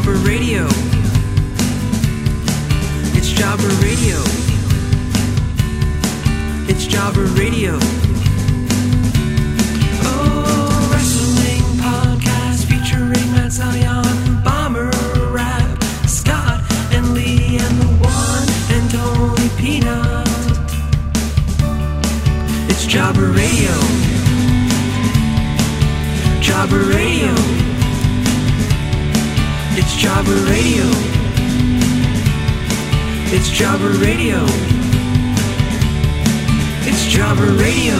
Radio. It's Jabber Radio. It's Jabber Radio. Oh, wrestling podcast featuring Matt Zion, Bomber Rap, Scott and Lee, and the one and only Peanut. It's Jabber Radio. Jabber Radio. It's Jabber Radio. It's Jabber Radio. It's Jabber Radio.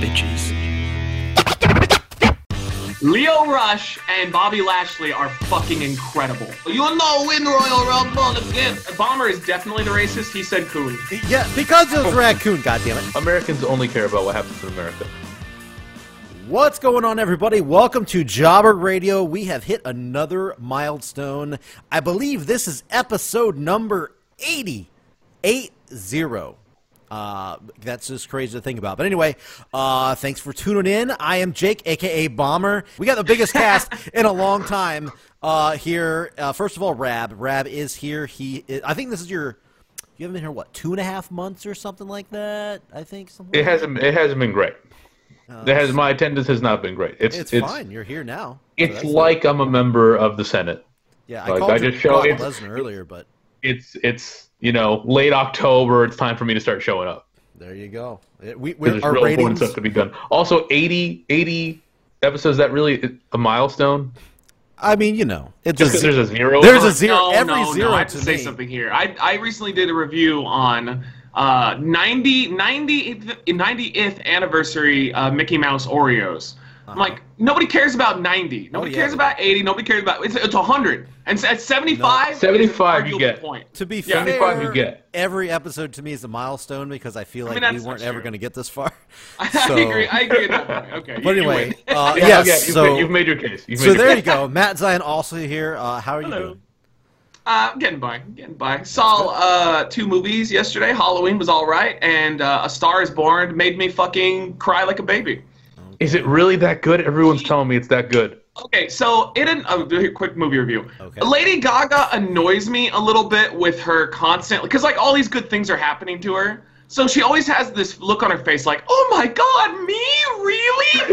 Bitches. Leo Rush and Bobby Lashley are fucking incredible. You'll not win the Royal Rumble again. Bomber is definitely the racist. He said coon. Yeah, because it was raccoon. Goddamn it! Americans only care about what happens in America. What's going on, everybody? Welcome to Jobber Radio. We have hit another milestone. I believe this is episode number 80. 80. Uh, that's just crazy to think about. But anyway, uh, thanks for tuning in. I am Jake, aka Bomber. We got the biggest cast in a long time uh, here. Uh, first of all, Rab. Rab is here. He, is, I think this is your. You haven't been here what two and a half months or something like that. I think something. It hasn't. It hasn't been great. it has my attendance has not been great. It's Uh, It's, it's fine. You're here now. So It's that's not- like I'm a member of the Senate. Yeah, I Like, called I you just show- Brock it's- Lesnar earlier, but It's it's you know late October. It's time for me to start showing up. there you go. It- we, we're, There's our real ratings. important stuff to be done. Also, 80, 80 episodes. That really is a milestone. I mean, you know, it Just because does- there's a zero. There's a on it? zero. No, every no, zero no. I have to, to, say me. something here. I, I recently did a review on uh, 90, 90 90th anniversary uh, Mickey Mouse Oreos. I'm like, nobody cares about 90. Nobody Uh-huh. Oh, yeah. cares about 80. Nobody cares about it's, it's 100. And s- at 75, is an 75 you arguable get. Point. To be Yeah, I mean, fair, fine, you get. every episode to me is a milestone because I feel like mean, we that's weren't not ever true. going to get this far. So, I agree. I agree. at that point. Okay. but you- you anyway, win. uh, Yeah, yes. okay, you've, so made, you've made your case. You've so made your there case. you go. Matt Zion also here. Uh, how are you doing? Uh, I'm getting by, I'm getting by. Saw uh, two movies yesterday. Halloween was all right, and uh, A Star Is Born made me fucking cry like a baby. Is it really that good? Everyone's telling me it's that good. Okay, so in an, a very quick movie review, Okay. Lady Gaga annoys me a little bit with her constant, because like all these good things are happening to her. So she always has this look on her face, like, "Oh my God, me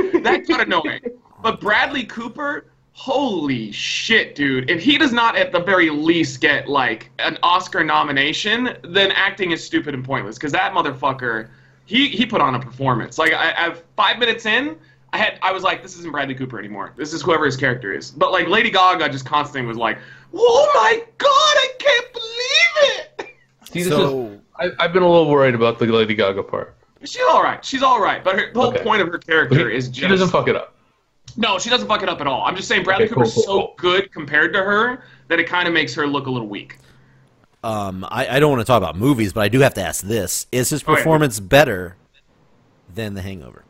really?" That got annoying. But Bradley Cooper, holy shit, dude! If he does not at the very least get like an Oscar nomination, then acting is stupid and pointless. Because that motherfucker, he he put on a performance. Like I, I've five minutes in, I had I was like, this isn't Bradley Cooper anymore. This is whoever his character is. But like Lady Gaga just constantly was like, oh my god, I can't believe See, this is, So I, I've been a little worried about the Lady Gaga part. it. She's all right. She's all right. But her, the whole Okay. point of her character is just she doesn't fuck it up. no, she doesn't fuck it up at all. I'm just saying Bradley Okay, cool, Cooper's cool, so cool. good compared to her that it kind of makes her look a little weak. um, I, I don't want to talk about movies, but I do have to ask this: Is his Okay. performance better than The Hangover?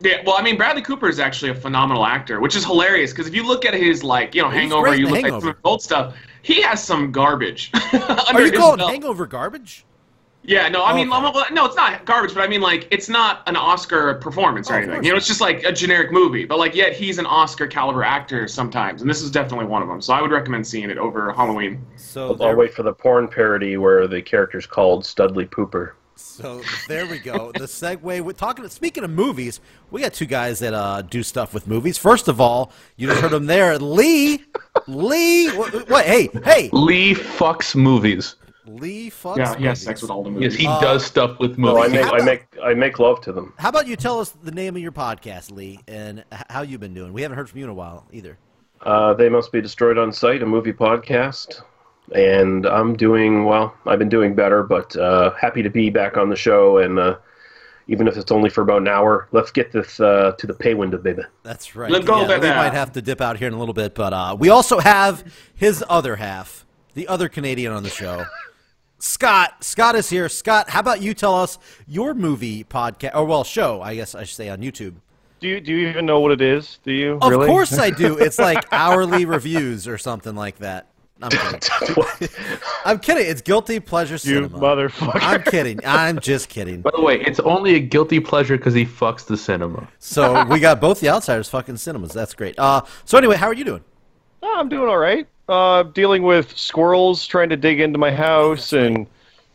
Yeah, well, I mean, Bradley Cooper is actually a phenomenal actor, which is hilarious because if you look at his like, you know, He's Hangover, great in you The look at some Hangover. of his old stuff. He has some garbage. Are under you his calling belt. Hangover garbage? Yeah, no, I mean, Okay. well, no, it's not garbage, but I mean, like, it's not an Oscar performance or Oh, of anything. course You know, it's just like a generic movie, but like, yet he's an Oscar caliber actor sometimes, and this is definitely one of them. So I would recommend seeing it over Halloween. So I'll there, wait for the porn parody where the character's called Studley Pooper. So there we go. The segue. We're talking. Speaking of movies, we got two guys that uh, do stuff with movies. First of all, you just heard them there. Lee, Lee. What? what hey, hey. Lee fucks movies. Lee fucks. Yeah, he has movies. sex with all the Yes, movies. Oh, he does stuff with Oh, No, I movies. make I make I make love to them. How about you tell us the name of your podcast, Lee, and h- how you've been doing? We haven't heard from you in a while either. Uh, they must be destroyed on sight, a movie podcast, and I'm doing well. I've been doing better, but uh, happy to be back on the show. And uh, even if it's only for about an hour, let's get this uh, to the pay window, baby. That's right. Let go yeah, of that Lee now. might have to dip out here in a little bit, but uh, we also have his other half, the other Canadian on the show. Scott, Scott is here. Scott, how about you tell us your movie podcast, or well, show, I guess I should say on YouTube. Do you do you even know what it is? Do you? Of really? course I do. It's like hourly reviews or something like that. I'm kidding. I'm kidding. It's guilty pleasure You cinema. I'm motherfucker. kidding. I'm just kidding. By the way, it's only a guilty pleasure because he fucks the cinema. So we got both the outsiders fucking cinemas. That's great. Uh, so anyway, how are you doing? No, I'm doing all right. Uh, dealing with squirrels trying to dig into my house and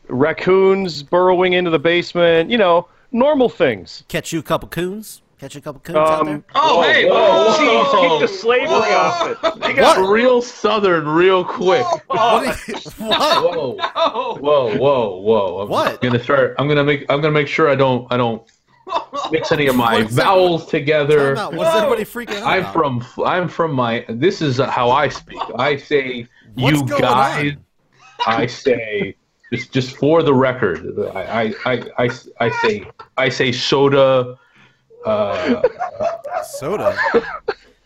raccoons burrowing into the basement. You know, normal things. Catch you a couple coons. Catch you a couple coons out Um, there. Oh, hey, whoa, whoa, whoa. geez, Kick keep the slavery off it. He got What? real southern real quick. What? do you- what? Whoa, Oh, whoa, whoa, whoa! I'm What? gonna start. I'm gonna make. I'm gonna make sure I don't. I don't mix any of my What's that? vowels together. Time out. What is everybody freaking out I'm about? from I'm from my this is how I speak. I say What's you going guys. on? I say just just for the record. I I I, I, I say I say soda. Uh, Soda.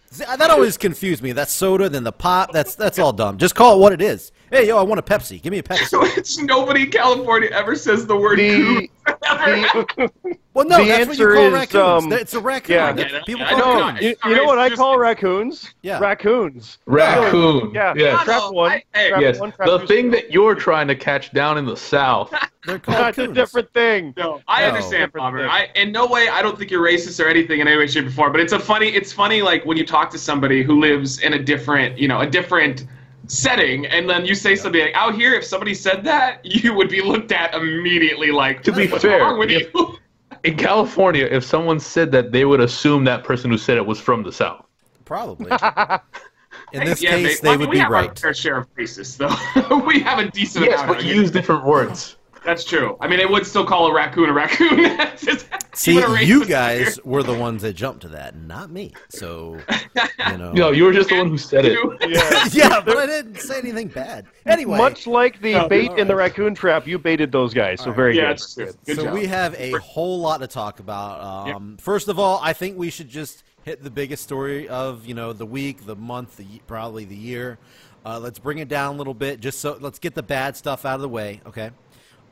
See, That always confused me. That's soda, then the pop. That's that's all dumb. Just call it what it is. Hey, yo, I want a Pepsi. Give me a Pepsi. Which nobody in California ever says the word coon. The, Ever. Well, no, The that's what you answer call is, raccoons. um, it's a raccoon. yeah. That's- people I call know. it no, coons. you, you know what I call raccoons? Yeah. Raccoons. raccoon. Yeah. Yes. Trap one. I- hey, trap Yes. one, trap The two, thing that you're trying to catch down in the south. They're called That's a coons. different thing. No, I No. understand, Different Bomber. thing. I in no way I don't think you're racist or anything in any way, shape, or form. But it's a funny, it's funny like when you talk to somebody who lives in a different, you know, a different setting, and then you say something like, "Out here, if somebody said that, you would be looked at immediately like." To be What's fair, wrong with if- you? In California, if someone said that, they would assume that person who said it was from the south. Probably. In this Yeah, mate. case, Well, I they mean, would we be have Our right. fair share of racists, though. we have a decent Yes, amount. but of you use different words. That's true. I mean, they would still call a raccoon a raccoon. That's just- See, even a racist you here. guys were the ones that jumped to that, not me. So, you know. No, you were just the one who said it. You- Yeah. yeah, but I didn't say anything bad. Anyway, Much like the No, bait alright. in the raccoon trap, you baited those guys. So very Yeah, good. it's true. Good so job. we have a whole lot to talk about. Um, First of all, I think we should just hit the biggest story of you know the week, the month, the, ye- probably the year. Uh, let's bring it down a little bit. Just so let's get the bad stuff out of the way. Okay.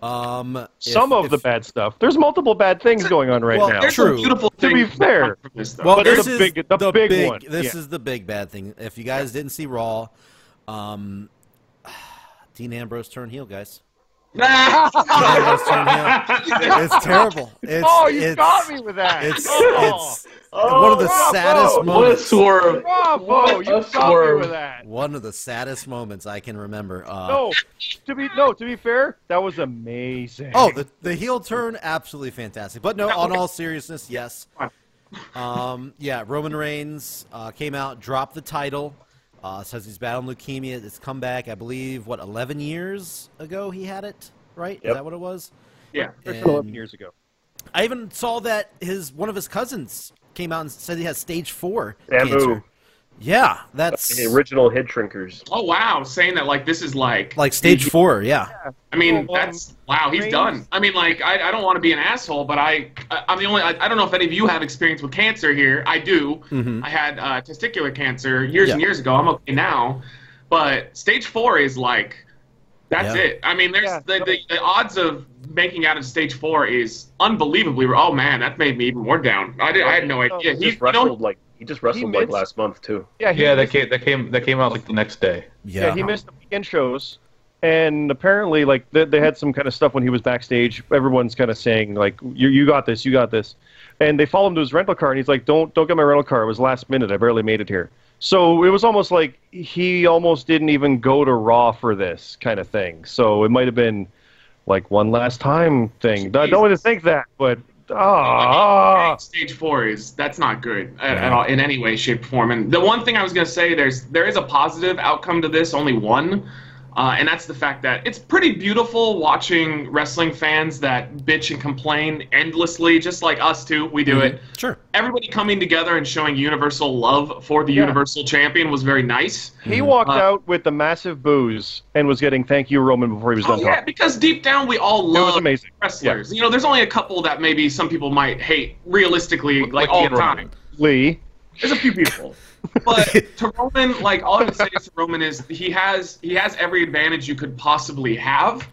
Um, if- Some of if- the bad stuff. There's multiple bad things going on right Well, now. There's True. some beautiful To be things that fair. come from this, though. Well, But this there's a is big- the big one. This Yeah. is the big bad thing. If you guys didn't see Raw, um, Dean Ambrose turned heel, guys. Dean Ambrose Oh, turned heel. It's terrible. It's, oh, you it's, got me with that. It's, oh, it's one of the Bravo. saddest What a moments. swerve. bravo! what You a got me swerve. with that. One of the saddest moments I can remember. Uh, No, to be no, to be fair, that was amazing. Oh, the, the heel turn, absolutely fantastic. But no, on all seriousness, yes. Um, yeah, Roman Reigns uh, came out, dropped the title, uh, says he's battling leukemia. It's come back, I believe, what, 11 years ago he had it, right? Is Yep. that what it was? yeah. That's from eleven And years ago. I even saw that his one of his cousins came out and said he has stage four Samu. cancer. Yeah, that's The original head shrinkers. Oh wow, saying that like this is like like stage four, yeah. I mean Well, um, that's wow he's Reigns- done. I mean like I, I don't want to be an asshole, but I, I I'm the only I, I don't know if any of you have experience with cancer here. I do. Mhm. I had uh, testicular cancer years and Yeah. years ago. I'm okay now, but stage four is like that's Yeah. it. I mean there's Yeah, the, so- the the odds of making out of stage four is unbelievably. Oh man, that made me even more down. I, did, I had no So- idea. He He, just you know, wrestled like he just wrestled like missed- last month too. Yeah, he Yeah, that missed, came that came that came out like the next day. yeah. Yeah. he missed the weekend shows, and apparently, like they, they had some kind of stuff when he was backstage. Everyone's kind of saying like, "You you got this, you got this," and they follow him to his rental car, and he's like, "Don't don't get my rental car. It was last minute. I barely made it here." So it was almost like he almost didn't even go to Raw for this kind of thing. So it might have been like one last time thing. I don't want to think that, but ah. stage four is that's not good at, at all in any way, shape, or form. And the one thing I was gonna say, there's there is a positive outcome to this, only one, uh, and that's the fact that it's pretty beautiful watching wrestling fans that bitch and complain endlessly, just like us too. We do Mm-hmm. it. Sure. Everybody coming together and showing universal love for the Yeah. universal champion was very nice. He walked Uh, out with the massive booze and was getting thank you Roman before he was Oh, done yeah, talking. because deep down we all It was love amazing. wrestlers. You know, there's only a couple that maybe some people might hate realistically, like, like all Ian the time. Roman. Lee, There's a few people. But to Roman, like all I would say to Roman is he has he has every advantage you could possibly have,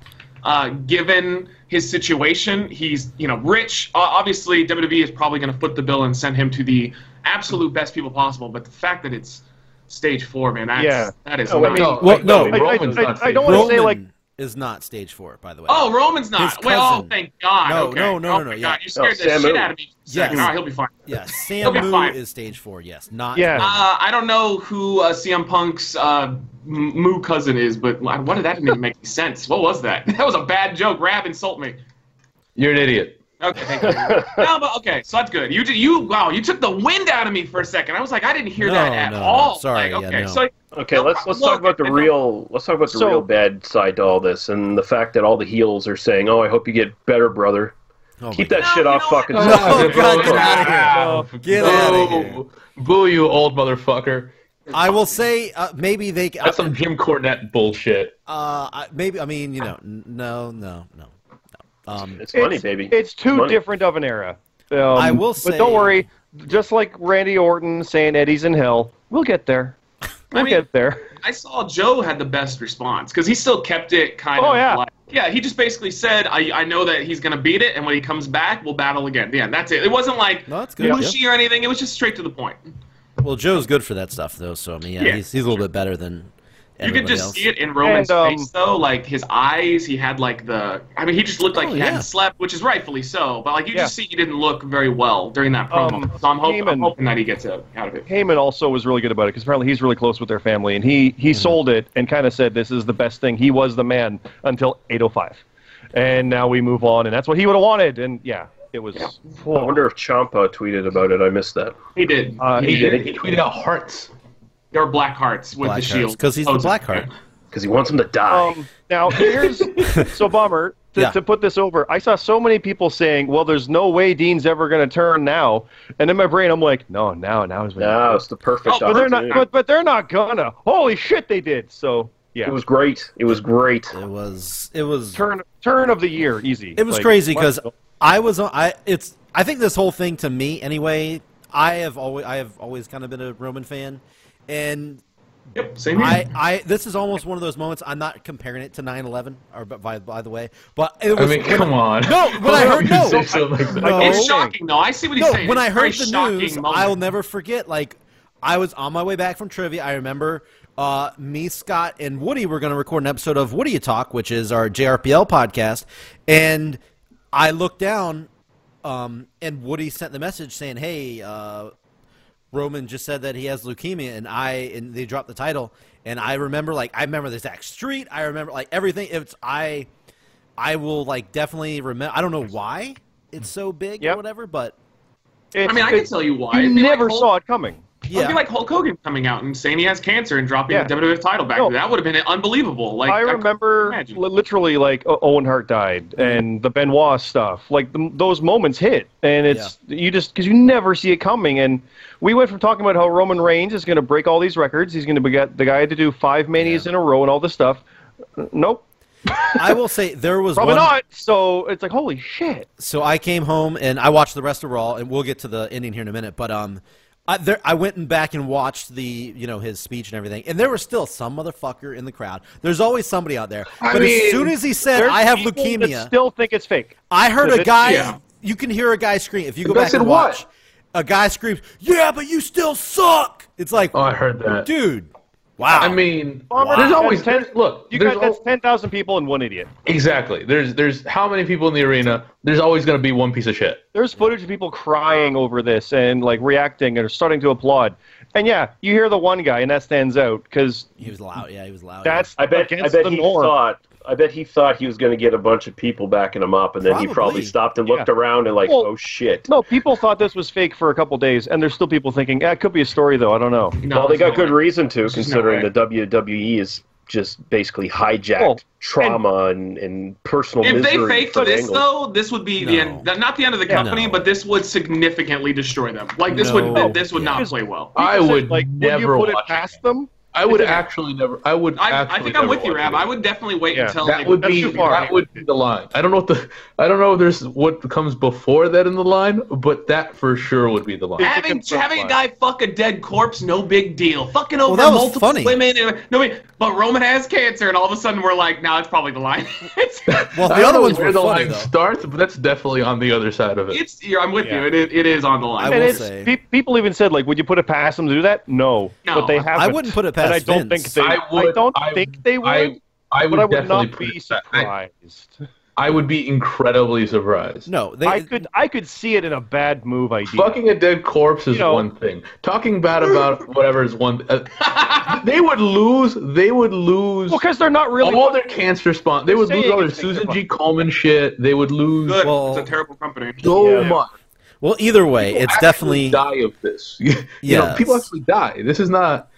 uh, given his situation. He's you know rich. O- obviously, WWE is probably going to foot the bill and send him to the absolute best people possible. But the fact that it's stage four, man, that's Yeah. that is No, I nuts. mean- Well, no. I, I, Roman's I, not I don't safe. want to say like Roman. is not stage four, by the way. Oh, Roman's His not. Wait, oh, cousin. thank God. No, okay. no, no, oh no, no, my yeah. God, you scared the Samu. shit out of me. for a second. Yes. All right, he'll be fine. yeah, He'll Sam be Moo fine. is stage four. Yes, not Yeah. Uh, I don't know who uh, CM Punk's uh, m- Moo cousin is, but why why did that didn't even make any sense? What was that? That was a bad joke. Rab, insult me. You're an idiot. Okay, thank you. no, but okay, so that's good. You did you wow, you took the wind out of me for a second. I was like, I didn't hear that No, at no, all. no, sorry, Like, yeah, okay, no. so Okay, let's let's talk about the real let's talk about the So- real bad side to all this and the fact that all the heels are saying, "Oh, I hope you get better, brother." Oh Keep my that God. shit No, off you know fucking. what? No, Seth. God, get outta here. Get outta Boo. here. Boo, you old motherfucker. God. I will say uh, maybe they. Uh, That's some Jim Cornette bullshit. uh, I- maybe I mean you know n- no no no no. Um, It's money, baby. It's too Money. different of an era. Um, I will say- uh, but don't worry. Just like Randy Orton saying Eddie's in hell, we'll get there. We'll I mean, get there. I saw Joe had the best response because he still kept it kind Oh, of yeah. like yeah. He just basically said, I, "I know that he's gonna beat it, and when he comes back, we'll battle again." Yeah, that's it. It wasn't like No, that's good, mushy or anything. It was just straight to the point. well, Joe's good for that stuff though, so I mean yeah, Yeah. he's, he's a little bit better than. You could everybody just else. see it in Roman's And, um, face though, like his eyes. He had like the. I mean, he just looked like Oh, he yeah. hadn't slept, which is rightfully so. But like you Yeah. just see, he didn't look very well during that promo. Um, so I'm, hoping I'm Heyman- hoping that he gets out out of it. Heyman also was really good about it because apparently he's really close with their family, and he he Mm-hmm. sold it and kind of said this is the best thing. He was the man until 8:05, and now we move on, and that's what he would have wanted. And yeah, it was. I wonder if Champa tweeted about it. I missed that. He did. Uh, he, He did. did. He tweeted out hearts. There are black hearts with Black the shield Oh, because he's the Posing. black heart. because he wants him to die. Um, now here's so bummer to, Yeah. to put this over. I saw so many people saying, "Well, there's no way Dean's ever going to turn now," and in my brain, I'm like, "No, now, now is when." you no, do it." it's the perfect Oh, but they're not. opportunity. But, but they're not gonna. Holy shit, they did. So yeah, It was great. It was great. It was it was turn turn of the year, easy. It was Like, crazy 'cause crazy wow. because I was on. I it's. I think this whole thing to me anyway. I have always. I have always kind of been a Roman fan, and Yep, same here. I. I this is almost one of those moments. I'm not comparing it to 9/11, or but by by the way, but it I was. mean, come on. No, when I heard no, Say something like that. No. it's shocking though. I see what he's no, saying. when It's I a very heard the shocking news, moment. I will never forget. Like, I was on my way back from trivia. I remember uh, me, Scott, and Woody were going to record an episode of Woody Talk, which is our JRPL podcast. And I looked down, um, and Woody sent the message saying, "Hey, uh, Roman just said that he has leukemia, and I and they dropped the title. And I remember, like, I remember the exact street. I remember, like, everything. It's I, I will like definitely remember. I don't know why it's so big or Yep. whatever, but." It's- I mean, I can it's- tell you why. You It'd be like never Hulk- saw it coming. It'd be like Hulk Hogan coming out and saying he has cancer and dropping Yeah. the WWF title back. No. That would have been unbelievable. Like I couldn't remember imagine. li- literally like O- Owen Hart died Mm-hmm. and the Benoit stuff. Like the, those moments hit, and it's you just because you never see it coming. And we went from talking about how Roman Reigns is going to break all these records. He's going to be get the guy to do five manias in a row and all this stuff. N- Nope, I will say there was probably one. not. So it's like holy shit. So I came home and I watched the rest of Raw, and we'll get to the ending here in a minute. But um, I, there, I went and back and watched the you know his speech and everything, and there was still some motherfucker in the crowd. There's always somebody out there. I but as mean, soon as he said, There's "I have people that leukemia," Still think it's fake. I heard a That- guy. yeah. You can hear a guy scream if you go That's back and in what? watch. A guy screams, "Yeah, but you still suck!" It's like, Oh, I heard that. dude, wow. I mean, Bummer. there's always ten. That's ten- Look, You there's got that's al- ten thousand people and one idiot. exactly. There's there's how many people in the arena? There's always going to be one piece of shit. There's footage of people crying over this and like reacting and starting to applaud. And yeah, you hear the one guy and that stands out because he was loud. Yeah, he was loud. that's I bet. I against bet the he norm. thought. I bet he thought he was going to get a bunch of people backing him up, and then he Probably. probably stopped and looked Yeah. around and like, Well- oh shit. No, people thought this was fake for a couple days, and there's still people thinking, "Yeah, it could be a story, though. I don't know." No, Well, they there's got no good way. reason to, just considering no the WWE E is just basically hijacked Well, trauma and, and personal If they misery. faked for this angles. though, this would be the end. th- Not the end of the company, No. but this would significantly destroy them. Like this No. would this would not Because- play well. I People said, would like, would you never put it watch past them? I would Isn't it? actually never. I would. I, I actually think I'm never with you, watch Rab. it. I would definitely wait Yeah. until That they- would That's be too far. that would be the line. I don't know what the I don't know if there's what comes before that in the line, but that for sure would be the line. having having a guy fuck a dead corpse, no big deal. Fucking over that was multiple funny. women, and, no, wait, but Roman has cancer, and all of a sudden we're like, now nah, it's probably the line. it's, well, I the don't other know ones where were the funny line though. starts, but that's definitely on the other side of it. it's you're- I'm with Yeah. you. It is, it is on the line. I And will it's say- pe- people even said, like, "Would you put it past them to do that?" No, No, but I- they I haven't. wouldn't put it And I past don't Vince. think they. I, don't think they would. I, I would but I would definitely not put be it that- I, surprised. I would be incredibly surprised. No, they. I could I could see it in a bad move idea. Fucking a dead corpse is You know- one thing. Talking bad about whatever is one. Uh, they would lose. They would lose well, because they're not really. all their cancer spawn. They They're would lose saying all their it's like Susan they're G. Coleman shit. They would lose Good. Well- it's a terrible company. so Yeah. much. Well, either way, it's Actually definitely. die of this. you know, Yes. people actually die. This is not.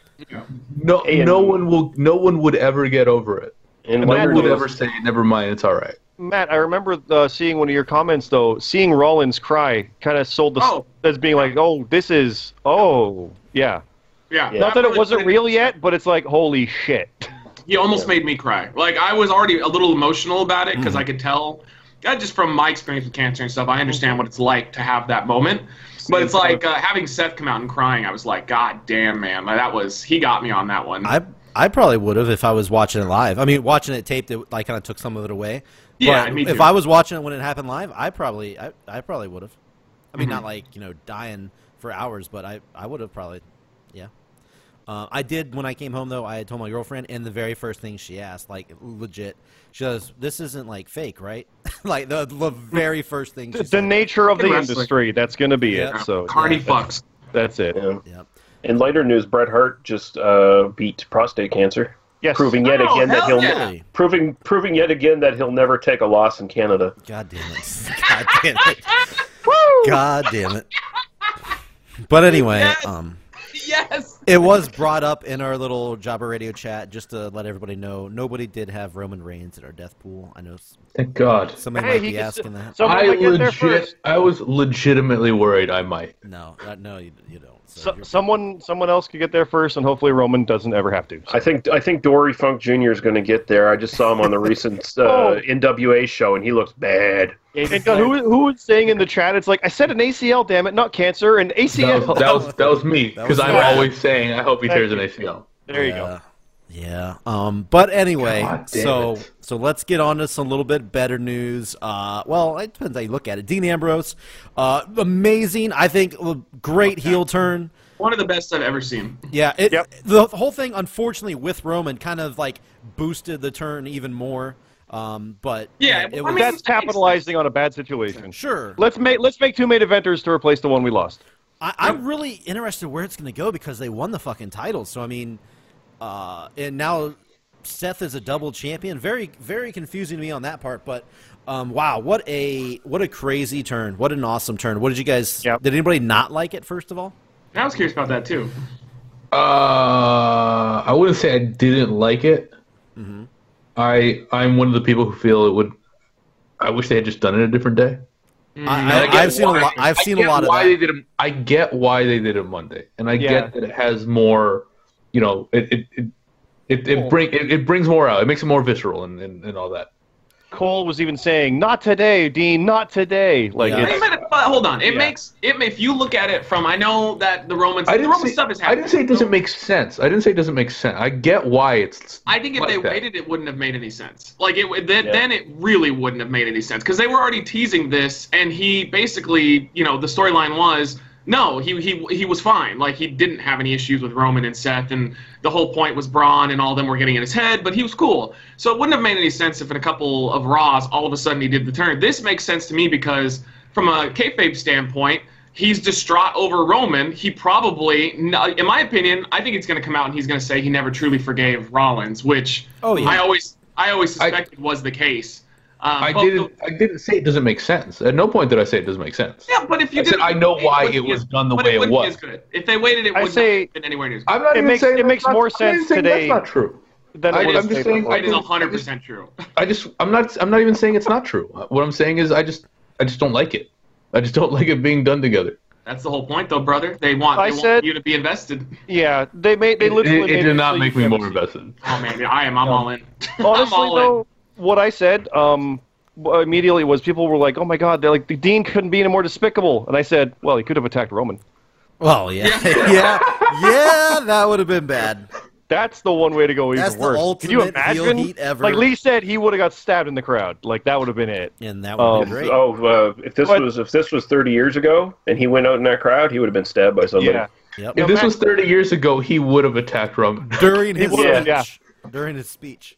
No, And- no one will. No one would ever get over it. And No Leonard one would was- ever say, "Never mind, it's all right." Matt, I remember uh, seeing one of your comments though. Seeing Rollins cry kind of sold the Oh. as being like, "Oh, this is oh yeah." Yeah. Yeah. Not that it wasn't really. real yet, but it's like, holy shit. He almost made me cry. Like I was already a little emotional about it Mm. because I could tell. That just from my experience with cancer and stuff, I understand what it's like to have that moment. But it's like uh, having Seth come out and crying. I was like, God damn, man, Like, that was he got me on that one. I I probably would have if I was watching it live. I mean, watching it taped, it like kind of took some of it away. Yeah, but me if too. I was watching it when it happened live, I probably I, I probably would have. I mean, not like you know dying for hours, but I I would have probably, yeah. Uh, I did when I came home though. I had told my girlfriend, and the very first thing she asked, like legit, she goes, "This isn't like fake, right?" like the, the very first thing she the said. nature of the Wrestling. industry, that's going to be Yeah. it. So Carney yeah, fucks. That's it. Yeah. Yep. In lighter news, Bret Hart just uh, beat prostate cancer, Yes. proving yet Oh, again that hell he'll yeah. Really? proving proving yet again that he'll never take a loss in Canada. God damn it. God damn it. God damn it. But anyway, Yes. um, Yes. it was brought up in our little Jabba Radio chat just to let everybody know nobody did have Roman Reigns at our death pool. I know s- Thank God. somebody Hey, might he be can asking that. So I I get there first. legit. I was legitimately worried I might. no, uh, no, you, you don't. So So, you're- someone, someone else could get there first, and hopefully Roman doesn't ever have to. I think I think Dory Funk Jr. is going to get there. I just saw him on the recent uh, Oh. NWA show, and he looks bad. And God, who, who was saying in the chat? It's like I said an ACL, damn it, not cancer, and That ACL. was, that was that was me That because was I'm bad. always saying I hope he tears an ACL. there you Yeah. go. Yeah. Um. But anyway, God damn so it. so let's get on to some little bit better news. Uh. Well, it depends how you look at it. Dean Ambrose, uh, amazing. I think uh, great heel turn. One of the best I've ever seen. Yeah, it, Yep. the whole thing, unfortunately, with Roman kind of like boosted the turn even more. Um, but Yeah, it, it I was mean- That's capitalizing on a bad situation. sure. Let's make let's make two main eventers to replace the one we lost. I, I'm really interested where it's going to go because they won the fucking title. So I mean, uh, and now Seth is a double champion. Very, very confusing to me on that part. But um, wow, what a what a crazy turn! What an awesome turn! What did you guys? Yep. Did anybody not like it? First of all, And I was curious about that too. Uh, I wouldn't say I didn't like it. Mm-hmm. I I'm one of the people who feel it would. I wish they had just done it a different day. I, And Mm-hmm. get I, I've seen a why- lot. I've I seen get a lot of why that. they did it. I get why they did it Monday, and I Yeah. get that it has more. You know, it it it, it, it bring it, it brings more out. It makes it more visceral and, and, and all that. Cole was even saying, "Not today, Dean. Not today." Like Yeah. It it's, might- but hold on, it Yeah. makes it, if you look at it from I know that the Roman I the didn't, Roman say, stuff is I happening. didn't say it doesn't make sense. I didn't say it doesn't make sense. I get why it's. I think if like they that. waited, it wouldn't have made any sense. Like it, would- then, Yeah. then it really wouldn't have made any sense because they were already teasing this, and he basically, you know, the storyline was no, he he he was fine. Like he didn't have any issues with Roman and Seth, and the whole point was Braun and all them were getting in his head, but he was cool. So it wouldn't have made any sense if in a couple of Raws, all of a sudden he did the turn. This makes sense to me because from a kayfabe standpoint. He's distraught over Roman. He probably, in my opinion, I think it's going to come out and he's going to say he never truly forgave Rollins, which Oh, yeah. I always I always I- suspected was the case. Um, I but- didn't. I didn't say it doesn't make sense. At no point did I say it doesn't make sense. Yeah, but if you I said didn't, I know why wouldn't it be was as- done the but way it it wouldn't be was. as good. If they waited, it I wouldn't say- have been anywhere near as good. I'm not It even makes- saying it that's makes not- more I'm not sense saying today. That's not true. then I- it was I'm just paper. saying- It is I just- 100 percent true. I just I'm not I'm not even saying it's not true. What I'm saying is I just I just don't like it. I just don't like it being done together. That's the whole point, though, brother. They want I they want said- you to be invested. yeah, they made they It, literally it made did so not you make me couldn't more see. invested. Oh man, I am. I'm all in. I'm Honestly, all though, in. what I said um, w- immediately was people were like, "Oh my God!" They're like, "The Dean couldn't be any more despicable." And I said, "Well, he could have attacked Roman." Well, yeah, yeah, yeah. That would have been bad. That's the one way to go. Even That's the worse. Could you ultimate heel imagine? heat ever. Like Lee said, he would have got stabbed in the crowd. Like that would have been it. And that would have been Um, great. Oh, uh, if this But- was if this was 30 years ago, and he went out in that crowd, he would have been stabbed by somebody. Yeah. Yep. If this was 30 years ago, he would have attacked Roman. During his would've, speech. During his speech.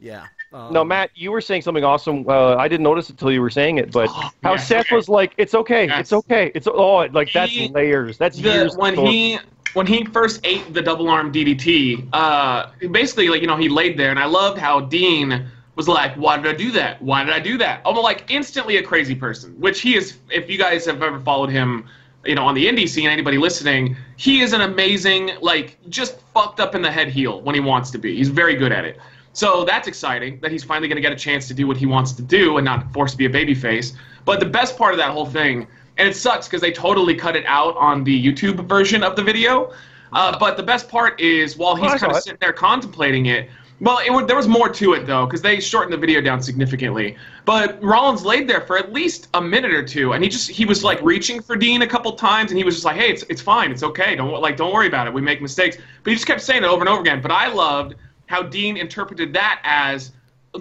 Yeah. Um, No, Matt, you were saying something awesome. Uh, I didn't notice it until you were saying it, but Oh, how yeah, Seth okay. was like, "It's okay, Yes. it's okay, it's oh, like that's He- layers, that's the, years." when before- he when he first ate the double arm DDT, uh, basically like you know he laid there, and I loved how Dean was like, "Why did I do that? Why did I do that?" Almost like instantly a crazy person, which he is. If you guys have ever followed him, you know on the indie scene, anybody listening, he is an amazing like just fucked up in the head heel when he wants to be. He's very good at it. So that's exciting that he's finally going to get a chance to do what he wants to do and not forced to be a babyface. But the best part of that whole thing, and it sucks because they totally cut it out on the YouTube version of the video. Uh, but the best part is while Oh, he's I saw kind of it. sitting there contemplating it, well, it, wa- there was more to it though because they shortened the video down significantly. But Rollins laid there for at least a minute or two, and he just he was like reaching for Dean a couple times, and he was just like, "Hey, it's it's fine, it's okay, don't wo- like don't worry about it. We make mistakes." But he just kept saying it over and over again. But I loved how Dean interpreted that as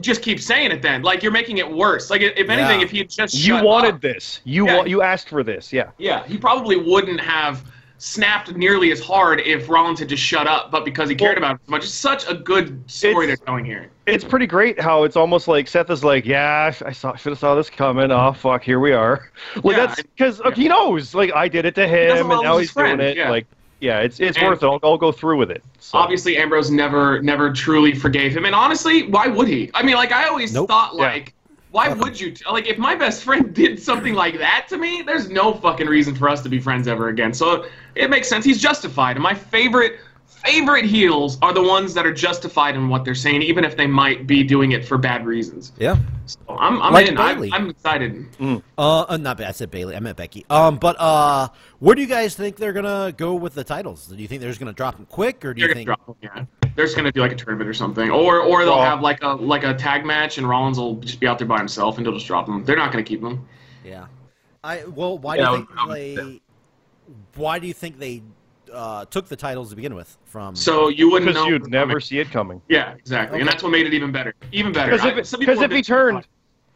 just keep saying it then like you're making it worse like if anything Yeah. if he had just you shut wanted up- this, you Yeah. wa- you asked for this, yeah. yeah he probably wouldn't have snapped nearly as hard if Rollins had just shut up but because he cared Well- about it so much it's such a good story they're It's- telling here It's pretty great how it's almost like Seth is like, "Yeah, I sh- I saw should have saw this coming. Oh fuck, here we are." Like Yeah, that's because he knows, like I did it to him, doesn't and love now his he's doing friend, it. yeah. Like, yeah, it's it's And- worth it. I'll, I'll go through with it. So. obviously Ambrose never never truly forgave him and honestly why would he I mean like I always Nope. thought Yeah. like why would you t- like if my best friend did something like that to me there's no fucking reason for us to be friends ever again so it makes sense he's justified and my favorite favorite heels are the ones that are justified in what they're saying even if they might be doing it for bad reasons yeah. so I'm, I'm Like in I'm, Bayley. I'm excited Uh, uh, not I said Bailey. I meant Becky. Um, but uh, where do you guys think they're gonna go with the titles? Do you think they're just gonna drop them quick, or do they're gonna you think? drop them, yeah they're just gonna do like a tournament or something or or they'll Well- have like a like a tag match and Rollins will just be out there by himself and they'll just drop him they're not gonna keep him Yeah. I well, why Yeah, do I you would- think I would- they? Why do you think they uh, took the titles to begin with from? So you wouldn't because know. you'd never see it coming. Yeah, exactly, and Okay. that's what made it even better. Even better. Because I- if, some it- people 'cause are if he bitching about turned,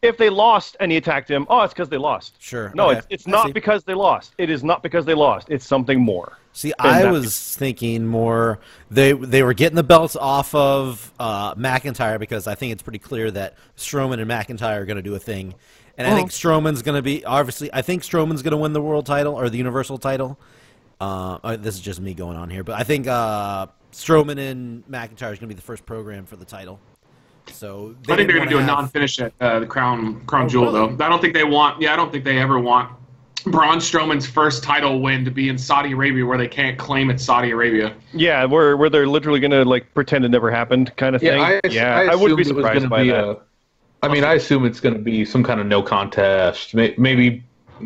if they lost and he attacked him, oh, it's because they lost. Sure. No, Okay. it's, it's I not see. because they lost. It is not because they lost. It's something more. See, I that- was thinking more they they were getting the belts off of uh, McIntyre because I think it's pretty clear that Strowman and McIntyre are going to do a thing, and I think Strowman's going to be obviously. I think Strowman's going to win the world title or the Universal title. Uh, uh, this is just me going on here, but I think uh, Strowman and McIntyre is going to be the first program for the title. So it. I think didn't they're gonna wanna do a have- non-finish at uh, the crown crown Oh, jewel really? though. I don't think they want. Yeah, I don't think they ever want Braun Strowman's first title win to be in Saudi Arabia, where they can't claim it's Saudi Arabia. Yeah, where where they're literally gonna like pretend it never happened kind of thing. I, yeah, I, wouldn't be assumed it was surprised gonna by be that. a- I mean, I assume it's going to be some kind of no contest. May- Maybe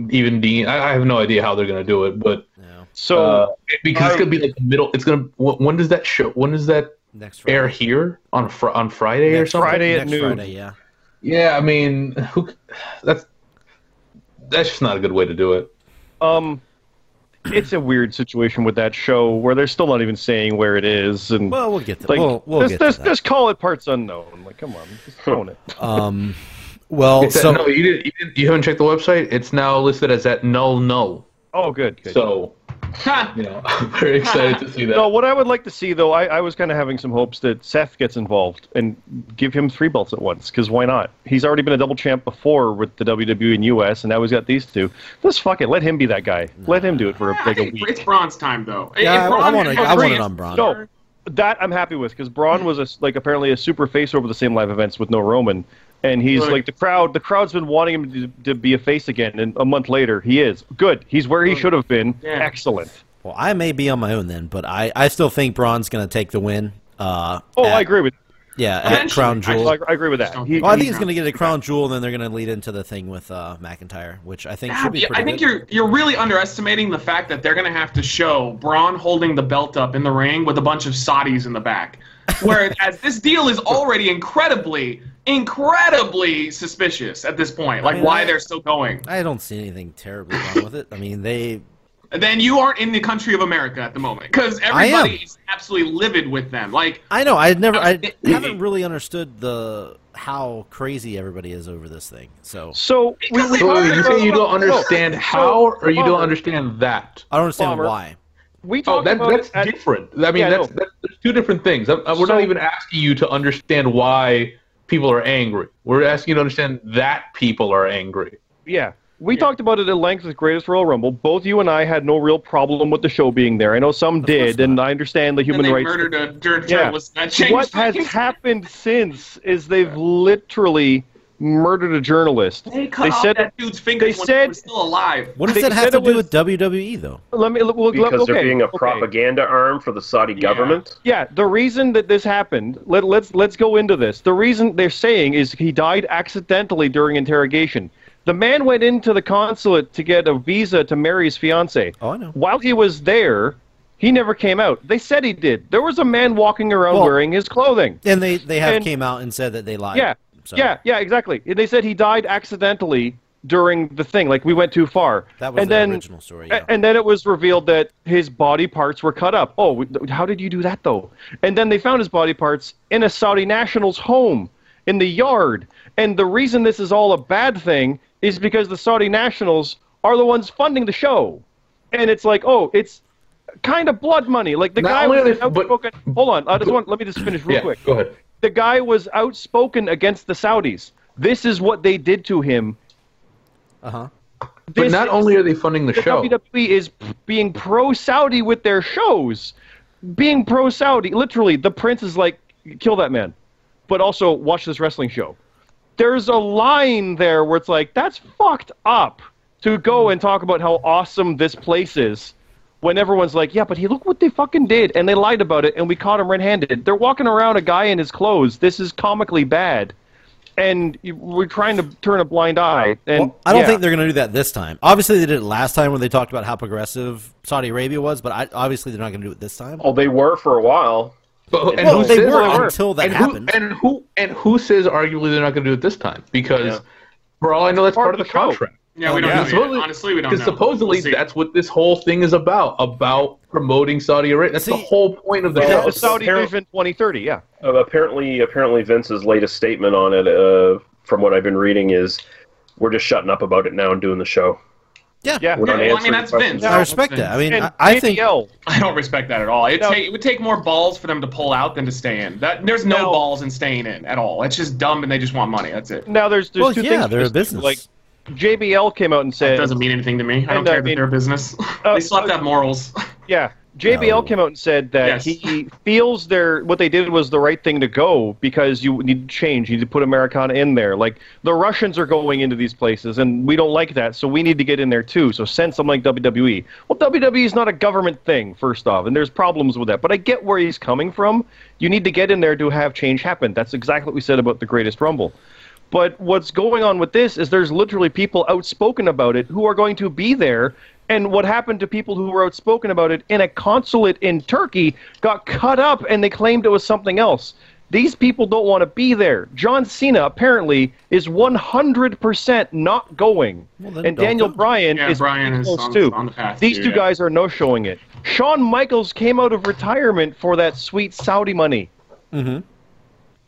even Dean. I, I have no idea how they're going to do it, but No, so uh, because I- it's going to be like the middle. It's going to. When does that show? When does that next Friday. air here on fr- on Friday or Next something? Friday at next noon. Friday, yeah. Yeah, I mean, who? c- That's that's just not a good way to do it. um, it's a weird situation with that show where they're still not even saying where it is, and Well, we'll get to like we'll, we'll just, get just, to that. just call it parts unknown. Like, come on, just own it. Um, well, It's at- so no, you didn't, you didn't. You haven't checked the website. It's now listed as at null null. Oh, good, good. So Ha! you know, I'm very excited to see that. No, what I would like to see though, I, I was kind of having some hopes that Seth gets involved and give him three belts at once, because why not? He's already been a double champ before with the WWE and US, and now he's got these two. Let's fuck it, let him be that guy. Let him do it for Yeah, like a hey, week. it's Braun's time though. Yeah, I- If I Braun want it- is I want it free, on Braun. No, that I'm happy with, because Braun was a, like apparently a super face over the same live events with no Roman, and he's Right. like the crowd. The crowd's been wanting him to, to be a face again, and a month later he is good. He's where he should have been. Yeah. Excellent. Well, I may be on my own then, but I, I still think Braun's going to take the win. Uh, Oh, at- I agree with. Yeah, at Eventually, Crown Jewel. I, Well, actually. I agree with that. He- I think he's he's going to get a Crown Jewel, and then they're going to lead into the thing with uh, McIntyre, which I think Yeah, should be yeah, pretty I think good. you're you're really underestimating the fact that they're going to have to show Braun holding the belt up in the ring with a bunch of Saudis in the back. Whereas this deal is already incredibly, incredibly suspicious at this point. Like mean, I- why they're still going. I don't see anything terribly wrong with it. I mean, they. Then you aren't in the country of America at the moment because I am. everybody is absolutely livid with them. Like I know. I never. I It- haven't really understood the how crazy everybody is over this thing. So So we, Because we, they So are- you say you don't No, no. understand So, how, or you Palmer, don't understand that? I don't understand Bummer. why. We Oh, talked that, about that's it at- different. I mean, Yeah, I that's, know. that's there's two different things. I, I, we're So- not even asking you to understand why people are angry. We're asking you to understand that people are angry. Yeah. We talked about it at length with Greatest Royal Rumble. Both you and I had no real problem with the show being there. I know some did, and I understand the human and they rights. murdered a dirt Yeah. journalist. That changed what has things. happened since is they've literally murdered a journalist. They cut They off said- that dude's fingers they when said- he was still alive. What does They that have said to it do was- with WWE though? Let me. Let, well, because let, okay, they're being a okay. propaganda arm for the Saudi government. Yeah, the reason that this happened, let, let's let's go into this. The reason they're saying is he died accidentally during interrogation. The man went into the consulate to get a visa to marry his fiancee. Oh, I know. While he was there, he never came out. They said he did. There was a man walking around Well- wearing his clothing. And they they have And- came out and said that they lied. Yeah. So Yeah, yeah, exactly. And they said he died accidentally during the thing. Like we went too far. That was and the then, original story. a- Yeah. And then it was revealed that his body parts were cut up. Oh, w- how did you do that though? And then they found his body parts in a Saudi national's home in the yard. And the reason this is all a bad thing is because the Saudi nationals are the ones funding the show. And it's like, oh, it's kind of blood money. Like the Not guy only was are they- but- outspoken. hold on, I just want let me just finish real yeah, quick go ahead. the guy was outspoken against the Saudis. This is what they did to him. Uh huh. But This not only are they funding the show, WWE E is p- being pro Saudi with their shows. Being pro Saudi, literally, the prince is like, kill that man, but also watch this wrestling show. There's a line there where it's like, that's fucked up to go and talk about how awesome this place is when everyone's like, yeah, but he look what they fucking did, and they lied about it, and we caught him red handed. They're walking around a guy in his clothes. This is comically bad. And you- we're trying to turn a blind eye. And Well, I don't yeah. think they're going to do that this time. Obviously, they did it last time when they talked about how progressive Saudi Arabia was, but I, obviously they're not going to do it this time. Oh, they were for a while. But, and Well, who they says- were they were. until that and happened. Who, and who and who says arguably they're not going to do it this time? Because Yeah. for all I know, that's part, of the, show. contract. Yeah, we don't Yeah. know. yet. Supposedly- Honestly, we don't know. Because supposedly We'll see. that's what this whole thing is about about promoting Saudi Arabia. That's the See- whole point of the Well, show. the Saudi Apparently- Vision 2030, yeah. Uh, apparently, apparently Vince's latest statement on it, uh, from what I've been reading, is we're just shutting up about it now and doing the show. yeah, Yeah. Yeah, We're not well, I mean, answering that's questions. Vince. I respect that. I mean, I, I think JBL, I don't respect that at all. It, No. take, it would take more balls for them to pull out than to stay in. That there's no, No. balls in staying in at all. It's just dumb, and they just want money. That's it. now there's, there's well, two yeah, things. they're a just, business. Like JBL came out and It said, doesn't mean anything to me. I don't and, uh, care I that mean- they're a business. Uh, they still have to have morals. yeah, JBL No. came out and said that Yes. he feels their what they did was the right thing to go because you need to change. You need to put Americana in there. Like the Russians are going into these places, and we don't like that, so we need to get in there too. So send something like WWE. Well, WWE is not a government thing, first off, and there's problems with that. But I get where he's coming from. You need to get in there to have change happen. That's exactly what we said about the Greatest Rumble. But what's going on with this is there's literally people outspoken about it who are going to be there. And what happened to people who were outspoken about it in a consulate in Turkey got cut up and they claimed it was something else. These people don't want to be there. John Cena apparently is 100% not going. Well, then and don't Daniel go. Bryan Yeah, is Bryan pretty is close on- too. on the path These too, two yeah. guys are no showing it. Shawn Michaels came out of retirement for that sweet Saudi money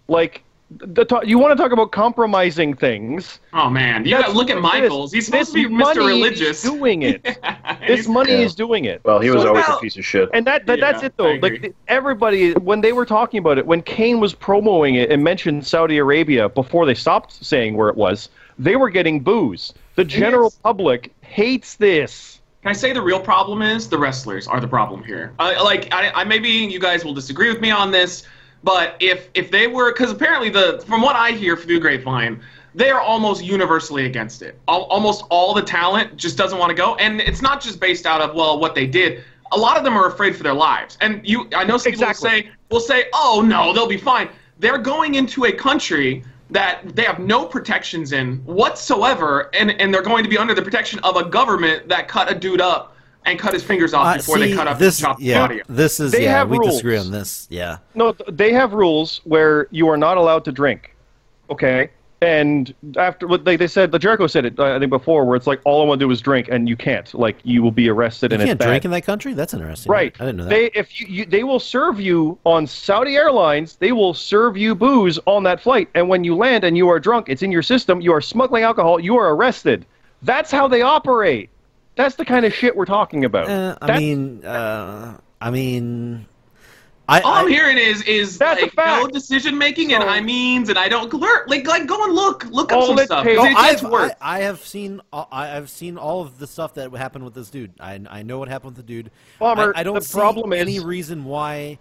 like the ta- you want to talk about compromising things. oh man, you gotta look at Like Michaels. this- He's supposed to this be Mr. money Religious. Is doing it. He's- this money is doing it. Well, he was So always now- a piece of shit. And that, that that's Yeah, it though. I agree. Like th- everybody, when they were talking about it, when Kane was promoting it and mentioned Saudi Arabia before they stopped saying where it was, they were getting boos. The general Yes. public hates this. Can I say the real problem is the wrestlers are the problem here? I like, I, I maybe you guys will disagree with me on this, but if if they were, because apparently the from what I hear through the grapevine, they are almost universally against it. Al- almost all the talent just doesn't want to go, and it's not just based out of well what they did. A lot of them are afraid for their lives, and you. I know some Exactly. people will say will say, "Oh no, they'll be fine." They're going into a country that they have no protections in whatsoever, and and they're going to be under the protection of a government that cut a dude up and cut his fingers off Uh, before see, they cut up this, and chopped his yeah, body off. this is They yeah. have we rules. disagree on this. Yeah, No, th- they have rules where you are not allowed to drink. Okay. And after what they, they said, the Jericho said it, uh, I think before, where it's like, all I want to do is drink, and you can't. Like, you will be arrested you and can't it's bad. drink in that country. That's interesting. right. I didn't know that. They, if you, you, they will serve you on Saudi Airlines, they will serve you booze on that flight. And when you land and you are drunk, it's in your system, you are smuggling alcohol, you are arrested. That's how they operate. That's the kind of shit we're talking about. Eh, Uh, I That's- mean, uh, I mean, I, All I'm I- hearing is is That's a like, no fact. decision making and So- I means and I don't glur like like go and look look up All some it stuff. takes- It, No, it gets I've, worse. Oh, I, I have seen all- I, I've seen all of the stuff that happened with this dude. I, I know what happened with the dude. Bummer. I, I don't The see problem is- any reason why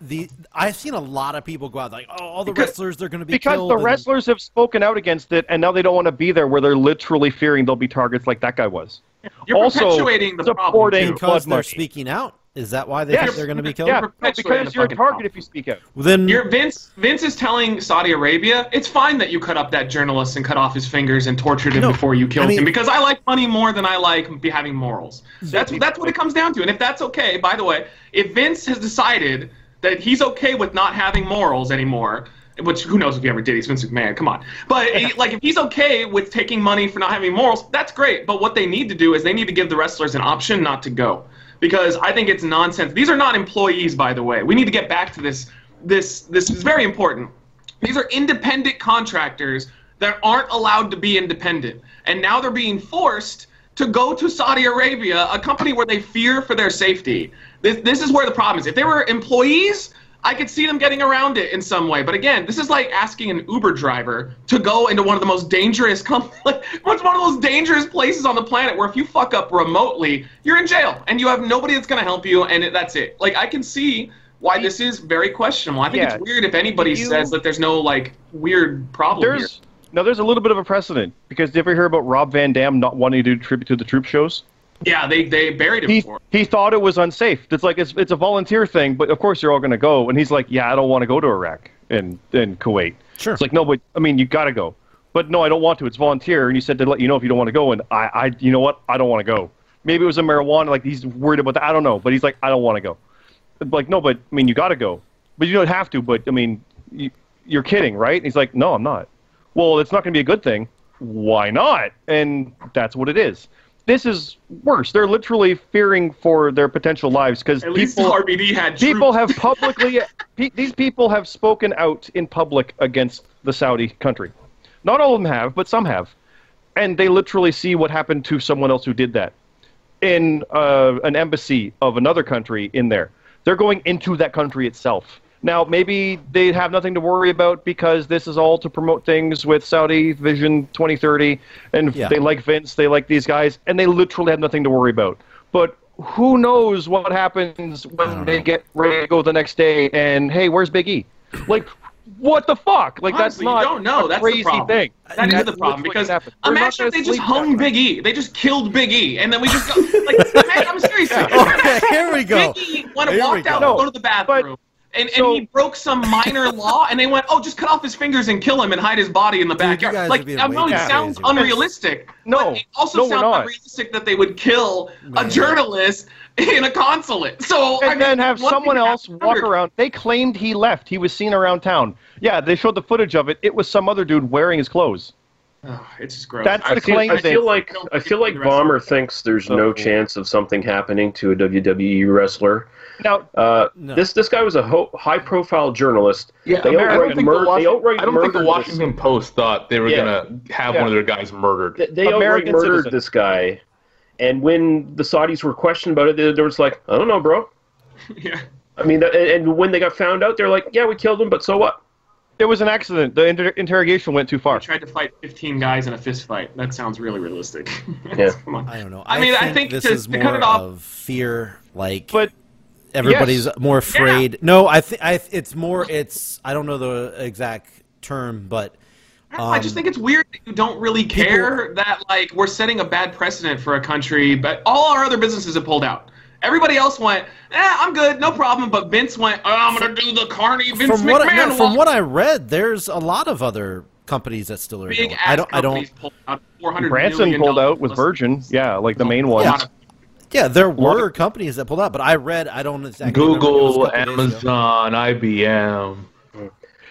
the I've seen a lot of people go out like oh all the Because- wrestlers they're going to be because killed the and- wrestlers have spoken out against it, and now they don't want to be there where they're literally fearing they'll be targets like that guy was. You're also perpetuating the problem. supporting- too. because Blood they're money. speaking out. Is that why they Yes. think they're going to be killed? Yeah, You're no, perpetuating because the you're a fucking target if you speak out. Then You're, Vince Vince is telling Saudi Arabia it's fine that you cut up that journalist and cut off his fingers and tortured him No, before you killed I mean- him because I like money more than I like be having morals. That's that's what it comes down to. And if that's okay, by the way, if Vince has decided that he's okay with not having morals anymore, which who knows if he ever did? He's Vince McMahon. Come on, but eh, like if he's okay with taking money for not having morals, that's great. But what they need to do is they need to give the wrestlers an option not to go because I think it's nonsense. These are not employees, by the way. We need to get back to this. This this is very important. These are independent contractors that aren't allowed to be independent, and now they're being forced to go to Saudi Arabia, a company where they fear for their safety. This this is where the problem is. If they were employees. I could see them getting around it in some way, but again, this is like asking an Uber driver to go into one of the most dangerous com- like, what's one of those dangerous places on the planet where if you fuck up remotely, you're in jail and you have nobody that's going to help you and it, that's it. Like I can see why this is very questionable. I think Yeah. it's weird if anybody You- says that there's no like weird problem There's now there's a little bit of a precedent because did you ever hear about Rob Van Dam not wanting to do tribute to the troop shows? here. Yeah, they they buried him He, for. it. he thought it was unsafe. It's like it's it's a volunteer thing, but of course you're all going to go. And he's like, yeah, I don't want to go to Iraq and and Kuwait. Sure. It's like no, but I mean you got to go. But no, I don't want to. It's volunteer, and you said to let you know if you don't want to go. And I, I you know what? I don't want to go. Maybe it was a marijuana. Like he's worried about that. I don't know. But he's like, I don't want to go. like no but i mean you gotta go but you don't have to but i mean you, you're kidding right and he's like no i'm not well it's not going to be a good thing why not and that's what it is this is worse they're literally fearing for their potential lives because At least people, RBD had people troops. have publicly pe- these people have spoken out in public against the saudi country not all of them have but some have and they literally see what happened to someone else who did that in uh, an embassy of another country in there. They're going into that country itself. Now, maybe they have nothing to worry about because this is all to promote things with Saudi Vision 2030, and Yeah. they like Vince, they like these guys, and they literally have nothing to worry about. But who knows what happens Oh. when they get ready to go the next day and, hey, where's Big E? Like, what the fuck? Honestly, Like, that's not you don't know. a That's crazy the problem. thing. That is That's the problem literally because what happened. We're not imagine if gonna they just sleep hung that night. Big E. They just killed Big E, and then we just go, like man, I'm serious. okay, here we go. Big E went and Here we walked out go. to go to the bathroom. and, so- and he broke some minor law, and they went, "Oh, just cut off his fingers and kill him and hide his body in the you backyard." guys are like, being I know way it too sounds crazy. unrealistic. No, but it also no, we're sounds not. unrealistic that they would kill a journalist in a consulate. So and I mean, then have one thing someone to else have walk under- around. They claimed he left. He was seen around town. Yeah, they showed the footage of it. It was some other dude wearing his clothes. Ugh, it's just gross. That's I the feel, claim I they- feel like I feel like Bomber thinks there's no So- chance of something happening to a WWE wrestler. Now, Uh, No. This this guy was a ho- high-profile journalist. Yeah, They America- I outright don't think mur- Washi- they outright I don't think the murdered Washington Post thought they were Yeah. gonna have Yeah. one of their guys murdered. Th- they outright American murdered citizen. this guy. And when the Saudis were questioned about it, they, they were just like, I don't know, bro. yeah. I mean, that, and- and when they got found out, they're like, yeah, we killed him, but so what? it was an accident. The inter- interrogation went too far. tried to fight 15 guys in a fist fight. That sounds really realistic. Yeah. Come on. I don't know. I mean, I think this to- is to more cut it off- of fear. Like But everybody's yes. more afraid. No, I think I. th- It's more. It's I don't know the exact term, but Um, I just think it's weird that you don't really care that like we're setting a bad precedent for a country, but all our other businesses have pulled out. Everybody else went, eh, I'm good, no problem. But Vince went, oh, I'm gonna do the Carney Vince from McMahon. what I, no, from walk." what I read, there's a lot of other companies that still are. big Going. ass I don't. I don't. companies pulled out 400 Branson million pulled dollars out with plus- Virgin. Yeah, like the main one. Yeah. Yeah, there were companies that pulled out, but I read. I don't exactly. remember, it was a Google, couple days ago. Amazon, IBM.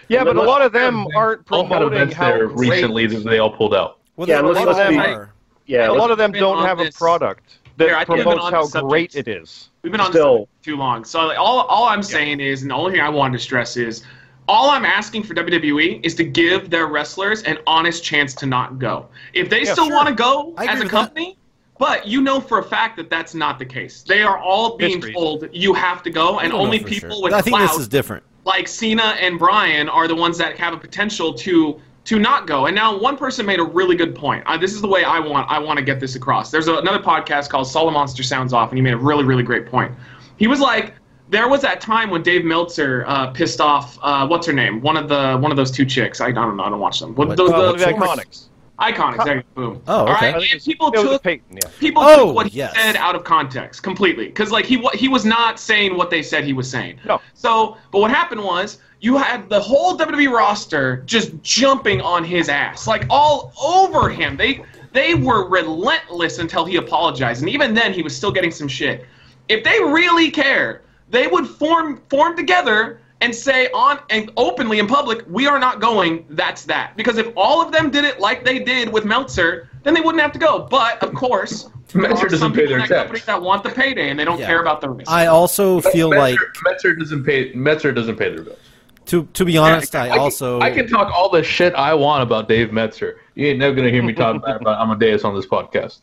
Yeah, but a lot of them They aren't all had promoting events how there great- recently that they all pulled out. Well, Yeah, there- a let's- lot of let's them be- are. Yeah, A lot let's- of them been don't on have a this- product Here, that I can get promotes on how the subject. great it is. We've been on this Still- subject for too long. So like, all all I'm saying is, and the only thing I wanted to stress is, all I'm asking for WWE is to give their wrestlers an honest chance to not go. If they still sure. want to go I agree as a with company, But you know for a fact that that's not the case. They are all being History. told you have to go, and I don't know only for people sure. with I think clout this is different. like Cena and Brian are the ones that have a potential to to not go. And now one person made a really good point. Uh, this is the way I want I want to get this across. There's a, another podcast called Solid Monster Sounds Off, and he made a really really great point. He was like, there was that time when Dave Meltzer uh, pissed off uh, what's her name, one of the one of those two chicks. I, I don't know. I don't watch them. What, What- those, Uh, the, one of the iconics. Iconics. There you go. Boom. Oh, okay. All right. I think And it's- people it was took Peyton, yeah. people Oh, took what he yes. said out of context completely because like he wa- he was not saying what they said he was saying. No. So, but what happened was you had the whole WWE roster just jumping on his ass, like all over him. They they were relentless until he apologized, and even then he was still getting some shit. If they really cared, they would form form together and say on and openly in public, we are not going. That's that. Because if all of them did it like they did with Meltzer, then they wouldn't have to go. But of course, there Meltzer are some doesn't pay people their in that tax. company that want the payday and they don't Yeah. care about the risk. I also feel Metzer, like Metzer doesn't pay. Metzer doesn't pay their bills. to to be honest, I, can- also I can talk all the shit I want about Dave Metzer. You ain't never gonna hear me talk bad about Amadeus on this podcast.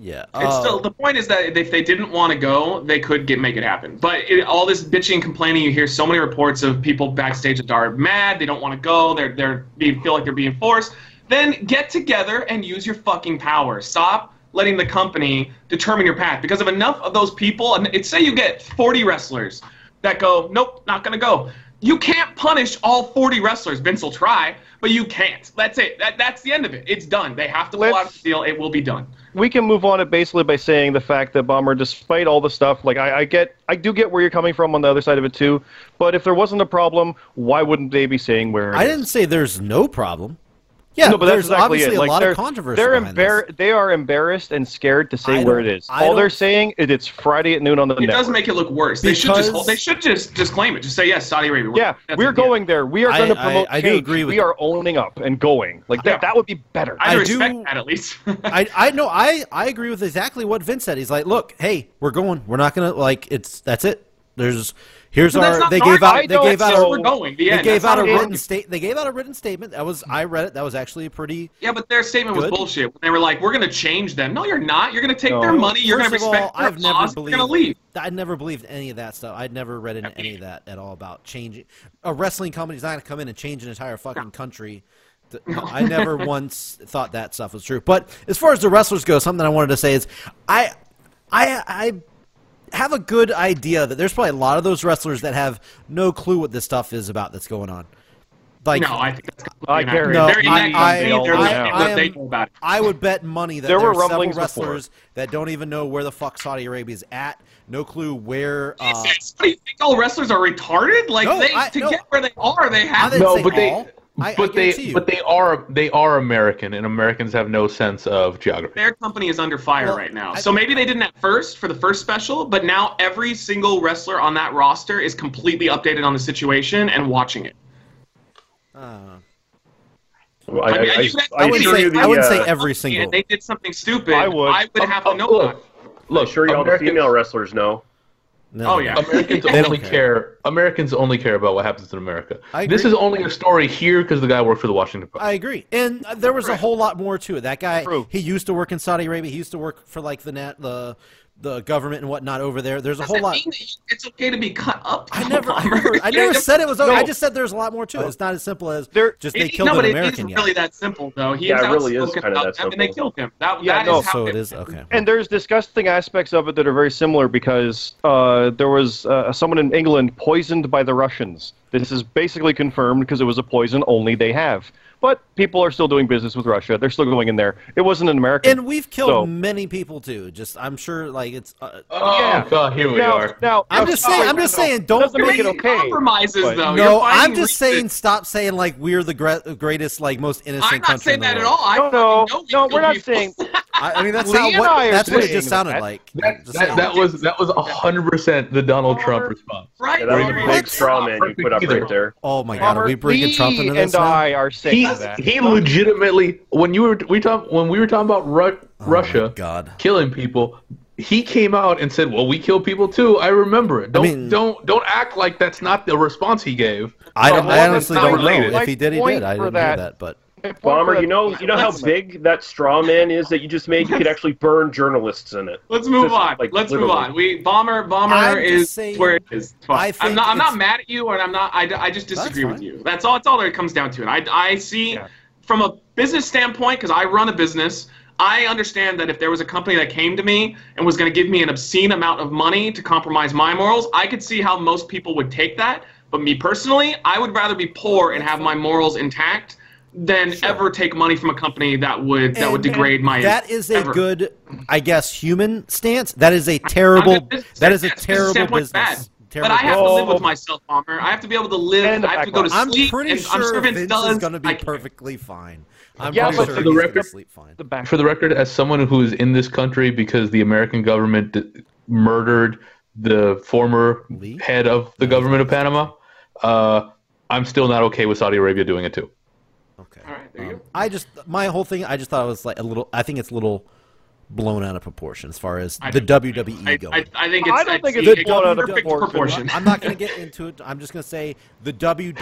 yeah. It's uh, still the point is that if they didn't want to go, they could get make it happen. But it, all this bitching and complaining, you hear so many reports of people backstage that are mad, they don't want to go, they're they're being feel like they're being forced. Then get together and use your fucking power. Stop letting the company determine your path because if enough of those people, and it's say you get 40 wrestlers that go, nope, not gonna go. You can't punish all 40 wrestlers. Vince will try, but you can't. That's it. That, that's the end of it. It's done. They have to pull out Let's- the deal. It will be done. we can move on it basically by saying the fact that Bomber, despite all the stuff, like I, I get, I do get where you're coming from on the other side of it too. But if there wasn't a problem, why wouldn't they be saying where? it I is? didn't say there's no problem. Yeah, no, but that's there's exactly obviously it. Like, a lot they're, of controversy. They're behind this. embar- They are embarrassed and scared to I say where it don't- is. I All don't- they're saying is it's Friday at noon on the It network. does make it look worse. They should just Because- they should just disclaim it. Just say yes, Saudi Arabia. yeah, that's we're it, yeah. going there. We are I- going to I- promote. I do change. agree with We you. are owning up and going. Like that. Yeah. That would be better. I, I respect do- that at least. I, I know I, I agree with exactly what Vince said. He's like, look, hey, we're going. We're not gonna like it's that's it. There's here's But that's our not they an gave out argument. they It's gave just out a, we're going, the they end. gave That's out a not an written argument. state they gave out a written statement. That was I read it. That was actually a pretty yeah, but their statement Good. was bullshit. When they were like, "We're going to change them." No, you're not. You're going to take No. their money. You're going First to of all, respect their I've never laws. believed You're going to leave. I never believed any of that stuff. I'd never read into any of that at all about changing a wrestling company's not going to come in and change an entire fucking country. Th- I never once thought that stuff was true. But as far as the wrestlers go, something I wanted to say is I I I have a good idea that there's probably a lot of those wrestlers that have no clue what this stuff is about that's going on. Like No, I think that's completely I not- guarantee They're in I- that I- company. They're I- looking at I what they am- know about it. I would bet money that there, There were are several rumblings before. wrestlers that don't even know where the fuck Saudi Arabia's at. No clue where. Uh, Jesus, what do you think? All wrestlers are retarded. Like No, they I- to no. get where they are, they have I to. didn't No, say but they- all. I, but I guarantee they you. but they are they are American, and Americans have no sense of geography. Their company is under fire Well, right now. I- so maybe they didn't at first for the first special, but now every single wrestler on that roster is completely updated on the situation and watching it. Uh, Well, I, I mean, I I, I, think that's- I I wouldn't assure say, you the, I wouldn't say uh, every Yeah, single. Oh, they did something stupid. I would. I would have to know about it. look, I'm look, sure you all the Americans- female wrestlers know. No. oh, yeah. Americans They don't only care. care. Americans only care about what happens in America. I This agree. is only a story here because the guy worked for the Washington Post. I agree, and uh, there was a whole lot more to it. That guy, True. he used to work in Saudi Arabia. He used to work for like the nat, the the government and whatnot over there. There's a Does whole that lot. mean that you- it's okay to be cut up? I never, I Palmer? never, I Yeah, never don't- said it was. no. I just said there's a lot more to it. It's not as simple as There- just It- they killed no, an but American. it yet. is really that simple, though. He Yeah, is it really is outspoken kinda about that them, and they simple. killed him. That, Yeah, that no. is how so it is uh, okay. and there's disgusting aspects of it that are very similar because uh, there was uh, someone in England poisoned by the Russians. This is basically confirmed because it was a poison only they have. But people are still doing business with Russia. They're still going in there. It wasn't an American. and we've killed So- many people too. Just I'm sure, like it's. Uh, oh yeah. God, here we now, are. now, I'm now- just saying. I'm just saying. Don't Doesn't You're make make it making okay, compromises, but- though. You're No, I'm finding just reasons. saying. Stop saying like we're the gre- greatest, like most innocent. I'm country not saying in the that at world. all. I No, no, fucking know we no, killed we're not people. saying. I, I mean, that's Lee not and what. I are That's what it saying just sounded that. like. That, Just that, saying. that was that was hundred percent the Donald Trump response. right? Yeah, that was a You're big right. straw man you put up right there. oh my god, are we bringing Lee Trump into this? and now? I are saying He that. he legitimately when you were we talk when we were talking about Ru- Russia Oh God. killing people. He came out and said, "Well, we kill people too. I remember it. Don't mean- don't don't act like that's not the response he gave." I, don't, Um, I honestly it's not don't know related. if he did. He My did. I point didn't for hear that, that- but Bomber, you know, you know how big that straw man is that you just made. You could actually burn journalists in it. Let's move Just, on. like, Let's move literally. on. We bomber bomber I'm just is saying- where it is. It's fine. I think I'm not. I'm not it's- mad at you, and I'm not. I, I just disagree That's with fine. you. That's all. That's all that it comes down to. And I I see Yeah. from a business standpoint because I run a business. I understand that if there was a company that came to me and was going to give me an obscene amount of money to compromise my morals, I could see how most people would take that. But me personally, I would rather be poor and have my morals intact than ever take money from a company that would that would And degrade my. That is a ever. good, I guess, human stance. That is a terrible. I'm just- That is a yes, this terrible standpoint's business. Bad, Terrible but I have to business. live with myself, Palmer. I have to be able to live. And the I have to go to backlog. I'm sleep. pretty and I'm sure sure Vince does, is going to I be can't. perfectly fine. I'm Yeah, pretty but sure for he's the going to record- sleep fine. The back For the record, as someone who is in this country because the American government d- murdered the former Lee? head of the government of Panama, uh, I'm still not okay with Saudi Arabia doing it too. Okay. All right, there you Um, go. I just my whole thing. I just thought it was like a little. I think it's a little blown out of proportion as far as I the don't- WWE I, going. I, I think it's. I don't think it's it's blown E out of perfect proportion. proportion. I'm not going to get into it. I'm just going to say the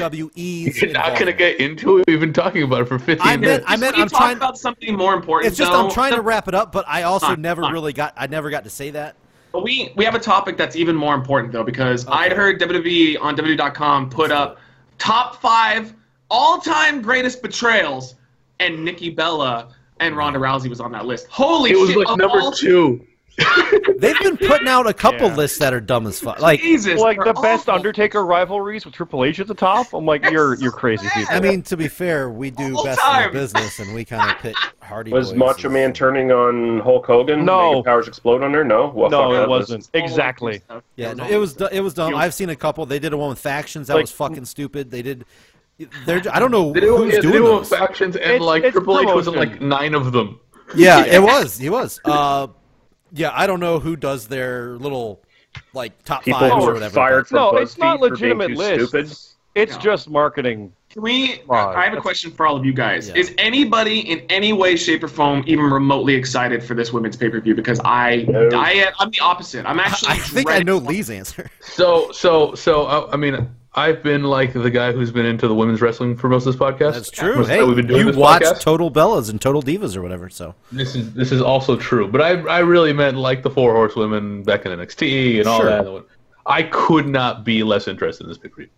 WWE's. You're not going to involvement. get into it. We've been talking about it for 15 I meant- minutes. I meant Can you I'm talk trying- about something more important. It's just though? I'm trying to The- wrap it up, but I also Fine, never fine. really got. I never got to say that. But we we have a topic that's even more important though because I'd heard WWE on WWE.com put up top five all-time greatest betrayals, and Nikki Bella and Ronda Rousey was on that list. Holy it was shit! like of number all- two. They've been putting out a couple Yeah. lists that are dumb as fuck. Like Jesus, like they're the best awful. Undertaker rivalries with Triple H at the top. I'm like, you're you're crazy people. I mean, to be fair, we do All best time. in the business, and we kind of pick Hardy. Was Boys Macho as- Man turning on Hulk Hogan? No. Mega powers explode on her. No. Well, fuck no, that. it wasn't All exactly. that stuff. Yeah, That no, was it all- was du- it was dumb. You- I've seen a couple. They did one with factions that Like- was fucking stupid. They did. They're, I don't know They do, who's yeah, they doing do those. factions, and It's- like it's Triple H was in promotion. like nine of them. Yeah, it was. It was. Uh, yeah, I don't know who does their little like top People fives who or were whatever. fired from No, BuzzFeed it's not for being legitimate too lists. stupid. It's No. just marketing. Can we? Right. I have a question for all of you guys. Yeah. Is anybody in any way, shape, or form even remotely excited for this women's pay per view? Because I, No. I, I'm the opposite. I'm actually. I think I dreading- know Lee's answer. So, so, so, uh, I, I mean, I've been like the guy who's been into the women's wrestling for most of this podcast. That's true. Most of Hey, we've been doing you this watch podcast. Total Bellas and Total Divas or whatever. So This is this is also true, but I I really meant like the four horsewomen back in NXT and all Sure. that. other one. I could not be less interested in this pay per view.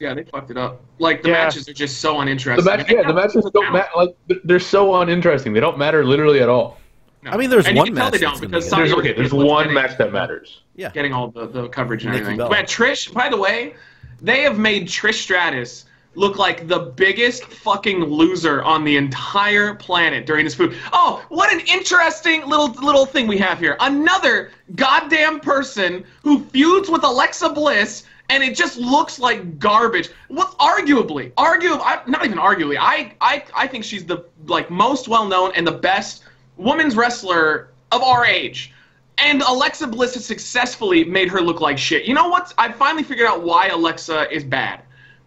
Yeah, they fucked it up. Like the Yeah. matches are just so The uninteresting. match, They yeah, the don't- matches don't matter. Like they're- they're so uninteresting. They don't matter literally at all. No. I mean, there's and you one can tell match they that's don't gonna because be Saudi There's okay. Arabia There's is what's one getting- match that matters. yeah, Getting all the, the coverage and Nikki everything. Bella. But Trish, by the way, they have made Trish Stratus look like the biggest fucking loser on the entire planet during this food. Oh, what an interesting little little thing we have here. Another goddamn person who feuds with Alexa Bliss and it just looks like garbage. What arguably, arguably, I, not even arguably. I, I I think she's the like most well-known and the best women's wrestler of our age. And Alexa Bliss has successfully made her look like shit. You know what? I finally figured out why Alexa is bad.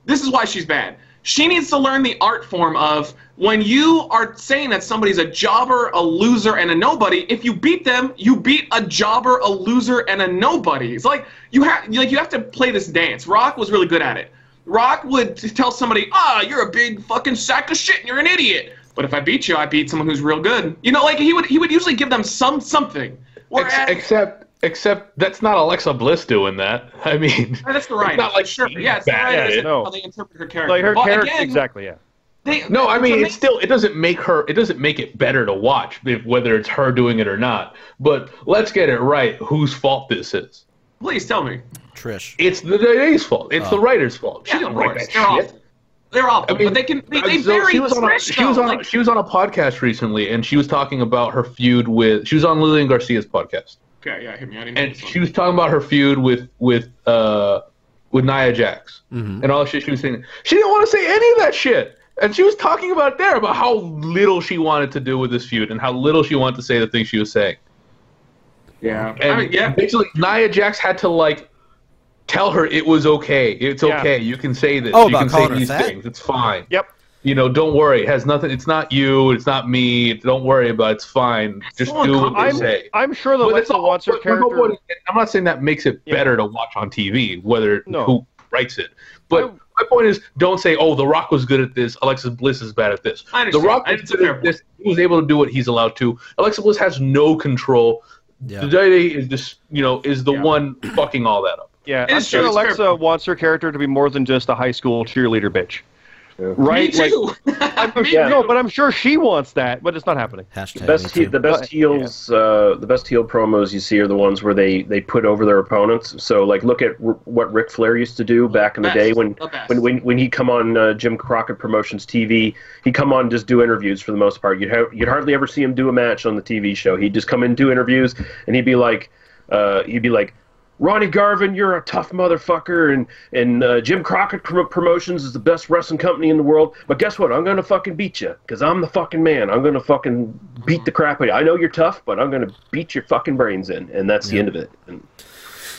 This is why she's bad. She needs to learn the art form of when you are saying that somebody's a jobber, a loser, and a nobody. If you beat them, you beat a jobber, a loser, and a nobody. It's like you have like you have to play this dance. Rock was really good at it. Rock would t- tell somebody, "Ah, you're a big fucking sack of shit and you're an idiot." But if I beat you, I beat someone who's real good. You know, like he would he would usually give them some something. Ex- Whereas, except except that's not Alexa Bliss doing that. I mean, Uh, that's the writer. not like sure. she's Yeah, it's the bad writer. at that's it. No. How they interpret her character. Like her But character, again, exactly. Yeah. they- No, I mean amazing. it's still it doesn't make her it doesn't make it better to watch if, whether it's her doing it or not. But let's get it right. Whose fault this is? Please. Please tell me. Trish. It's the DA's fault. It's the writer's fault. She Yeah, didn't of write course. that They're shit. awful. They're awful. I mean, but they can. They, they so bury she was on a, Trish, she was though, on a- like- she was on a podcast recently, and she was talking about her feud with she was on Lillian Garcia's podcast, okay, yeah, hit me. I didn't. and know this she one. was talking about her feud with with uh with Nia Jax and all the shit she was saying. She didn't want to say any of that shit. And she was talking about there about how little she wanted to do with this feud and how little she wanted to say the things she was saying. Yeah. And I mean, yeah. basically, Nia Jax had to like tell her it was okay. It's Yeah. okay. You can say this. Oh, you about can say calling her these fat? things. It's fine. Yep. You know, don't worry. It has nothing. It's not you. It's not me. Don't worry about. It. It's fine. Just so do what they I'm say. I'm sure the But it's Alexa all- wants her but- but no character. one- I'm not saying that makes it Yeah. better to watch on TV. Whether No. who writes it. But my point is, don't say, "Oh, The Rock was good at this. Alexis Bliss is bad at this." I the understand. Rock I was understand good their at this. He was able to do what he's allowed to. Alexis Bliss has no control. Yeah. The Day is just, you know, is the one fucking all that up. Yeah, It I'm is true, sure it's Alexa fair. wants her character to be more than just a high school cheerleader bitch. Right? Me Like, too. I'm- Me yeah. No, but I'm sure she wants that, but it's not happening. Hashtag The best, me he, too. the best heels, uh, the best heel promos you see are the ones where they, they put over their opponents. So like, look at r- what Ric Flair used to do back in the Best. day when The best. when when when he come on uh, Jim Crockett Promotions TV. He come on just do interviews for the most part. You'd have, you'd hardly ever see him do a match on the TV show. He'd just come in do interviews, and he'd be like, uh, he'd be like. Ronnie Garvin, you're a tough motherfucker, and and uh, Jim Crockett Pro- Promotions is the best wrestling company in the world. But guess what? I'm gonna fucking beat you, cause I'm the fucking man. I'm gonna fucking beat the crap out of you. I know you're tough, but I'm gonna beat your fucking brains in, and that's the end of it. And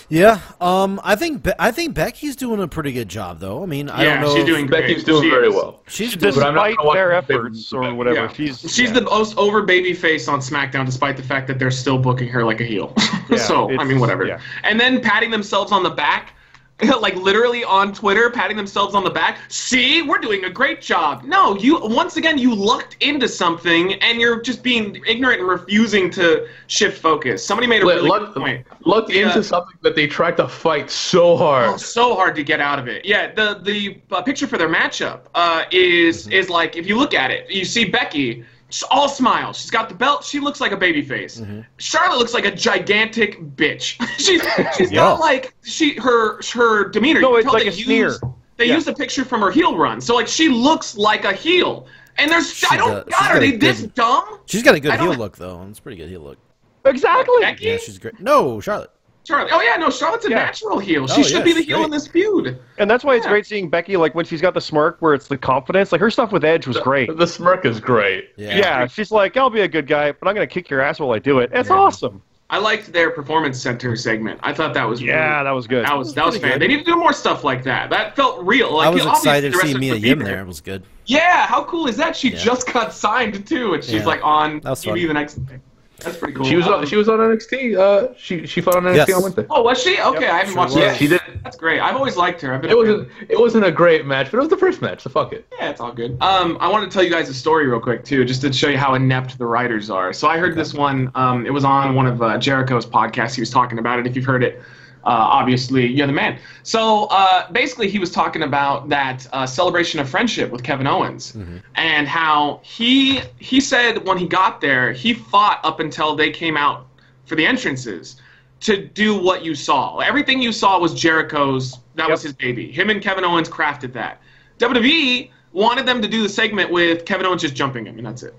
Yeah, um, I think Be- I think Becky's doing a pretty good job, though. I mean, I Yeah, don't know. she's if- doing great. Becky's doing She very is. well. She's doing. But I'm not Despite gonna watch their them efforts or whatever, Yeah. she's she's the most over baby face on SmackDown, despite the fact that they're still booking her like a heel. so I it's- mean, whatever. yeah. And then patting themselves on the back, like literally on Twitter, patting themselves on the back. See, we're doing a great job. No, you once again you lucked into something, and you're just being ignorant and refusing to shift focus. Somebody made a Like, really luck- good point. Looked Yeah. into something that they tried to fight so Oh, hard. so hard to get out of it. Yeah, the the uh, picture for their matchup uh, is Mm-hmm. is like if you look at it, you see Becky, she's all smiles. She's got the belt. She looks like a baby face. Mm-hmm. Charlotte looks like a gigantic bitch. she's she's Yeah. got like she her her demeanor. No, you can it's tell like they a sneer. used- They Yeah. used a picture from her heel run, so like she looks like a heel. And there's She I don't does. She's God, are got a they this good- dumb? She's got a good I don't- heel look, though. It's a pretty good heel look. exactly. Becky, Yeah, she's great. No, Charlotte. Charlotte. Oh yeah, no, Charlotte's a Yeah. natural heel. She Oh, should yeah, be the she's heel great. in this feud. And that's why it's Yeah. great seeing Becky, like when she's got the smirk where it's the confidence. Like her stuff with Edge was great. The smirk is great. Yeah. Yeah, she's like, I'll be a good guy, but I'm gonna kick your ass while I do it. That's awesome. I liked their performance center segment. I thought that was Yeah, really, that was good. that was that was pretty fan. good. They need to do more stuff like that. That felt real. Like I was you- obviously excited the to see wrestlers Mia would be Yim there. It was good. Yeah, how cool is that? She Yeah. just got signed too, and she's Yeah. like on That was TV fun. the next day. That's pretty cool. She was on, Um, she was on NXT. Uh, she she fought on NXT Yes. on Wednesday. Oh, was she? Okay, I haven't sure watched was. that. She did. That's great. I've always liked her. I've been. It wasn't it wasn't a great match, but it was the first match. So fuck it. Yeah, it's all good. Um, I wanted to tell you guys a story real quick too, just to show you how inept the writers are. So I heard this one. Um, it was on one of uh, Jericho's podcasts. He was talking about it. If you've heard it, uh, obviously you're the man. So uh, basically, he was talking about that uh, celebration of friendship with Kevin Owens, and how he he said when he got there, he fought up until they came out for the entrances to do what you saw. Everything you saw was Jericho's. That was his baby. Him and Kevin Owens crafted that. WWE wanted them to do the segment with Kevin Owens just jumping him, and that's it.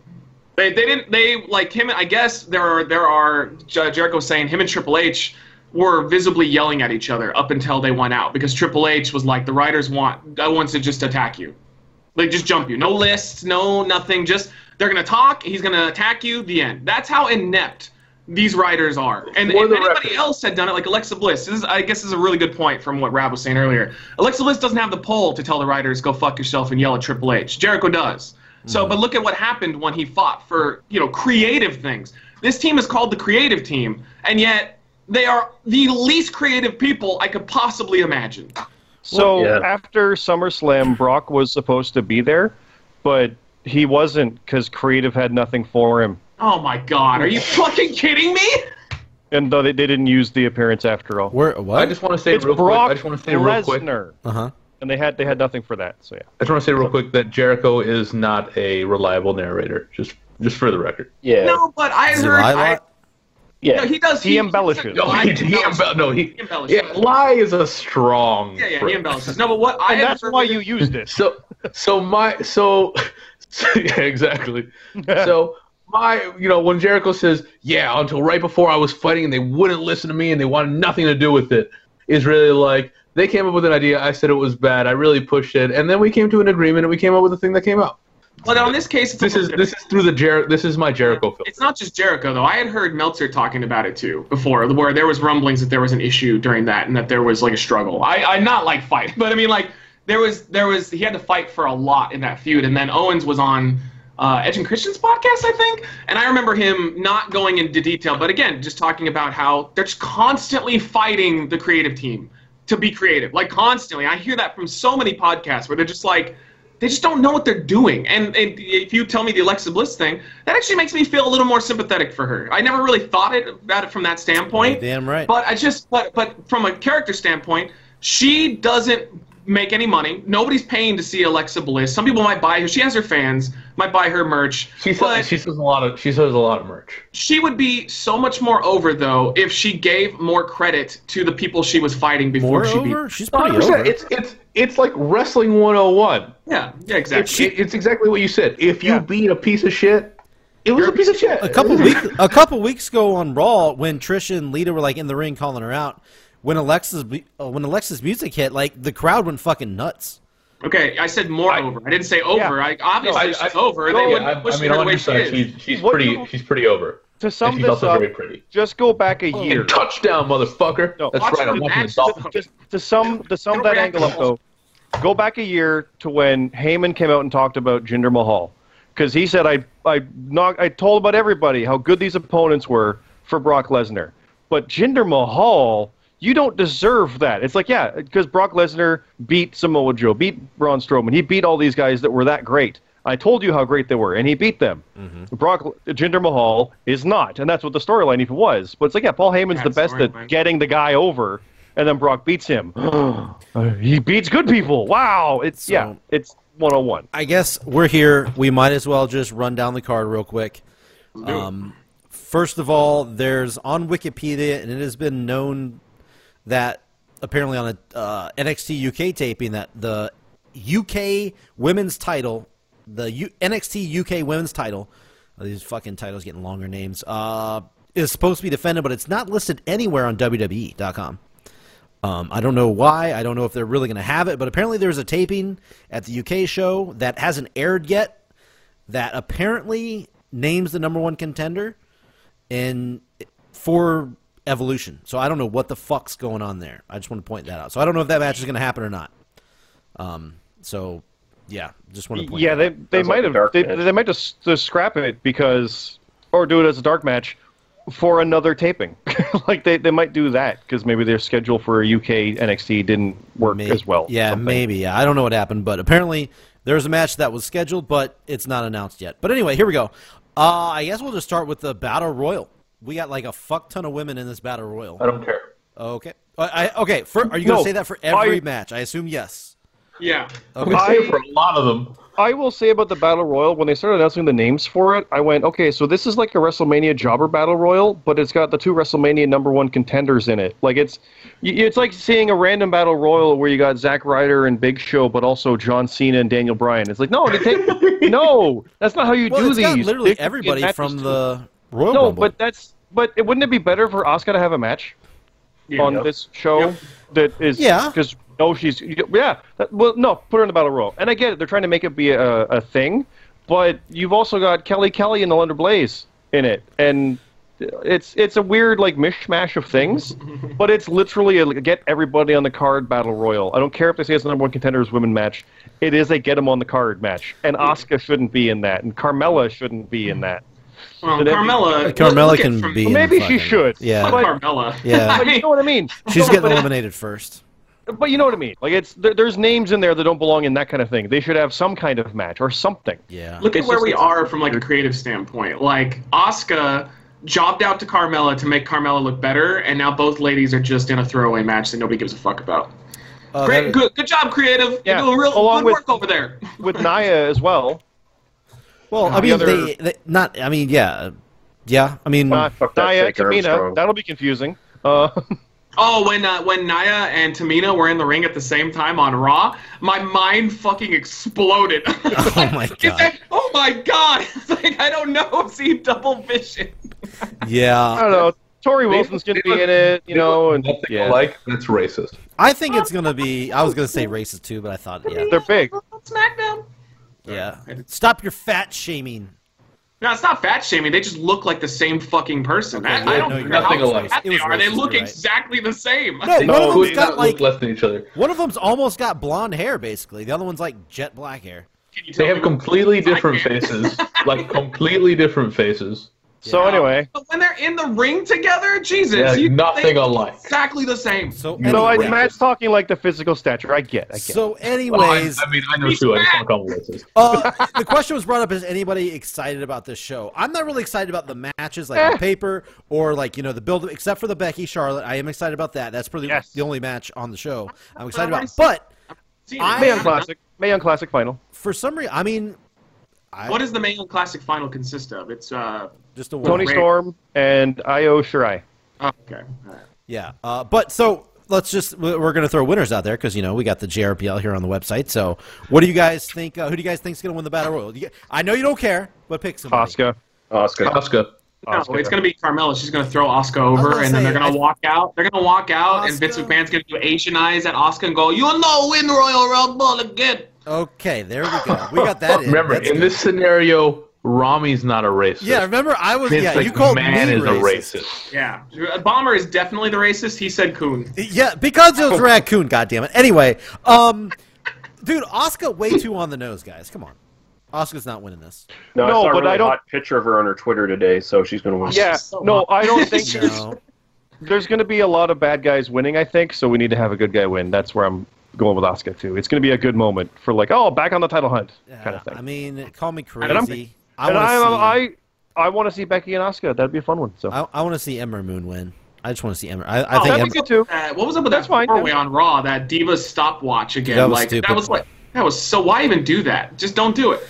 They, they didn't. They like him. I guess there are there are Jer- Jericho saying him and Triple H were visibly yelling at each other up until they went out because Triple H was like the writers want Owens to just attack you. Like just jump you. No lists, no nothing. Just they're gonna talk. He's gonna attack you. The end. That's how inept these writers are. And For if the anybody record. else had done it, like Alexa Bliss, this is, I guess this is a really good point from what Rab was saying earlier. Alexa Bliss doesn't have the pull to tell the writers go fuck yourself and yell at Triple H. Jericho does. Hmm. So, but look at what happened when he fought for you know creative things. This team is called the creative team, and yet they are the least creative people I could possibly imagine. So Yeah. after SummerSlam, Brock was supposed to be there, but he wasn't because creative had nothing for him. Oh my god, are you fucking kidding me? And though they, they didn't use the appearance after all, Where? What? I just want to say it's real Brock quick. I just want to say real quick. Lesnar, Uh huh. and they had they had nothing for that. So yeah, I just want to say real quick that Jericho is not a reliable narrator. Just just for the record. yeah, No, but I Does he heard. lie a I, lot? yeah. no, he does. He embellishes. No, I he, he embellish. embell- no, he, embellishes. yeah, lie is a strong. Yeah, yeah, he phrase. embellishes. No, but what I and had that's heard- why you use this. So, so my, so, so yeah, exactly. so my, you know, when Jericho says, "Yeah," until right before I was fighting, and they wouldn't listen to me, and they wanted nothing to do with it, is really like they came up with an idea. I said it was bad. I really pushed it, and then we came to an agreement, and we came up with a thing that came out. But on this case, it's a This little is this different. is through the Jer. This is my Jericho film. It's not just Jericho though. I had heard Meltzer talking about it too before, where there was rumblings that there was an issue during that and that there was like a struggle. I, I not like fight, but I mean like there was there was he had to fight for a lot in that feud, and then Owens was on uh, Edge and Christian's podcast, I think, and I remember him not going into detail, but again, just talking about how they're just constantly fighting the creative team. to be creative. Like constantly, I hear that from so many podcasts where they're just like, they just don't know what they're doing. And, and if you tell me the Alexa Bliss thing, that actually makes me feel a little more sympathetic for her. I never really thought it about it from that standpoint. Damn right. But I just but but from a character standpoint, she doesn't make any money. Nobody's paying to see Alexa Bliss. Some people might buy her. She has her fans. Might buy her merch. She but sells, she sells a lot of she sells a lot of merch. she would be so much more over though if she gave more credit to the people she was fighting before More she over? beat. She's pretty 100%. over. It's it's it's like wrestling 101. Yeah, yeah, It's, exactly. it's exactly what you said. If you Yeah. beat a piece of shit, it was a piece of shit. a couple weeks a couple weeks ago on Raw when Trish and Lita were like in the ring calling her out when Alexa's bu- uh, when Alexa's music hit like the crowd went fucking nuts. Okay, I said more over. I didn't say over. I obviously I, she's over. They yeah, wouldn't I, push I mean, her on the way her she side, is. she's, she's What pretty do- she's pretty over. To sum and she's this also up, uh, very pretty. just go back a year. And touchdown, motherfucker! No, That's watch right. I'm the watching the match. Dolphins. just to sum to sum Don't that react angle up at though, all. go back a year to when Heyman came out and talked about Jinder Mahal because he said I I knock, I told about everybody how good these opponents were for Brock Lesnar, but Jinder Mahal. You don't deserve that. It's like, yeah, because Brock Lesnar beat Samoa Joe, beat Braun Strowman. He beat all these guys that were that great. I told you how great they were, and he beat them. Brock Jinder Mahal is not, and that's what the storyline even was. But it's like, yeah, Paul Heyman's the That's best at storyline. getting the guy over, and then Brock beats him. he beats good people. Wow. It's So- yeah. It's one on one. I guess we're here. We might as well just run down the card real quick. Um, first of all, there's on Wikipedia, and it has been known that apparently on a uh, NXT UK taping that the UK women's title, the U- NXT UK women's title, oh, these fucking titles getting longer names, uh, is supposed to be defended, but it's not listed anywhere on E WWE.com. Um, I don't know why. I don't know if they're really going to have it, but apparently there's a taping at the UK show that hasn't aired yet that apparently names the number one contender in for Evolution. So I don't know what the fuck's going on there. I just want to point that out. So I don't know if that match is going to happen or not. Um, so yeah, just want to point. Yeah, that out. they they Sounds might like a have dark they, match. they might just, just scrap it because or do it as a dark match for another taping. like they, they might do that because maybe their schedule for UK NXT didn't work May- as well. Yeah, Something. maybe. Yeah, I don't know what happened, but apparently there's a match that was scheduled, but it's not announced yet. But anyway, here we go. Uh, I guess we'll just start with the battle royal. We got like a fuck ton of women in this battle royal. I don't care. Okay. Uh, I, I, okay. For, are you going to No, say that for every I- match? I assume yes. yeah. I'm gonna say it for a lot of them. I will say about the Battle Royal, when they started announcing the names for it, I went, okay, so this is like a WrestleMania jobber Battle Royal, but it's got the two WrestleMania number one contenders in it. Like it's, y- it's like seeing a random Battle Royal where you got Zack Ryder and Big Show, but also John Cena and Daniel Bryan. It's like, no, they take, no, that's not how you Well, do it's these. got literally They should get everybody matches from too. the Royal No, Rumble. but that's, but it, wouldn't it be better for Oscar to have a match Yeah. on this show that is, Yeah. because no, she's yeah. That, well, no, put her in the battle royal. And I get it; they're trying to make it be a, a thing, but you've also got Kelly Kelly and the Lunder Blaze in it, and it's it's a weird like mishmash of things, but it's literally a get everybody on the card battle royal. I don't care if they say it's the number one contenders women match; it is a get them on the card match, and Asuka shouldn't be in that, and Carmella shouldn't be in that. Well, Did every- Carmella. Carmella look at can from- be. in Maybe she fucking- should. Yeah. Fuck But- Carmella. Yeah. But you know what I mean. She's getting eliminated first. But you know what I mean. Like it's there, there's names in there that don't belong in that kind of thing. They should have some kind of match or something. Yeah. Look at It's where just- we it's are from like a creative standpoint. Like Oscar jobbed out to Carmella to make Carmella look better, and now both ladies are just in a throwaway match that nobody gives a fuck about. Oh, Uh, Great, that- good, good job, creative. Yeah, You're doing real along good with- work over there. With Naya as well. Well, I the mean, other- they, they not. I mean, yeah, yeah. I mean, Uh, fuck that Naya, Taker Tamina. Armstrong. That'll be confusing. Uh, Oh, when uh, when Naya and Tamina were in the ring at the same time on Raw, my mind fucking exploded. Oh my It's God. like, oh my god! It's like I don't know. See double vision. I yeah. don't know. Tori Wilson's gonna be in it, you know, and nothing yeah. alike. That's racist. I think it's gonna be. I was gonna say racist too, but I thought, yeah, they're big. SmackDown. yeah. Stop your fat shaming. No, it's not fat shaming. They just look like the same fucking person. I, I yeah, don't no, know you're right. Nothing how alike. fat It they was are. They racist, look you're right. exactly the same. No, They one of totally them's got look like less than each other. one of them's almost got blonde hair, basically. The other one's like jet black hair. Can you tell They have me- completely different can't. faces. like completely different faces. So anyway, But when they're in the ring together, Jesus, Yeah, you nothing they look alike. Exactly the same. So so I, anyway- Matt's talking like the physical stature. I get, I get. so Well, I, anyways, I mean, I know too. I just want a couple voices. uh, the question was brought up: Is anybody excited about this show? I'm not really excited about the matches, like Eh. on paper, or like you know the build, except for the Becky Charlotte. I am excited about that. That's probably Yes. the only match on the show I'm excited Well, I about. see. But See, I- Mayon Classic, Mayon Classic final. for some reason, I mean, I, What does the Mayo Classic final consist of? It's uh just a Tony word. Wait. Storm and Io Shirai. oh, okay. All right. Yeah. Uh, but so let's just we- we're going to throw winners out there because you know we got the JRPL here on the website. So what do you guys think? Uh, who do you guys think's going to win the battle royal? You, I know you don't care, but pick somebody. Oscar. Oscar. Oscar. No, it's going to be Carmella. She's going to throw Oscar over, gonna and then say, they're going I- to walk out. They're going to walk out, and Vince Asuka- McMahon's going to do Asian eyes at Oscar and go, "You'll not win the Royal Rumble again." Okay, there we go. We got that. in. Remember, That's in good. this scenario, Rami's not a racist. Yeah, remember I was. Vince yeah, you called McMahon me is racist. a racist. Yeah, Uh, Bomber is definitely the racist. He said coon. Yeah, because it was raccoon. goddammit. Anyway, um, dude, Oscar way too on the nose, guys. Come on, Oscar's not winning this. No, No, I saw a but really I don't- hot picture of her on her Twitter today, so she's going to win. Yeah, so no, I don't think there's, No. there's going to be a lot of bad guys winning. I think so. We need to have a good guy win. That's where I'm going with Oscar too. It's going to be a good moment for like, oh, back on the title hunt kind Uh, of thing. I mean, call me And I'm- crazy. I and want I, to see. I, I, want to see Becky and Oscar. That'd be a fun one. So I, I want to see Ember Moon win. I just want to see Ember. I, I Oh, think that'd Ember, be good too. Uh, what was up with That's that fine, four way yeah. on Raw? That Diva stopwatch again? That was like stupid. that was like that was so. Why even do that? Just don't do it.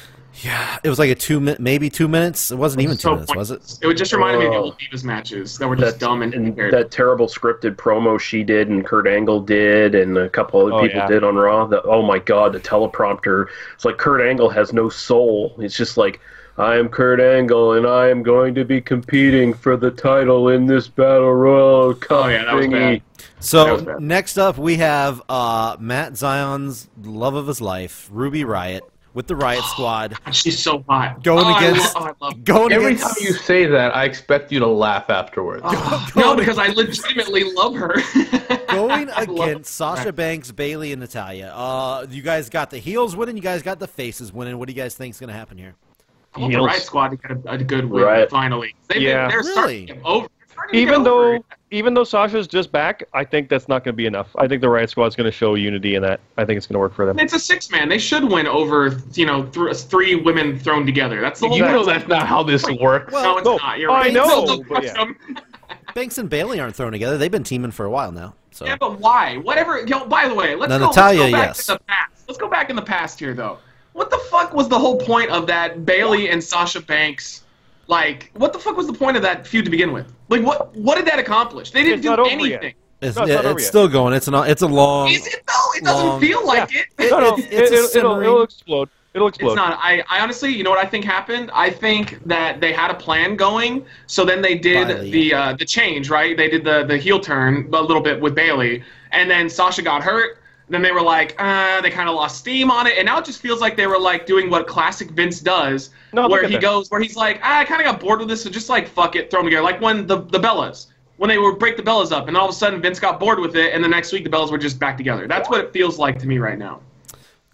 Yeah, it was like a two minute, maybe two minutes. It wasn't even two So minutes, was it? pointless. It would just reminded me of the Oh. old Divas matches that were just That, dumb and, and weird. that terrible scripted promo she did, and Kurt Angle did, and a couple other Oh, people yeah. did on Raw. The, oh my God, the teleprompter! It's like Kurt Angle has no soul. It's just like, I am Kurt Angle, and I am going to be competing for the title in this battle royal. Cup Oh, yeah, that was thingy. bad. That So was bad. next up, we have uh, Matt Zion's love of his life, Ruby Riot, with the Riot Squad She's so hot. Going Oh, I against- lo- oh, I love her. going Every time against. you say that, I expect you to laugh afterwards. Oh, no, because I legitimately love her. Going I love- against Sasha Banks, Bailey, and Natalia. Uh, you guys got the heels winning. You guys got the faces winning. What do you guys think's going to happen here? I want the Heels. Riot Squad to get a, a good win Riot. finally. They've Yeah. been, they're Really? starting to get over. they're starting to get even over though it. even though Sasha's just back, I think that's not going to be enough. I think the Riot Squad's going to show unity in that. I think it's going to work for them. it's a six man, they should win over you know th- three women thrown together. That's the whole. you know that's not how this works. no, it's No, not. You're I right. know, It's still but yeah. custom. Banks and Bailey aren't thrown together. They've been teaming for a while now. So Yeah, but why? Whatever. Yo, by the way, let's Now, go, let's go Natalia, back yes. in the past. Let's go back in the past here, though. What the fuck was the whole point of that Bailey and Sasha Banks? Like, what the fuck was the point of that feud to begin with? Like, what what did that accomplish? They didn't It's not do over anything. it's, No, it's not over it's yet. still going. It's an it's a long. Is it though? It doesn't Long- feel like it. no, no, it's- it, it's a will simmering- explode. It'll explode. It's not. I, I honestly, you know what I think happened? I think that they had a plan going, so then they did Bailey. the uh, the change, right? They did the the heel turn a little bit with Bailey, and then Sasha got hurt. Then they were like, uh, they kind of lost steam on it, and now it just feels like they were like doing what classic Vince does, No, look where at he that. goes, where he's like, ah, I kind of got bored with this, so just like fuck it, throw them together, like when the the Bellas. When they would break the Bellas up, and all of a sudden Vince got bored with it, and the next week the Bellas were just back together. That's what it feels like to me right now.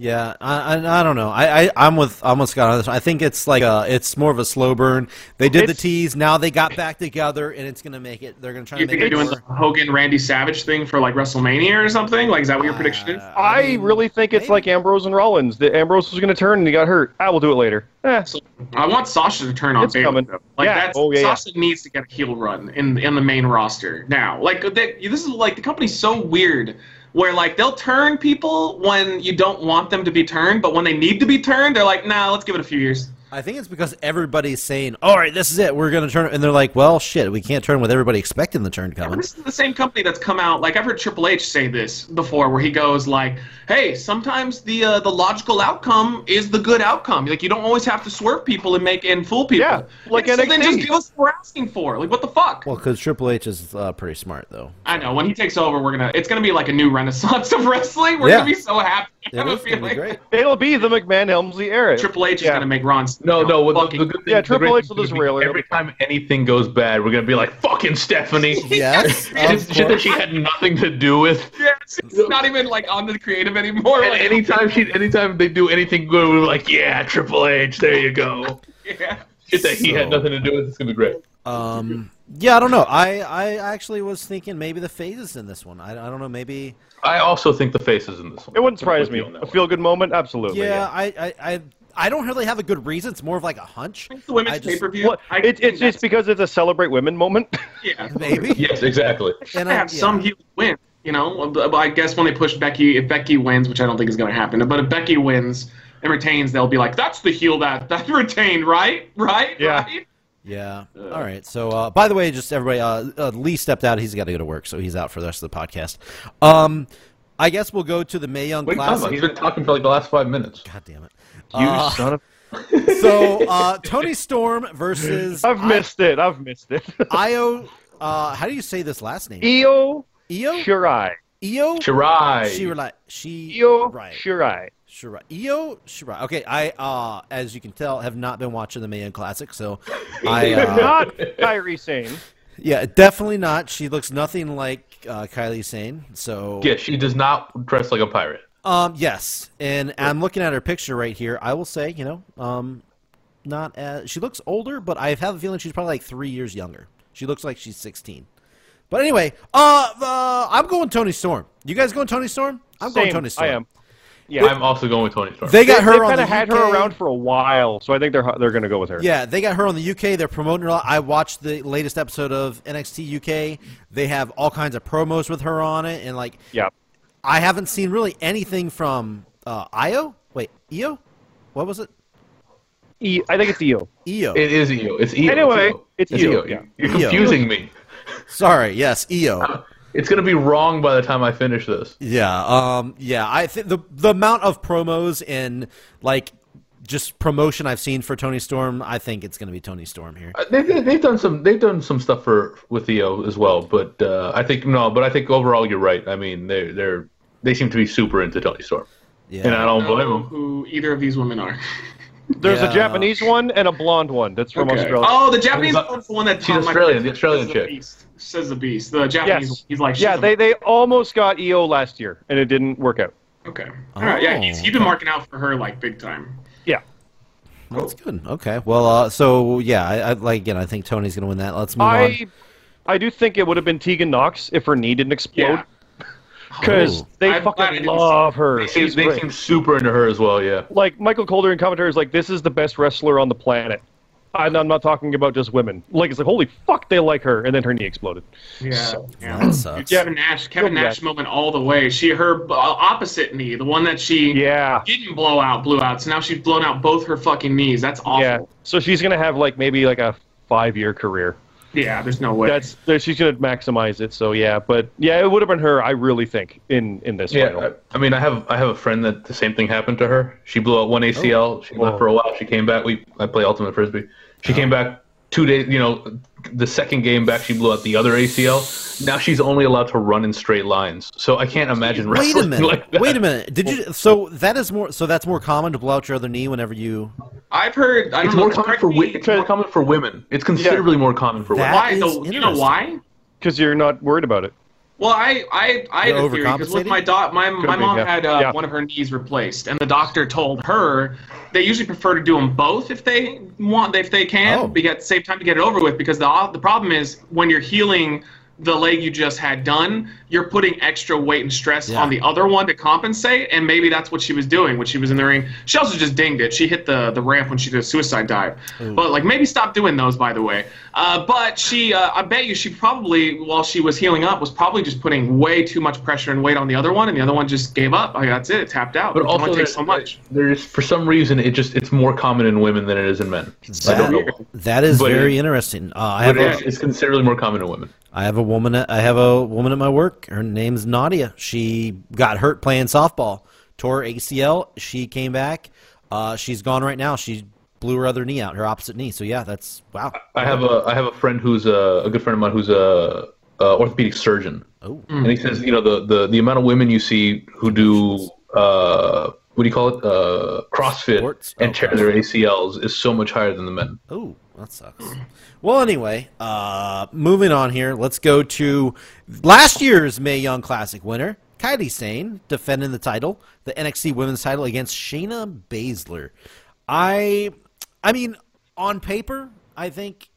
Yeah, I, I I don't know. I, I I'm with I'm with Scott on this. one. I think it's like a, it's more of a slow burn. They did the It's- tease. Now they got back together, and it's gonna make it. They're gonna try You to make think they're it. doing the more- Hogan Randy Savage thing for like WrestleMania or something? Like, is that what your prediction is? Uh, I mean, really think it's maybe. like Ambrose and Rollins. The Ambrose was going to turn and he got hurt. I will do it later. Eh, So, I want Sasha to turn on It's Bayley. coming. though. Like Yeah. that's Oh, yeah, yeah. Sasha needs to get a heel run in in the main roster now. Like they, this is like the company's so weird where like they'll turn people when you don't want them to be turned, but when they need to be turned, they're like, nah, let's give it a few years. I think it's because everybody's saying, "All right, this is it. We're gonna turn," and they're like, "Well, shit, we can't turn with everybody expecting the turn coming." This is the same company that's come out. Like I've heard Triple H say this before, where he goes like, "Hey, sometimes the uh, the logical outcome is the good outcome. Like you don't always have to swerve people and make and fool people. Yeah, like And so then NXT. just give us what we're asking for. Like what the fuck? Well, because Triple H is uh, pretty smart, though. I know when he takes over, we're gonna it's gonna be like a new renaissance of wrestling. We're Yeah. gonna be so happy. I It have a is gonna be feeling. great. it'll be the McMahon Helmsley era. Triple H is Yeah. gonna make Ron. No, no. Well, the, fucking the good thing, Yeah, the Triple great H thing will just would be rail it. Every time anything goes bad, we're gonna be like, "Fucking Stephanie." Yes, Shit- of shit that course. she had nothing to do with. Yeah, it's, it's not even like on the creative anymore. And Like, anytime she, anytime they do anything good, we're like, "Yeah, Triple H, there you go." yeah. Shit that he had So- nothing to do with. It's gonna be great. Um, yeah, I don't know. I, I actually was thinking maybe the phases in this one. I, I don't know. Maybe. I also think the faces in this one. It wouldn't surprise With you me. on that A one. feel good moment, absolutely. Yeah, I, I, I, I don't really have a good reason. It's more of like a hunch. It's the women's I just- pay per view. What- it, it's just because it's a celebrate women moment. yeah. Maybe. Yes, exactly. And I I- have yeah. some heel win. You know, Well, but I guess when they push Becky, if Becky wins, which I don't think is going to happen, but if Becky wins and retains, they'll be like, "That's the heel that that retained, right? Right? Yeah. Right? Yeah. All right. So, uh, by the way, just everybody, uh, uh, Lee stepped out. He's got to go to work, so he's out for the rest of the podcast. Um, I guess we'll go to the May Young What are you talking Classic. about? He's been talking for like the last five minutes. God damn it. you Uh, son of. so, uh, Tony Storm versus I've missed it. I've missed it. Io. Uh, how do you say this last E name? Io Io. Shirai. Io. Shirai. Shirai. She. Io Right. Shirai. Shirai. Io Shirai. Okay, I uh as you can tell have not been watching the Mayan Classic, so I uh, Not Kyrie Sane. yeah, definitely not. She looks nothing like uh, Kylie Sane. So Yeah, she does not dress like a pirate. um yes, and I'm looking at her picture right here. I will say, you know, um not as she looks older, but I have a feeling she's probably like 3 years younger. She looks like she's 16. But anyway, uh, uh I'm going Tony Storm. You guys going Tony Storm? I'm going Same, Tony Storm. I am. Yeah. I'm also going with Tony Storm. They got her They've on kinda the had UK. her around for a while, so I think they're they're going to go with her. Yeah, they got her on the UK. They're promoting her. a lot. I watched the latest episode of NXT UK. They have all kinds of promos with her on it, and like Yeah. I haven't seen really anything from uh, Io. Wait, Io? What was it? E- I think it's Io. Io. It is Io. It's Io. Anyway, it's it's E Io. Io, You're- yeah. You're Io. confusing me. Sorry. Yes, E Io. It's gonna be wrong by the time I finish this. Yeah. Um. Yeah. I think the the amount of promos and like just promotion I've seen for Tony Storm, I think it's going to be Tony Storm here. Uh, They, they, they've done some. They've done some stuff for with Io as well. But uh, I think no. But I think overall, you're right. I mean, they're they're they seem to be super into Tony Storm, Yeah. and I don't I blame don't know them. who either of these women are. There's Yeah. a Japanese one and a blonde one that's from Okay. Australia. Oh, the Japanese She's one's the one that's She's on my- Australian, the Australian says chick. The beast. Says the beast. The Japanese. Yes. He's like. she's yeah, a- they they almost got EO last year and it didn't work out. Okay. All right. Yeah, he's, he's been Oh. okay. marking out for her like big time. Yeah. That's good. Okay. Well. Uh. So yeah. I, I like again. I think Tony's going to win that. Let's move on. I I do think it would have been Tegan Knox if her knee didn't explode Yeah. because Oh. they I'm glad I fucking didn't see love her. They, She's they great. seem super into her as well. Yeah. Like Michael Calder in commentary is like, this is the best wrestler on the planet. And I'm not talking about just women. Like it's like, holy fuck, they like her, and then her knee exploded. Yeah. That yeah. sucks. Kevin Nash. Kevin You'll be Nash back. moment all the way. She her uh, opposite knee, the one that she Yeah. didn't blow out, blew out. So now she's blown out both her fucking knees. That's awful. Yeah. Yeah. So she's gonna have like maybe like a five year career. there's no way. That's there- she's gonna maximize it. So yeah, but yeah, it would have been her. I really think in in this Yeah. final. I, I mean, I have I have a friend that the same thing happened to her. She blew Oh. out one ACL. she left Whoa. for a while. She came back. We I play ultimate frisbee. She came Oh. back two days. You know, the second game back, she blew out the other ACL. Now she's only allowed to run in straight lines. So I can't imagine Wait a wrestling minute. like that. Wait a minute. Did you? So that is more. So that's more common to blow out your other knee whenever you. I've heard. I don't It's know, more common correct for me- wi- it's more common for women. It's considerably more common for That- women. Why? is though? you know interesting. why? because you're not worried about it. Well, I I, I had They're a theory because with overcompensating? my dot, my my been, mom yeah. had uh, Yeah. one of her knees replaced, and the doctor told her they usually prefer to do them both if they want, if they Oh. can, because save time to get it over with. Because the the problem is when you're healing the leg you just had done, you're putting extra weight and stress Yeah. on the other one to compensate, and maybe that's what she was doing when she was in the ring. She also just dinged it. She hit the the ramp when she did a suicide dive. But like maybe stop doing those, by the way. Uh, but she, uh, I bet you, she probably while she was healing up was probably just putting way too much pressure and weight on the other one, and the other one just gave up. Like that's it, it tapped out. But it only also, takes so much. there's for some reason it just it's more common in women than it is in men. I don't know. That, why. that is But it- very interesting. Uh, I But have it's, it- a, it's considerably more common in women. I have a woman. At, I have a woman at my work. Her name's Nadia. She got hurt playing softball, tore her ACL. She came back. Uh, she's gone right now. She blew her other knee out, her opposite knee. So yeah, that's wow. I have a I have a friend who's a, a good friend of mine who's a, a orthopedic surgeon, Oh, and he says you know the, the, the amount of women you see who do uh, what do you call it uh, CrossFit Sports? and Oh, tear their ACLs is so much higher than the men. Oh, that sucks. Well, anyway, uh, moving on here. Let's go to last year's May Young Classic winner, Kylie Sane, defending the title, the NXT Women's title against Shayna Baszler. I, I mean, on paper, I think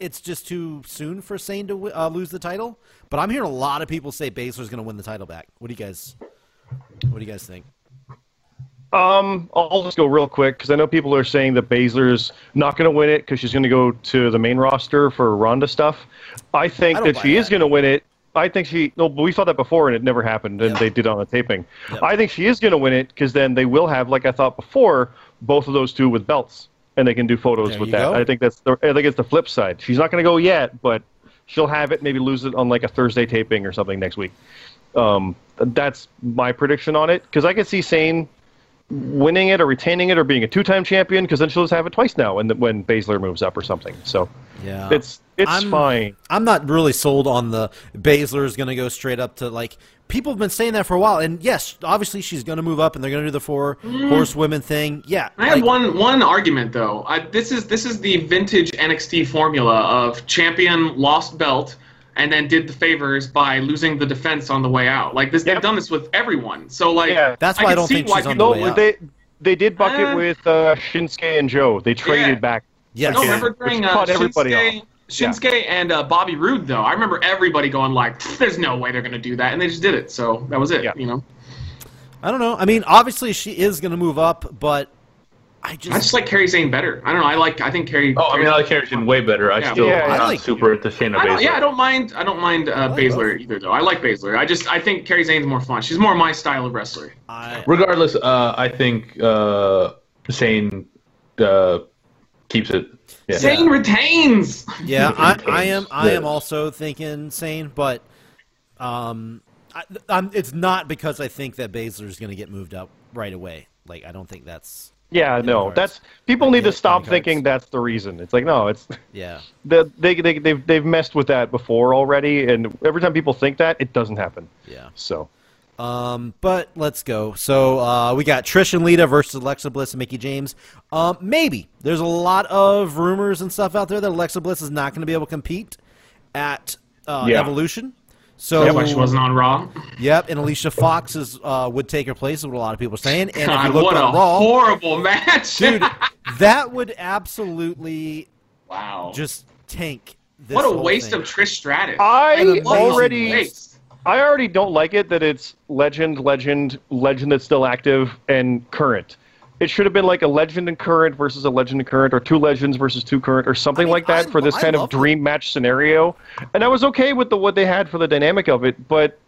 it's just too soon for Sane to wi- uh, lose the title. But I'm hearing a lot of people say Baszler's going to win the title back. What do you guys? What do you guys think? Um, I'll I'll just go real quick because I know people are saying that Baszler's not going to win it because she's going to go to the main roster for Ronda stuff. I think I don't that buy she is that. going to win it. I think she. No, but we saw that before and it never happened, and Yeah. they did on the taping. Yeah. I think she is going to win it because then they will have, like I thought before, both of those two with belts, and they can do photos There with you that. go. I think that's the. I think it's the flip side. She's not going to go yet, but she'll have it. Maybe lose it on like a Thursday taping or something next week. Um, that's my prediction on it because I could see Sane winning it or retaining it or being a two-time champion because then she'll just have it twice now and when Baszler moves up or something. So Yeah, it's it's I'm- fine. I'm not really sold on the Baszler is going to go straight up to like people have been saying that for a while. And yes, obviously she's going to move up and they're going to do the four horsewomen thing. Yeah, Mm. I have like- one one argument though. I, this is this is the vintage NXT formula of champion lost belt and then did the favors by losing the defense on the way out. Like this, Yep. they've done this with everyone. So like, Yeah. That's why I can don't see think why she's on people- No, the way out. they they did bucket Uh, with uh, Shinsuke and Joe. They traded Yeah. back. Yes. No, remember during Which uh, caught everybody Shinsuke, off. Shinsuke and uh, Bobby Roode though. I remember everybody going like, "Pfft, "There's no way they're gonna do that," and they just did it. So that was it. Yeah. You know, I don't know. I mean, obviously she is going to move up, but I just, I just like Kerry Zane better. I don't know. I like. I think Kerry. Oh, I mean, I like Harrison way better. I Yeah. still Yeah, am I not like- super into Shayna I don't, Baszler. yeah, I don't mind. I don't mind uh, like Baszler both. either, though. I like Baszler. I just I think Kerry Zane's more fun. She's more my style of wrestler. I, Regardless, uh, I think uh, Shane uh, keeps it. Yeah. Zane retains. yeah, I, I Yeah. am. I am also thinking sane, but um, I, I'm, it's not because I think that Baszler is going to get moved up right away. Like I don't think that's Yeah, no, cards. that's people need Yeah, to stop cards. thinking that's the reason. It's like no, it's yeah. the, they they they've they've messed with that before already, and every time people think that, it doesn't happen. Yeah. So Um, but let's go. So uh, we got Trish and Lita versus Alexa Bliss and Mickey James. Um, maybe there's a lot of rumors and stuff out there that Alexa Bliss is not going to be able to compete at uh, Yeah. Evolution. So That's why she wasn't on Raw. Yep, and Alicia Fox is uh, would take her place. Is what a lot of people are saying. And if God, you look what a on Raw, horrible match, dude, that would absolutely wow, just tank. This what a whole waste thing. of Trish Stratus. An I amazing already. Waste. I already don't like it that it's legend, legend, legend that's still active and current. It should have been like a legend and current versus a legend and current, or two legends versus two current, or something mean, like that I- for this I kind love of it. dream match scenario. And I was okay with the what they had for the dynamic of it, but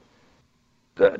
th-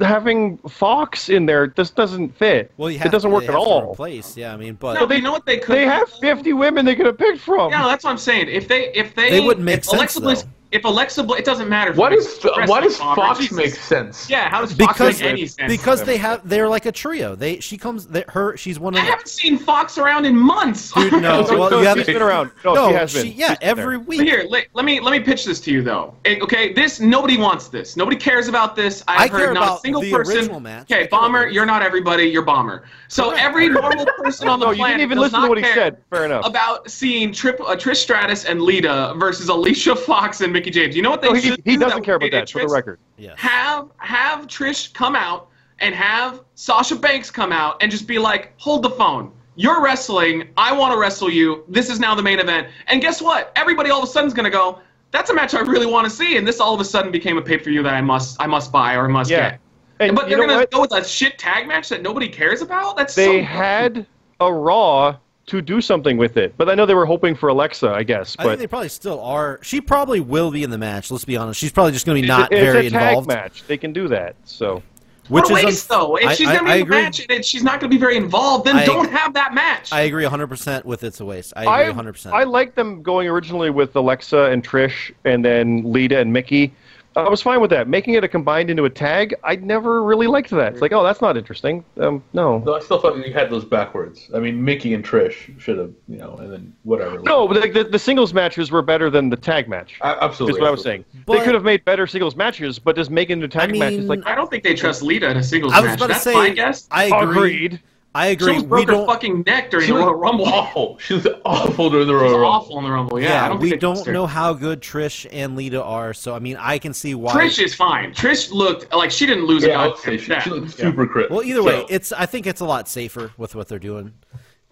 having Fox in there just doesn't fit. Well, you have it doesn't to- work they at have to all. Replace, yeah, I mean, but No, but you know what they could. They have 50 women they could have picked from. Yeah, that's what I'm saying. If they, if they, They wouldn't make if Alexa sense, Bliss, though. if Alexa Bliss, it doesn't matter. if Why it's does why wrestling does bomb or Fox Jesus. make sense? Yeah, how does Fox because make any sense? because they have they're like a trio. They she comes they, her she's one I of the, haven't seen Fox around in months. Dude, no. So, Well, so you she's haven't- been around. No, she has been. yeah, She's been there. every week. Here, let, let me let me pitch this to you though. Eh, Okay, this nobody wants this. Nobody cares about this. I I've care heard not about a single the person. original match. I Okay, care bomber, about- you're not everybody. You're bomber. So every normal person on the No, you planet didn't even does listen to not what he care said. Fair enough. about seeing Trip, uh, Trish Stratus and Lita versus Alicia Fox and Mickey James. You know what they No, he, should he do doesn't would care about create a that, for the Trish- record. Yeah. have have Trish come out and have Sasha Banks come out and just be like, "Hold the phone. You're wrestling. I want to wrestle you. This is now the main event." And guess what? Everybody all of a sudden's gonna go, "That's a match I really want to see." And this all of a sudden became a pay per view that I must I must buy or must Yeah. get. And but you they're know gonna what? go with a shit tag match that nobody cares about. That's they so, had a Raw to do something with it, but I know they were hoping for Alexa, I guess. I But think they probably still are. She probably will be in the match. Let's be honest. She's probably just going to be not it's very a tag involved. match; they can do that. So Which what a is waste unf- though. If I- she's I- gonna be I in the agree. match and it, she's not gonna be very involved, then I- don't have that match. I agree 100% with it's a waste. I agree 100%. I like them going originally with Alexa and Trish, and then Lita and Mickey. I was fine with that. Making it a combined into a tag, I never really liked that. It's like, oh, that's not interesting. Um, no. No, I still thought you had those backwards. I mean, Mickey and Trish should have, you know, and then whatever. No, but like the, the singles matches were better than the tag match. I, absolutely. is what I was absolutely. saying. But- they could have made better singles matches, but just making it a tag I match is like mean, I don't think they trust Lita in a singles I was match. about to That's say. my guess. I agree. agreed. I She agree. almost We broke her don't. fucking neck during She the was Royal Rumble. awful. She was awful during the It was Royal Rumble. awful in the Rumble. Yeah, yeah, I don't we think don't know how good Trish and Lita are. So I mean, I can see why. Trish is fine. Trish looked like she didn't lose Yeah, I a would say goddamn she, step. she looked super crisp. Well, either way, So- it's. I think it's a lot safer with what they're doing.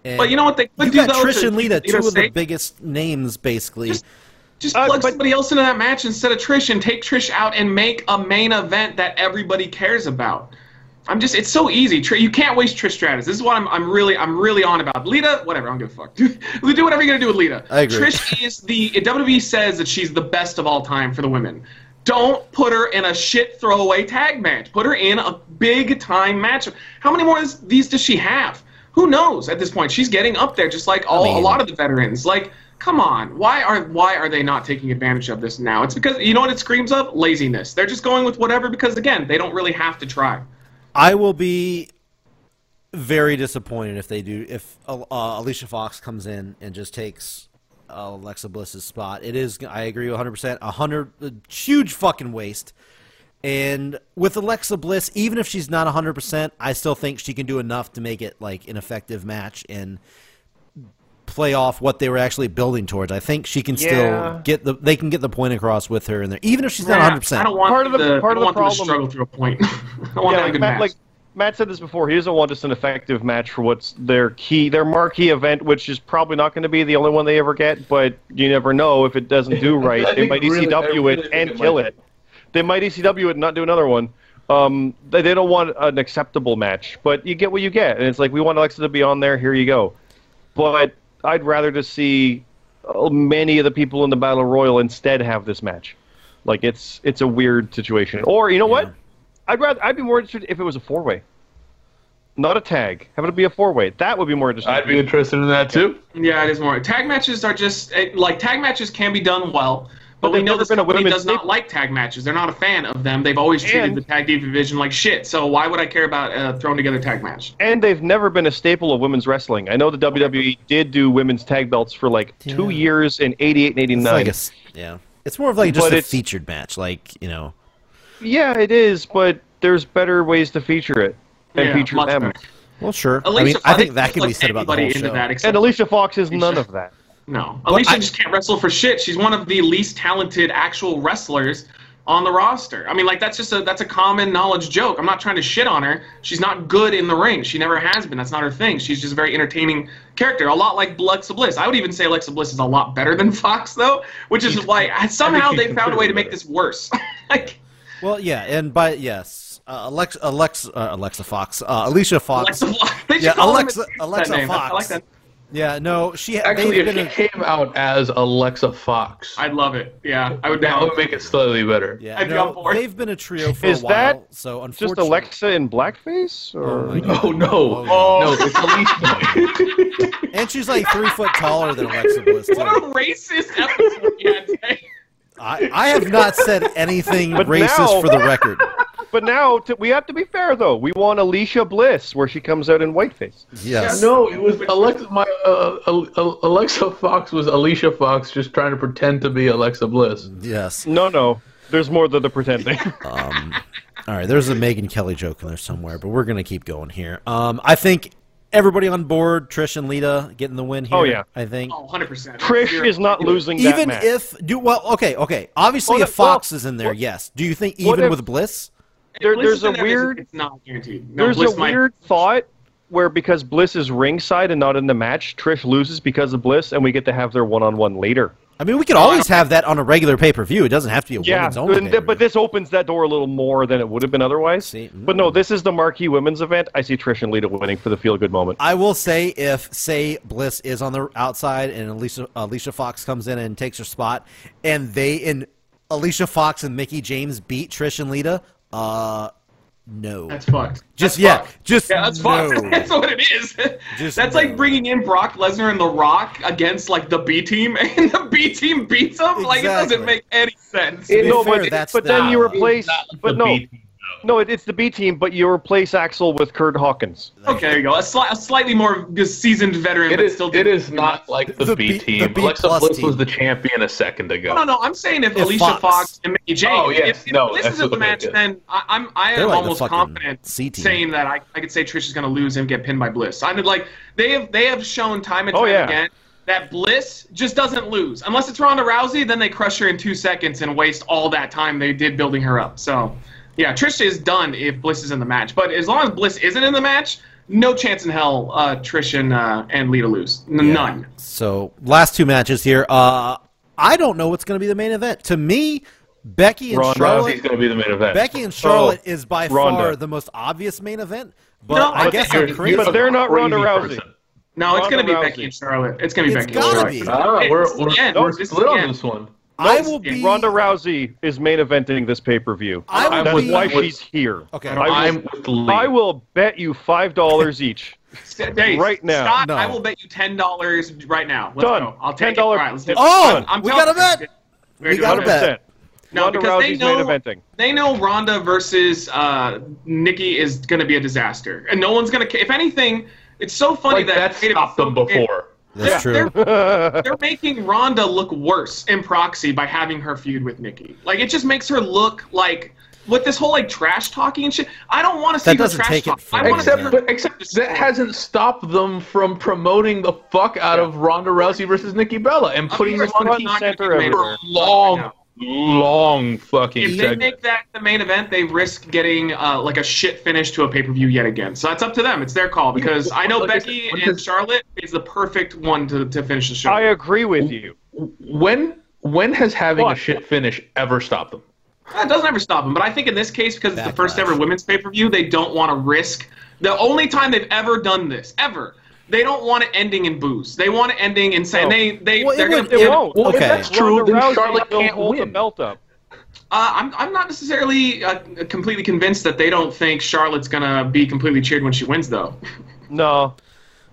And But you know what they could you've do, got though, Trish to and keep Lita, the Lita two of the safe? biggest names, basically. Just- Just Uh, plug but- somebody else into that match instead of Trish and take Trish out and make a main event that everybody cares about. I'm just it's so easy. Tr- you can't waste Trish Stratus. This is what I'm I'm really I'm really on about. Lita, whatever, I don't give a fuck. Do, do whatever you're gonna do with Lita. I agree. Trish is the WWE says that she's the best of all time for the women. Don't put her in a shit throwaway tag match. Put her in a big time match. How many more of this- these does she have? Who knows at this point? She's getting up there, just like all mean- a lot of the veterans. Like, come on, why are why are they not taking advantage of this now? It's because you know what it screams of laziness. They're just going with whatever because again, they don't really have to try. I will be very disappointed if they do if uh, Alicia Fox comes in and just takes uh, Alexa Bliss's spot. It is I agree 100%, 100 a huge fucking waste. And with Alexa Bliss, even if she's not 100%, I still think she can do enough to make it like an effective match and play off what they were actually building towards. I think she can Yeah. still get the they can get the point across with her in there even if she's not 100%. I don't want Part of the- the, part I don't of the want them to problem- struggle through a point. I want to have a like good Matt, match. like Matt said this before. He doesn't want just an effective match for what's their key, their marquee event, which is probably not going to be the only one they ever get. But you never know if it doesn't do right, I they think might really- ECW I really it think and it kill might. it. They might ECW it and not do another one. Um, they, they don't want an acceptable match, but you get what you get, and it's like we want Alexa to be on there. Here you go. But I'd rather just see uh, many of the people in the battle royal instead have this match. Like it's it's a weird situation. Or you know what? I'd rather I'd be more interested if it was a four way, not a tag. Have it be a four way. That would be more interesting. I'd be interested in that too. yeah, it is more. Tag matches are just eh, like tag matches can be done well. But, But we they've know never this been a company women's does not staple. like tag matches. They're not a fan of them. They've always treated And- the tag team division like shit. So why would I care about a thrown together tag match? and they've never been a staple of women's wrestling. I know the WWE did do women's tag belts for like two Yeah. years in '88 and It's '89. like a s- yeah. It's more of like just But a it's- featured match like, you know. yeah, it is, but there's better ways to feature it and Yeah, feature much them. better. Well, sure. Alicia I mean, I Fox think that just can be lets said about the anybody whole into show. that except And Alicia Fox is none of that. No, Alicia I- just can't wrestle for shit. She's one of the least talented actual wrestlers on the roster. I mean, like that's just a that's a common knowledge joke. I'm not trying to shit on her. She's not good in the ring. She never has been. That's not her thing. She's just a very entertaining character. A lot like Alexa Bliss. I would even say Alexa Bliss is a lot better than Fox though, which is why somehow she's they found a way to make considerably this worse. like Well, yeah, and by yes, uh, Alex, Alex, uh, Alexa Fox, uh, Alicia Fox. Alexa, they should Yeah, call them- Alexa- that Alexa name. I Fox. like that. Yeah, no, she ha- Actually, they've if been she a, came out as Alexa Fox, I'd love it. Yeah, I would. that down- would make it slightly better. yeah, I'd be no, on board. they've been a trio for Is a while. that so Just unfortunately, Alexa in blackface, or my God. Oh no! Oh. No, it's Alicia. and she's like three foot taller than Alexa Bliss. Too. What a racist episode we had today. I, I have not said anything But racist now- for the record. But now to, we have to be fair, though. We want Alicia Bliss, where she comes out in whiteface. Yes, no, it was Alexa. My uh, Al- Al- Alexa Fox was Alicia Fox, just trying to pretend to be Alexa Bliss. yes. No, no. There's more than the pretending. All right, there's a Megan Kelly joke in there somewhere, but we're gonna keep going here. Um, I think everybody on board, Trish and Lita getting the win here. Oh, yeah. I think. Oh, 100%. Trish You're- is not losing that even match. if do well okay okay obviously Well, if well, fox is in there yes do you think even if- with bliss There- Bliss there's is in a there, it's- weird- It's not guaranteed. No, There's Bliss a might- weird thought where because Bliss is ringside and not in the match, Trish loses because of Bliss, and we get to have their one-on-one later. i mean we could always have that on a regular pay-per-view it doesn't have to be a Yeah, women's only and th- but pay-per-view. this opens that door a little more than it would have been otherwise. See, mm. But no, this is the marquee women's event. I see Trish and Lita winning for the feel-good moment. i will say if say bliss is on the outside and alicia alicia fox comes in and takes her spot and they and alicia fox and mickey james beat trish and lita uh no That's fucked. just That's yeah fucked. just Yeah, that's fucked. no That's what it is. Just that's no. like bringing in Brock Lesnar and The Rock against like the B team, and the B team beats them. Like it Exactly. doesn't make any sense. be no, fair, but, that's but the- then you Nah, replace. But The no, B team, though. no, it, it's the B team, but you replace Axel with Kurt Hawkins. okay, there you go. A, sli- a slightly more seasoned veteran. It but is. Still It is not like the, The B- B, team. the B Alexa plus Bliss team. was the champion a second ago. No, no, no. I'm saying if, If Alicia Fox- Fox, and Mickey James, Oh, yes, if, if no, this that's is a what- match, yeah. then I, I'm I They're am like the almost fucking confident C team. saying that I, I could say Trish is going to lose and get pinned by Bliss. I mean, like they have they have shown time and Oh, time yeah. again that Bliss just doesn't lose unless it's Ronda Rousey. Then they crush her in two seconds and waste all that time they did building her up. So, yeah, Trish is done if Bliss is in the match. But as long as Bliss isn't in the match. no chance in hell uh, Trish and, uh, and Lita lose. N- None. So last two matches here. Uh, I don't know what's going to be the main event. To me, Becky and Ronda Rousey's Charlotte. going to be the main event. Oh, Becky and Charlotte is by Ronda. far the most obvious main event. But No, I but guess you're- I'm crazy. but But they're not Crazy Ronda Rousey. person. No, it's going to be Ronda Rousey. Becky and Charlotte. It's going to be It's Becky and gotta Charlotte. be. Ah, we're It's we're, the end. we're This is split the on end. this one. I will be. Ronda Rousey is main eventing this pay per view. I will That's be- why she's here. Okay. I will- I'm with Lee. I will bet you five dollars each. St- Dave, Right now. Scott, No. I will bet you ten dollars right now. Let's Done. go. I'll take it. $10 All right, let's do it. Oh, Done. I'm we telling got a you. bet. We're We doing got a it. bet. No, Ronda because they Rousey's know, main eventing. they know Ronda versus uh, Nikki is going to be a disaster, and no one's going to. If anything, it's so funny like that that they- stopped them before. That's they're, true. They're, they're making Ronda look worse in proxy by having her feud with Nikki. Like it just makes her look like with this whole like trash talking and shit. I don't want to see That her doesn't trash take it talk. from I want to her. see Except, her. but except that hasn't stopped them from promoting the fuck out of Ronda Rousey versus Nikki Bella and putting them It's on not TV gonna center get made for everywhere. right long, now. long fucking If they segment. make that the main event, they risk getting uh, like a shit finish to a pay per view yet again. So that's up to them. It's their call because I know like I said, Becky what and does- Charlotte is the perfect one to, to finish the show. I agree with you. when when has having a What? shit finish ever stopped them? That doesn't ever stop them. But I think in this case, because it's the first Backlash. ever women's pay per view, they don't want to risk. The only time they've ever done this, ever, they don't want it ending in booze. They want it ending in saying No. they they Well, it they're gonna. would- It Yeah, won't. well, if Okay. that's true, Ronda then Rousey Charlotte will can't hold the win. belt up. Uh, I'm I'm not necessarily uh, completely convinced that they don't think Charlotte's gonna be completely cheered when she wins, though. No,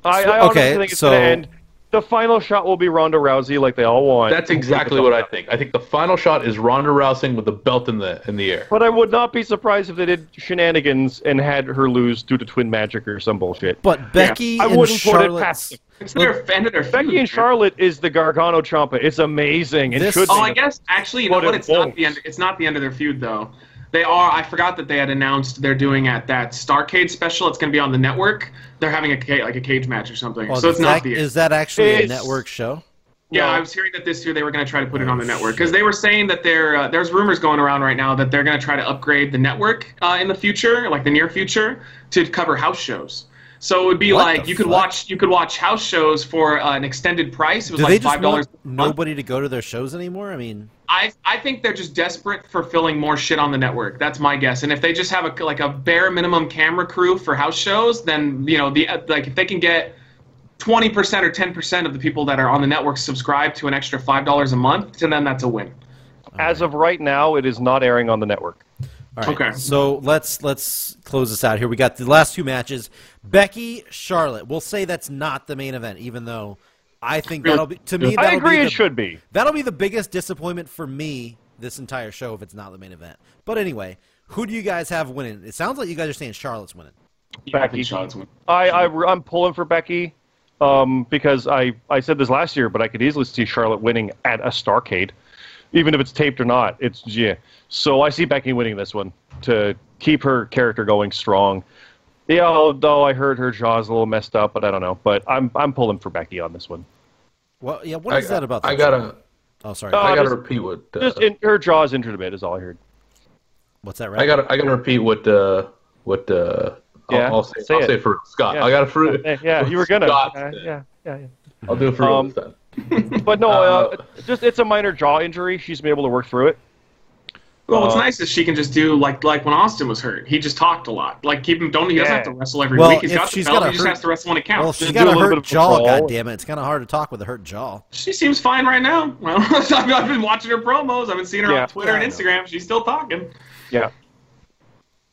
I, So- I honestly okay, think it's so- gonna end. The final shot will be Ronda Rousey, like they all want. That's exactly what I think. I think the final shot is Ronda Rousey with the belt in the in the air. But I would not be surprised if they did shenanigans and had her lose due to twin magic or some bullshit. But Becky I and wouldn't put it Charlotte's. past them. It's their fan their Becky and Charlotte is the Gargano Champa. It's amazing. It This- should. Oh, be. I guess actually, you know But it what? It's won't. not the end. It's not the end of their feud though. They are. I forgot that they had announced they're doing at that Starcade special. It's going to be on the network. They're having a ca- like a cage match or something. Oh, so is, it's not that, the end. is that actually a It's- network show? Yeah, No. I was hearing that this year they were going to try to put it on the network because they were saying that there uh, there's rumors going around right now that they're going to try to upgrade the network uh, in the future, like the near future, to cover house shows. So it would be What like the you could fuck? watch you could watch house shows for uh, an extended price. It was Do like they just five dollars. want nobody to go to their shows anymore? I mean, I I think they're just desperate for filling more shit on the network. That's my guess. And if they just have a like a bare minimum camera crew for house shows, then you know the like if they can get. 20% or 10% of the people that are on the network subscribe to an extra $5 a month, so then that's a win. As of right now, it is not airing on the network. all right. Okay. So let's let's close this out here. We got the last two matches: Becky, Charlotte. We'll say that's not the main event, even though I think that'll be to me. I that'll agree. Be It the- should be. That'll be the biggest disappointment for me this entire show if it's not the main event. But anyway, who do you guys have winning? It sounds like you guys are saying Charlotte's winning. Becky. Charlotte's win. I, I I'm pulling for Becky um, because I I said this last year, but I could easily see Charlotte winning at a Starcade, even if it's taped or not. It's yeah. So I see Becky winning this one to keep her character going strong. Yeah, although I heard her jaw's a little messed up, but I don't know. But I'm I'm pulling for Becky on this one. Well, yeah. What is that about? I that? gotta, Oh, sorry. Uh, I gotta just- repeat what. Uh, Just in, her jaw's injured a bit is all I heard. What's that? Right. I gotta, I gotta repeat what. Uh, what? Uh, I'll- Yeah, I'll, say, say I'll it. say for Scott. Yeah. I gotta for. Eh, yeah, what you were gonna. Scott Yeah, said. yeah, yeah, yeah. I'll do it for Um, Ruth then. But no, uh, Uh, just it's a minor jaw injury. She's been able to work through it. Well, Uh, what's nice is she can just do like like when Austin was hurt. He just talked a lot. Like keep him don't he doesn't Yeah. have to wrestle every Well, week. He's if got the she's belt. got He a just hurt- has to wrestle when it Well, counts. she's do got a a little bit hurt of a jaw. brawl. Goddamn it! It's kind of hard to talk with a hurt jaw. she seems fine right now. Well, I've, I've been watching her promos. I've been seeing her Yeah. on Twitter Yeah, I and Instagram. She's still talking. Yeah,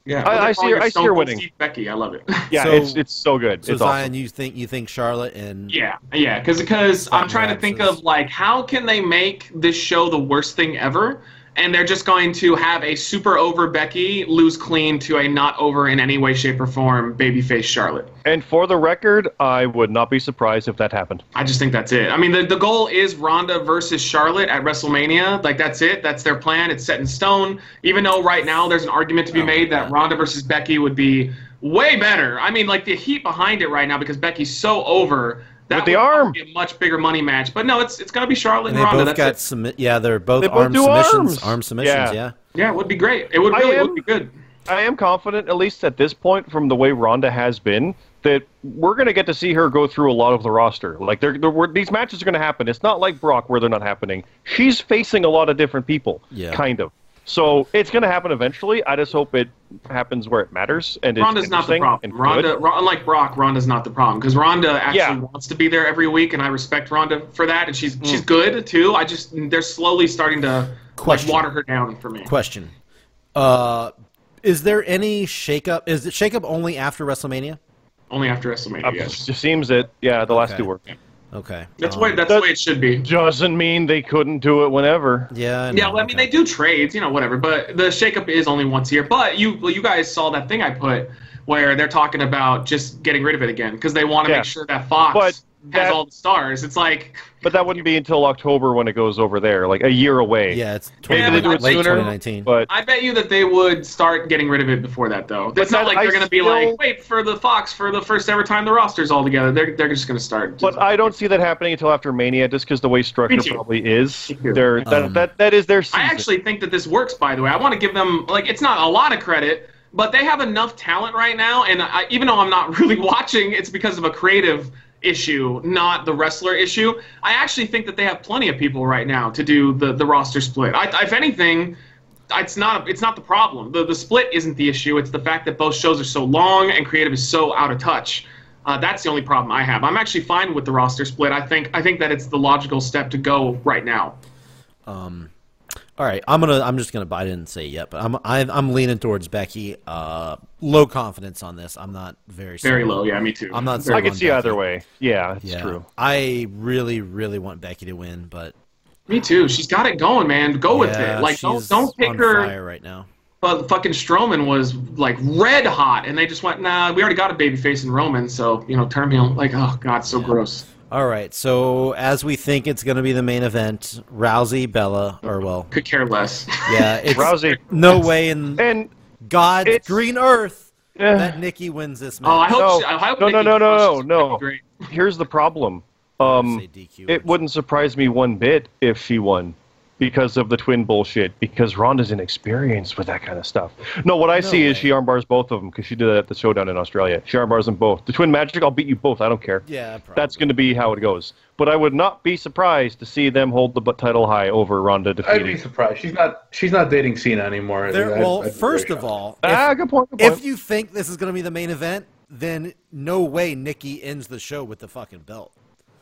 Yeah, I- Well, I they're see calling her- I see Stone her Cold winning. Steve Becky, I love it. yeah. So- it's it's so good. So it's Zion, awesome. you think you think Charlotte and yeah, yeah, because because I'm trying to think lapses. of like how can they make this show the worst thing ever, and they're just going to have a super over Becky lose clean to a not over in any way, shape, or form babyface Charlotte. And for the record, I would not be surprised if that happened. I just think that's it. I mean, the, the goal is Ronda versus Charlotte at WrestleMania. Like, that's it. That's their plan. It's set in stone. Even though right now there's an argument to be made that Ronda versus Becky would be way better. I mean, like, the heat behind it right now because Becky's so over. That With the would arm. Be a much bigger money match. But no, it's it's going to be Charlotte and, And they Ronda. both That's got it. submit. Yeah, they're both, They both arm do submissions. arms. Arm submissions. Yeah. Yeah. Yeah, it would be great. It would I really am- would be good. I am confident, at least at this point, from the way Ronda has been, that we're going to get to see her go through a lot of the roster. Like, they're, they're, we're- these matches are going to happen. It's not like Brock where they're not happening. She's facing a lot of different people, Yeah. kind of. So it's going to happen eventually. I just hope it happens where it matters. And it's Ronda's not the interesting problem. and Ronda, good. Ron, unlike Brock, Ronda's not the problem because Ronda actually Yeah. wants to be there every week, and I respect Ronda for that, and she's Mm. she's good too. I just they're slowly starting to like, Question. water her down for me. Question: uh, Is there any shakeup? Is it shakeup only after WrestleMania? Only after WrestleMania. It yes. just seems that, yeah, the last Okay. two were. Okay. That's Um, why that's the way it should be. Doesn't mean they couldn't do it whenever. Yeah. I Yeah, well, know, I mean okay. they do trades, you know, whatever. But the shakeup is only once a year. But you well, you guys saw that thing I put where they're talking about just getting rid of it again because they want to Yeah. make sure that Fox But has that- all the stars. It's like But that wouldn't be until October when it goes over there, like a year away. Yeah, it's Yeah, they 20, do it late sooner, 2019. But I bet you that they would start getting rid of it before that, though. It's not that- like they're I going to be still- like, wait for the Fox for the first ever time the roster's all together. They're, they're just going to start. but I don't see that happening until after Mania, just because the way structure Me too. probably is. Me too. They're, that, Um, that that is their season. I actually think that this works. By the way, I want to give them like it's not a lot of credit, but they have enough talent right now. And I, even though I'm not really watching, it's because of a creative issue, not the wrestler issue. I actually think that they have plenty of people right now to do the, the roster split. I, if anything, it's not it's not the problem. The the split isn't the issue. It's the fact that both shows are so long and creative is so out of touch. Uh, that's the only problem I have. I'm actually fine with the roster split. I think I think that it's the logical step to go right now. All right, I'm gonna. I'm just gonna. I didn't say yet, but I'm. I'm, I'm leaning towards Becky. Uh, low confidence on this. I'm not very. Very sold. low. Yeah, me too. I'm not. I sold could on see Becky. either way. Yeah, it's Yeah. true. I really, really want Becky to win, but Me too. She's got it going, man. Go with yeah, it. Like don't she's don't pick on her. fire right now. But fucking Strowman was like red hot, and they just went, nah. We already got a baby face in Roman, so you know, turn heel. Like oh god, so gross. All right, so as we think it's gonna be the main event, Rousey, Bella, or well, Could care less. yeah, it's Rousey no way in and God's it's- green earth eh, that Nikki wins this match. oh, I hope. No. she- I hope No, no, Nikki no, no, crushes. no, no. That'd be Great. here's the problem. Say Um, DQ it wins. wouldn't surprise me one bit if she won because of the twin bullshit. Because Ronda's inexperienced with that kind of stuff. No, what I see is way. she armbars both of them because she did that at the showdown in Australia. She armbars them both. The twin magic, I'll beat you both. I don't care. Yeah, probably. That's going to be how it goes. But I would not be surprised to see them hold the bu- title high over Ronda I'd be defeating. surprised. She's not. She's not dating Cena anymore. There, I'd- well, I'd be first very of shocked. all, ah, if, good point. Good point. if you think this is going to be the main event, then no way Nikki ends the show with the fucking belt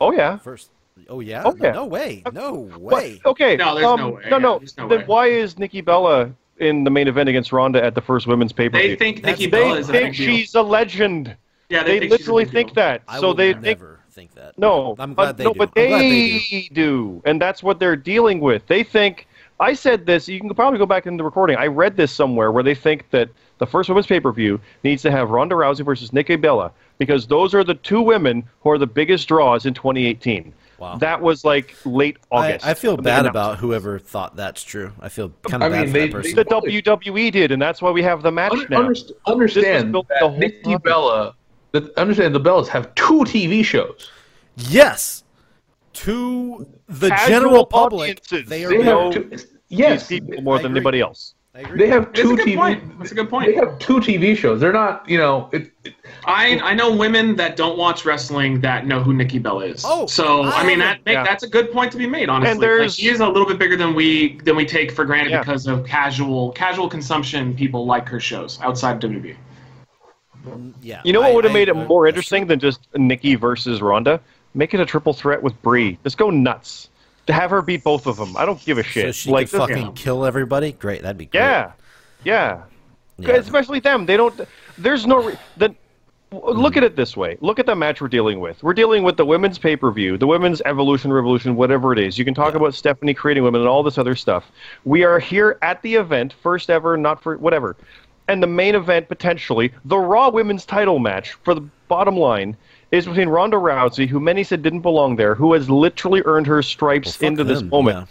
oh yeah. first. Oh yeah, Oh, No- yeah. no way, no But- way. okay. No, there's um, no way. No, no. Yeah, there's no then way. why is Nikki Bella in the main event against Ronda at the first women's pay per view? They think That's- Nikki They Bella they is a think big deal. she's a legend. Yeah, They, think she's a literally big deal. think that. I so will they think never think that. no. I'm glad but- they no, do. but I'm they, glad they do. do, and that's what they're dealing with. They think. I said this. You can probably go back in the recording. I read this somewhere where they think that the first women's pay per view needs to have Ronda Rousey versus Nikki Bella because those are the two women who are the biggest draws in 2018. Wow. That was like late I, August. I feel when they bad announced about whoever thought that's true. I feel kind I of bad mean, for they- that person. they- the WWE did, and that's why we have the match Under- now. underst- understand built the that whole Nikki time. Bella. That, understand the Bellas have two TV shows. yes, to the Casual general public, audiences. they are. They No. have two, yes, These people more I than agree. anybody else. I agree. they have That's two a good TV. point. That's a good point. They have two TV shows. They're not. You know. It, it- I I know women that don't watch wrestling that know who Nikki Bella is. Oh, so I, I mean haven't- that make, Yeah. that's a good point to be made. Honestly, And there's- like, she is a little bit bigger than we than we take for granted Yeah. because of casual casual consumption. People like her shows outside WWE. yeah, You know what I- would have I- made it I- more interesting than just Nikki versus Ronda? Make it a triple threat with Brie. Just go nuts. To have her beat both of them. I don't give a shit. So she like could this- fucking kill everybody. Great, that'd be great. yeah, yeah. Yeah. Especially them. They don't. There's no. Re- the, w- look at it this way. Look at the match we're dealing with. We're dealing with the women's pay per view, the women's evolution, revolution, whatever it is. You can talk about Stephanie creating women and all this other stuff. We are here at the event, first ever, not for whatever. And the main event, potentially, the Raw women's title match for the bottom line is between Ronda Rousey, who many said didn't belong there, who has literally earned her stripes Fuck into this them, moment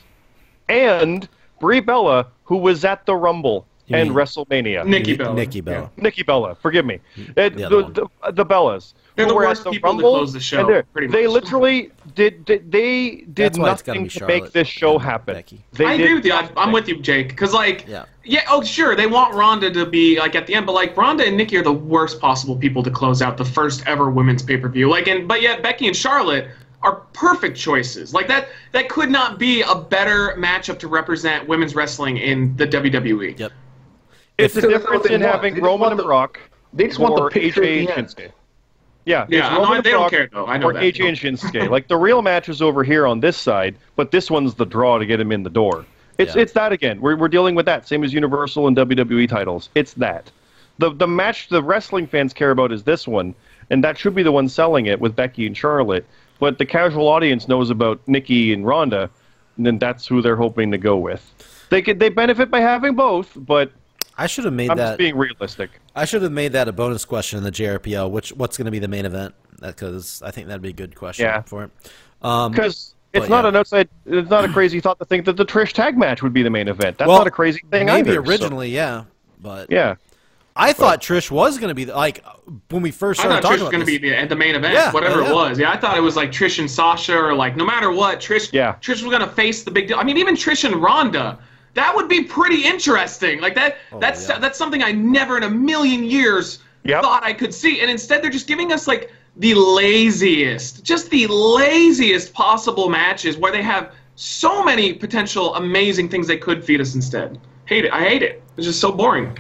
and Brie Bella, who was at the Rumble You and mean- WrestleMania. Nikki Bella. Nikki Bella. Nikki Bella, forgive me. It- the the, other one. the, the Bellas. They're the who were at worst people to close the show, and they're- pretty They much. literally did, did they did That's why it's gotta nothing be to make Charlotte this show and happen. Becky. They I did agree with you. I, I'm nothing. with you, Jake. Because like, Yeah. yeah. oh sure, they want Ronda to be like at the end, but like Ronda and Nikki are the worst possible people to close out the first ever women's pay per view. Like, and but yet Becky and Charlotte are perfect choices. Like that, that could not be a better matchup to represent women's wrestling in the E. WWE. Yep. It's the Because that's what difference they want. in They having just want Roman and the- Brock. They just want the or picture at AJ the and end. Shinsuke. Yeah, Yeah, it's no, Roman they and don't Brock care, though. I know or that. AJ and Shinsuke. like the real match is over here on this side, but this one's the draw to get him in the door. It's Yeah. it's that again. We're we're dealing with that same as Universal and WWE titles. It's that. The the match the wrestling fans care about is this one, and that should be the one selling it with Becky and Charlotte. But the casual audience knows about Nikki and Ronda, and then that's who they're hoping to go with. They could they benefit by having both, but I should have made I'm that. just being realistic. I should have made that a bonus question in the JRPL. Which what's going to be the main event? Because I think that'd be a good question Yeah. for it. Um, because it's But, not yeah. an outside. It's not a crazy thought to think that the Trish tag match would be the main event. That's well, not a crazy thing Maybe either. so- originally, yeah, but yeah. I thought Trish was going to be the, like when we first I started thought Trish talking was about going to this. be the, the main event, Yeah, whatever yeah. it was. Yeah, I thought it was like Trish and Sasha, or like no matter what, Trish. Yeah. Trish was going to face the big deal. I mean, even Trish and Ronda, that would be pretty interesting. Like that. that's Oh, yeah. that's something I never in a million years Yep. thought I could see, and instead they're just giving us like the laziest, just the laziest possible matches where they have so many potential amazing things they could feed us instead. Hate it. I hate it. It's just so boring.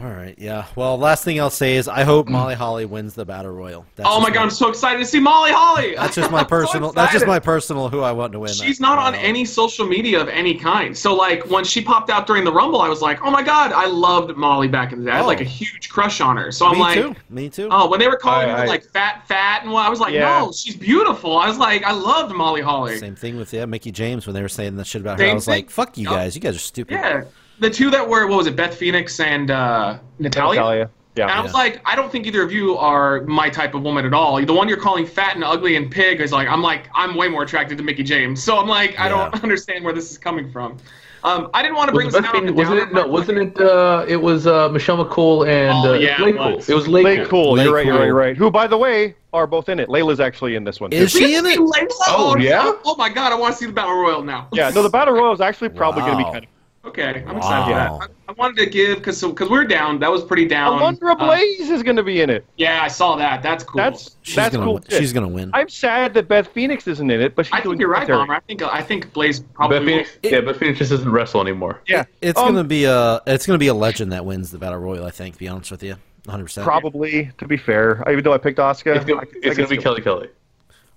All right, yeah. Well, last thing I'll say is I hope Molly Holly wins the battle royal. That's Oh just my god, I'm so excited to see Molly Holly. That's just my I'm so personal. that's just excited. my personal. Who I want to win. She's not on Uh, any social media of any kind. So like when she popped out during the Rumble, I was like, oh my god, I loved Molly back in the day. I had Oh. like a huge crush on her. So I'm Me like, too. Me too. oh, when they were calling I- her I- like fat, fat, and what, I was like, Yeah. no, she's beautiful. I was like, I loved Molly Holly. Same thing with yeah, Mickey James when they were saying that shit about her. I Same was thing. like, "Fuck you Yeah. guys, you guys are stupid." Yeah, the two that were what was it, Beth Phoenix and uh, Natalia. Natalia. And I Yeah. was like, I don't think either of you are my type of woman at all. The one you're calling fat and ugly and pig is like, I'm like, I'm way more attracted to Mickey James. So I'm like, I Yeah. don't understand where this is coming from. Um, I didn't want to bring Was this down. it Beth on the Phoenix- wasn't downer, it? No, but- wasn't it? Uh, it was uh, Michelle McCool and Oh, uh, yeah, it Laycool. was. It was Laycool. Lay cool. Lay You're right. You're Cool. right. You're right. Who, by the way, are both in it. Layla's actually in this one. Is too. she in Really? it? Layla? Oh, yeah? Oh my god, I want to see the battle royal now. Yeah. No, the battle royal is actually probably going to Wow. be kind of. Okay, I'm excited for Wow. that. I, I wanted to give because because we're down. That was pretty down. Alundra Uh, Blaze is going to be in it. yeah, I saw that. That's cool. That's She's that's gonna. cool. win. shit. She's gonna win. I'm sad that Beth Phoenix isn't in it, but she's I doing think you're right, commentary. Bomber. I think I think Blaze probably. Beth Phoenix. It- yeah, Beth Phoenix just doesn't wrestle anymore. Yeah. it's um, gonna be a. It's gonna be a legend that wins the battle royal. I think. To be honest with you, 100. percent Probably, to be fair, even though I picked Oscar, It's gonna, it's gonna be Kelly Kelly.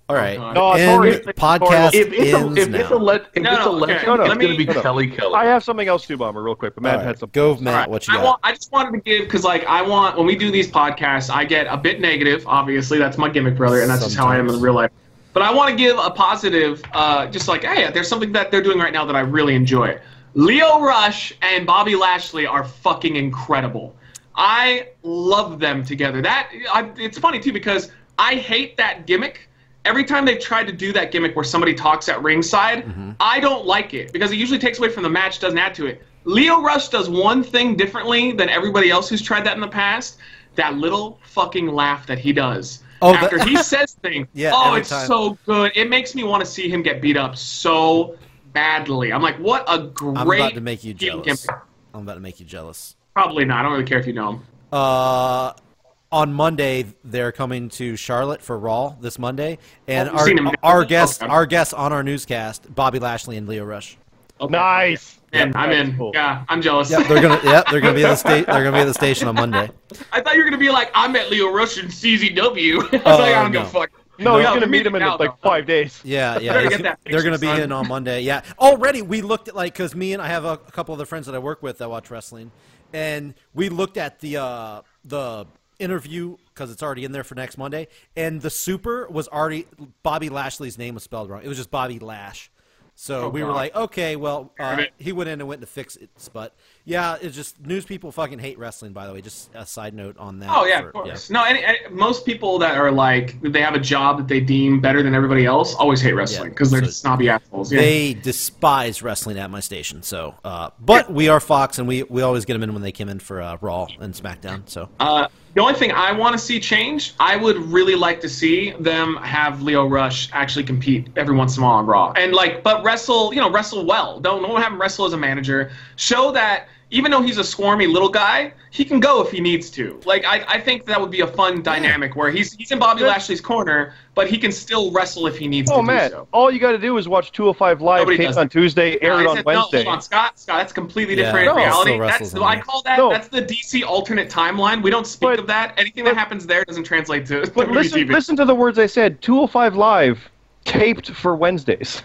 All right. No, it's End horrible. It's podcast horrible. If it's a, ends if now. it's a, le- if No, it's a no, legend, okay, let it's me- gonna be hold up. Kelly Kelly. I have something else too, Bomber, real quick. But All Matt right, had something. Go, Matt. All right. What you I got? want. I just wanted to give because, like, I want when we do these podcasts, I get a bit negative. Obviously, that's my gimmick, brother, and that's just how I am in Sometimes. real life. But I want to give a positive, uh, just like, hey, there's something that they're doing right now that I really enjoy. Leo Rush and Bobby Lashley are fucking incredible. I love them together. That I, it's funny too because I hate that gimmick. Every time they've tried to do that gimmick where somebody talks at ringside, I don't like it because it usually takes away from the match, doesn't add to it. Leo Rush does one thing differently than everybody else who's tried that in the past. That little fucking laugh that he does Oh, after that- he says things. Yeah, oh, every it's time. so good. It makes me want to see him get beat up so badly. I'm like, what a great. I'm about to make you heel jealous. gimmick. I'm about to make you jealous. Probably not. I don't really care if you know him. Uh, on Monday they're coming to Charlotte for Raw this Monday, and Oh, our seen him. our guests Okay. our guests on our newscast Bobby Lashley and Leo Rush. Nice. Man, I'm in. Cool. Yeah, I'm jealous. Yeah, they're gonna yeah they're gonna be at the sta- they're gonna be at the station on Monday. I thought you were gonna be like, I met Leo Rush in CZW. I was like, I don't Oh, no. give a fuck. No, he's Yeah, gonna meet him in now, like though. five days. Yeah, yeah. Better it's- get that they're going to be picture, son. in on Monday. Yeah. Already, we looked at, like, because me and I have a, a couple other friends that I work with that watch wrestling, and we looked at the, uh, the interview because it's already in there for next Monday, and the super was already, Bobby Lashley's name was spelled wrong. It was just Bobby Lash. So Oh, we were God. like, okay, well, Damn uh, it. he went in and went to fix it. But yeah, it's just news people fucking hate wrestling. By the way, just a side note on that. Oh yeah, for- of course. No, any, any, most people that are like they have a job that they deem better than everybody else always hate wrestling Yeah, because they're so just snobby assholes. Yeah. They despise wrestling at my station. So, uh, but we are Fox, and we, we always get them in when they come in for uh, Raw and SmackDown. So Uh, the only thing I want to see change, I would really like to see them have Leo Rush actually compete every once in a while on Raw, and like, but wrestle, you know, wrestle well. Don't don't have him wrestle as a manager. Show that even though he's a squirmy little guy, he can go if he needs to. Like, I, I think that would be a fun dynamic where he's he's in Bobby Lashley's corner, but he can still wrestle if he needs Oh to man, do so. all you got to do is watch 205 Live Nobody taped does on Tuesday, I aired on said, Wednesday. No, hold on, Scott. Scott, that's completely Yeah. different No. reality. Still That's wrestles the, in I there. call that No. that's the DC alternate timeline. We don't speak But- of that. Anything that happens there doesn't translate to But WWE listen, TV. listen to the words I said. 205 Live taped for Wednesdays.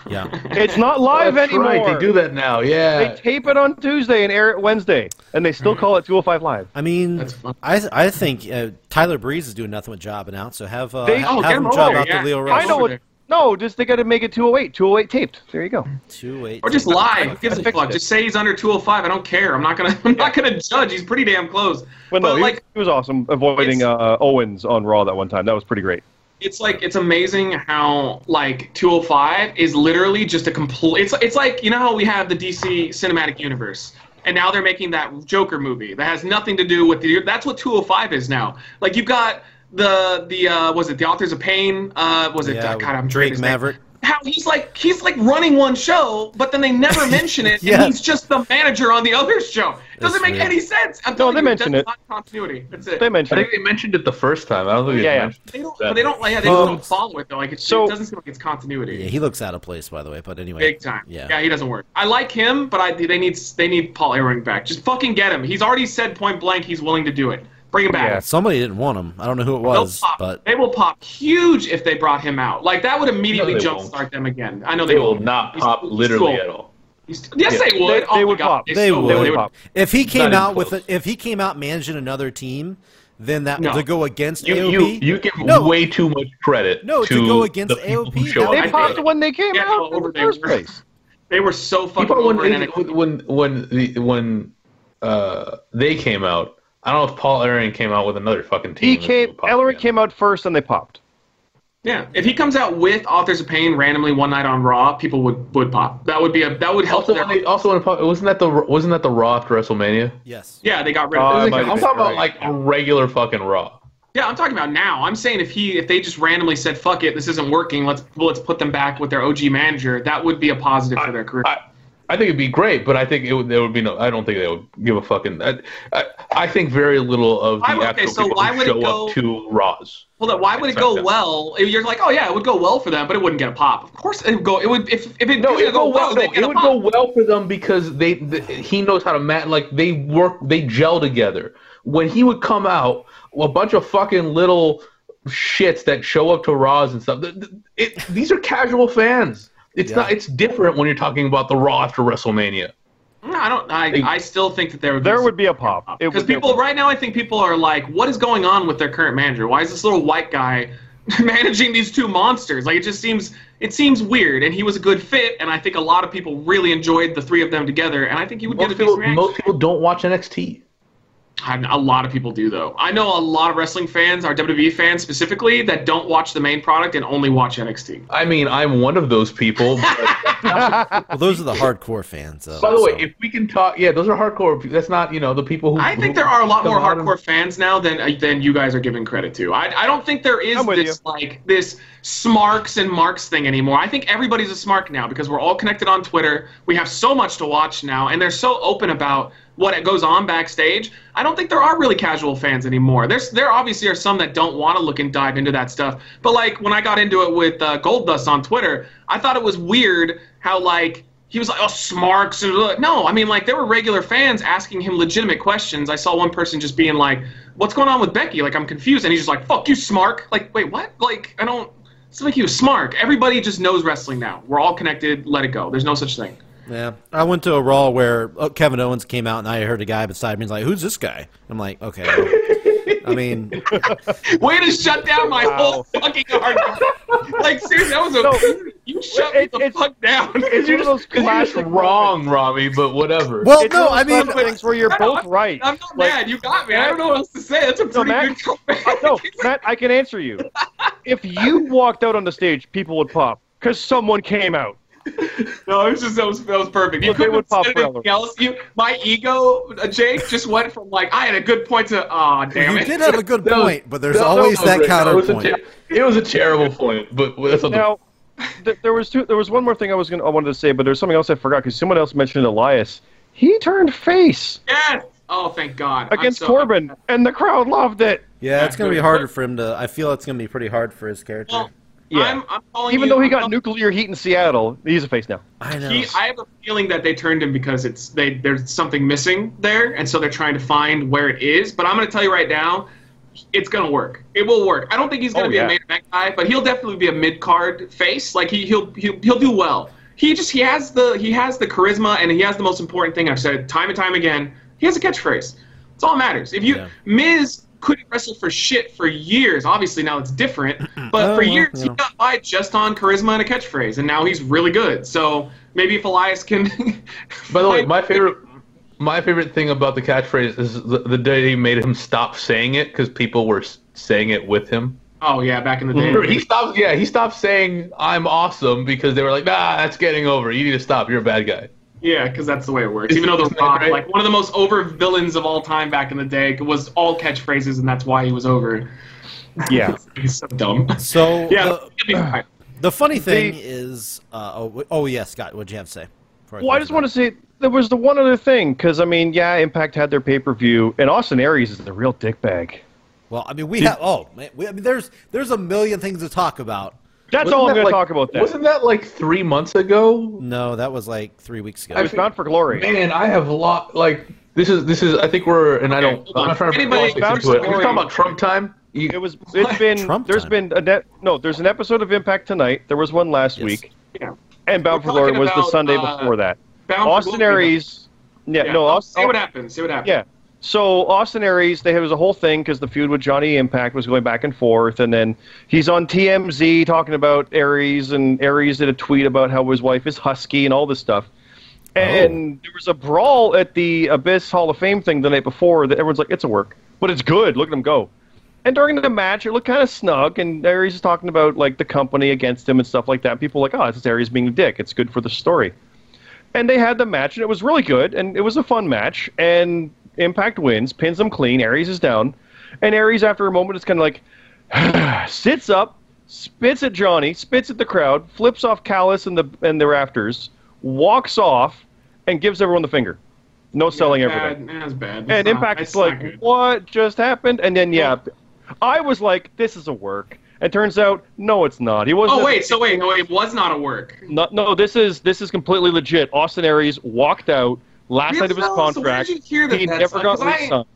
yeah, It's not live That's anymore. right. They do that now. They Yeah. tape it on Tuesday and air it Wednesday, and they still call it 205 Live. I mean, That's fun. I th- I think uh, Tyler Breeze is doing nothing with jobbing out. So have uh, They- ha- oh, get have him him job over, out yeah. the Leo I Rush. I know what. No, just they got to make it 208. 208 taped. There you go. Two eight or just six, lie. fuck. Who gives a fixed fuck? it. Just say he's under 205. I don't care. I'm not gonna. I'm not gonna judge. He's pretty damn close. But no, but he, was- like, he was awesome avoiding it's- uh, Owens on Raw that one time. That was pretty great. it's like it's amazing how like 205 is literally just a complete. It's it's like you know how we have the DC cinematic universe, and now they're making that Joker movie that has nothing to do with the. That's what 205 is now. Like you've got the the uh, was it the Authors of Pain? Uh, was it Yeah, uh, God, I'm forgetting Drake his name. Maverick. How he's like he's like running one show, but then they never mention it, Yes. and he's just the manager on the other show. That's Doesn't make weird. any sense. I'm No, telling they you, mention that's it. Not continuity. That's it. They I mentioned think it. they mentioned it the first time. I don't think they Yeah, yeah. mentioned They don't, that. but they don't. Yeah, they Um, don't follow it though. Like it, so- it doesn't seem like it's continuity. Yeah, he looks out of place, by the way. But anyway, Big time. Yeah, he doesn't work. I like him, but I they need they need Paul Aaron back. Just fucking get him. He's already said point blank he's willing to do it. Bring him back. somebody didn't want him. I don't know who it They'll was, pop. but They will pop huge if they brought him out. Like that would immediately No, they won't. jumpstart them again. I know They will won't. not He's- pop he's literally cool. at all. He's- yes, Yeah. they would. They- oh they my would God, pop. They, They so would. They would pop. If he came even out with a, close. if he came out managing another team, then that No. to go against You, AOP. you, you give No. way too much credit No, to to go against the people AOP, who show that- up. They I popped think- when they came Yeah, out how in the over they first were. place. They were so fucking People when over in they, NXT. when when the when uh, they came out, I don't know if Paul Aaron came out with another fucking He team. came. Ellerick came out first, and they popped. Yeah, if he comes out with Authors of Pain randomly one night on Raw, people would would pop. That would be a that would help Also, their. when they, also when Paul, wasn't that the wasn't that the Raw after WrestleMania? yes. yeah, they got rid of. Uh, it. I'm might have talking been, about right. like a regular fucking Raw. yeah, I'm talking about now. I'm saying if he if they just randomly said fuck it, this isn't working. Let's well, let's put them back with their OG manager. That would be a positive for their career. I, I think it'd be great, but I think it would. There would be no. I don't think they would give a fucking. I, I, I think very little of the Why would- actual okay, so people why who would it show go- up to Raws. Well, then why would it go Exactly. well? You're like, oh yeah, it would go well for them, but it wouldn't get a pop. Of course, it would go. It would if if it No, didn't it would go well. they'd no, get it a would pop. go well for them because they, th he knows how to mat. Like they work, they gel together. When he would come out, a bunch of fucking little shits that show up to Raws and stuff. th- th- It, these are casual fans. It's Yeah. not. It's different when you're talking about the Raw after WrestleMania. No, I don't. They- I, I still think that there would be There some- would be a pop. It because would be a people pop. right now, I think people are like, "What is going on with their current manager? Why is this little white guy managing these two monsters?" Like it just seems it seems weird. And he was a good fit, and I think a lot of people really enjoyed the three of them together. And I think he would Most get a decent people, reaction. most people don't watch NXT. I kn- a lot of people do though. I know a lot of wrestling fans, our WWE fans specifically, that don't watch the main product and only watch NXT. I mean, I'm one of those people. But Well, those are the hardcore fans. Though, By the way, so- if we can talk, yeah, those are hardcore. people. That's not you know the people who. I think who there are a lot come more out and- hardcore fans now than uh, than you guys are giving credit to. I, I don't think there is I'm with this like this smarks and marks thing anymore. I think everybody's a smark now because we're all connected on Twitter. We have so much to watch now, and they're so open about what it goes on backstage. I don't think there are really casual fans anymore. There's there obviously are some that don't want to look and dive into that stuff. But like when I got into it with uh, Gold Dust on Twitter, I thought it was weird how like he was like, oh, smarks. And blah. no, I mean, like, there were regular fans asking him legitimate questions. I saw one person just being like, what's going on with Becky? Like, I'm confused. And he's just like, fuck you, smark. Like, wait, what? Like, I don't. It's like you, smark. Everybody just knows wrestling now. We're all connected. Let it go. There's no such thing. yeah, I went to a Raw where uh, Kevin Owens came out, and I heard a guy beside me. He's like, "Who's this guy?" I'm like, "Okay." well, I mean, Way to shut down my whole fucking argument. like, seriously, that was a. you shut it- me the it's- fuck down. It's one of those You're just classic wrong, Rami, but whatever. well, It's no, one I of those mean, classic things where you're I know, both right. I'm not Like, mad. You got me. I don't know what else to say. That's a pretty Matt- good comeback. no, Matt, I can answer you. If you walked out on the stage, people would pop because someone came out. No, it was just that was, that was perfect. You Well, they couldn't would have pop said anything relevant. else. You, my ego, uh, Jake, just went from like I had a good point to ah, damn you it. did have a good That was- point, but there's that- always was that great. was a counterpoint. ter- it was a terrible point, but that's not the Now, th- there was two. There was one more thing I was gonna I wanted to say, but there's something else I forgot because someone else mentioned Elias. He turned face yes. Oh, thank God. I'm against so- Corbin, and the crowd loved it. yeah, it's Yeah, gonna be good. harder for him to. I feel it's gonna be pretty hard for his character. Well, Yeah. I'm, I'm calling Even you- though he I'm got calling- nuclear heat in Seattle, he's a face now. I know. He, I have a feeling that they turned him because it's they there's something missing there, and so they're trying to find where it is. But I'm going to tell you right now, it's going to work. It will work. I don't think he's going to Oh, be yeah. a main event guy, but he'll definitely be a mid card face. Like he he'll, he'll he'll do well. He just he has the he has the charisma, and he has the most important thing I've said time and time again. He has a catchphrase. It's all that matters. If you Yeah. Miz couldn't wrestle for shit for years. Obviously now it's different, but Oh, for well, years you he know. got by just on charisma and a catchphrase, and now he's really good. So maybe if Elias can, By the way, my favorite my favorite thing about the catchphrase is the, the day he made him stop saying it because people were s- saying it with him. oh yeah, back in the Mm-hmm. day, Remember, he stopped. Yeah, he stopped saying "I'm awesome" because they were like, "Nah, that's getting over. You need to stop. You're a bad guy." yeah, because that's the way it works. Even though the Isn't that Rock, right? like one of the most over villains of all time back in the day, was all catchphrases, and that's why he was over. Yeah. he's so dumb. so Yeah, the, he'll be Uh, fine. the funny thing is, uh, oh, w- oh yeah, Scott, what'd you have to say? Before Well, I just want to say there was the one other thing because I mean, yeah, Impact had their pay per view, and Austin Aries is the real dickbag. Well, I mean, we have. Oh, man, we, I mean, there's there's a million things to talk about. That's Wasn't all I'm that going like- to talk about. That Wasn't that like three months ago? No, that was like three weeks ago. it was bound for glory. Man, I have lot like this is this is. I think we're and I don't. hold on. I'm not trying to Anybody- put politics into it. Are we talking about Trump time? You- It was. It's been. Trump there's time. been a net. No, there's an episode of Impact tonight. There was one last Yes. week, Yeah. and Bound We're for Glory talking was the about, Sunday uh, before that. Bound for Austin Glory, Aries. Yeah, though. Yeah, No. I'll Austin, see what happens. See what happens. Yeah. So Austin Aries, they, it was a whole thing because the feud with Johnny Impact was going back and forth, and then he's on TMZ talking about Aries, and Aries did a tweet about how his wife is husky and all this stuff. And there was a brawl at the Abyss Hall of Fame thing the night before that everyone's like, "It's a work, but it's good. Look at them go." And during the match, it looked kind of snug, and Aries is talking about like the company against him and stuff like that. People were like, "Oh, this is Aries being a dick. It's good for the story." and they had the match, and it was really good, and it was a fun match. And Impact wins, pins them clean. Aries is down, and Aries, after a moment, is kind of like sits up, spits at Johnny, spits at the crowd, flips off Callus and the and the rafters, walks off, and gives everyone the finger. No selling everything. Bad. That's bad. And That's not- Impact that's is not like, good. what just happened? And then yeah, I was like, this is a work. It turns out, no, it's not. He wasn't. Oh wait, so wait, no, it was not a work. No, no, this is this is completely legit. Austin Aries walked out last Really? night of his So where did contract. you hear that he that's- never got because I- re-signed.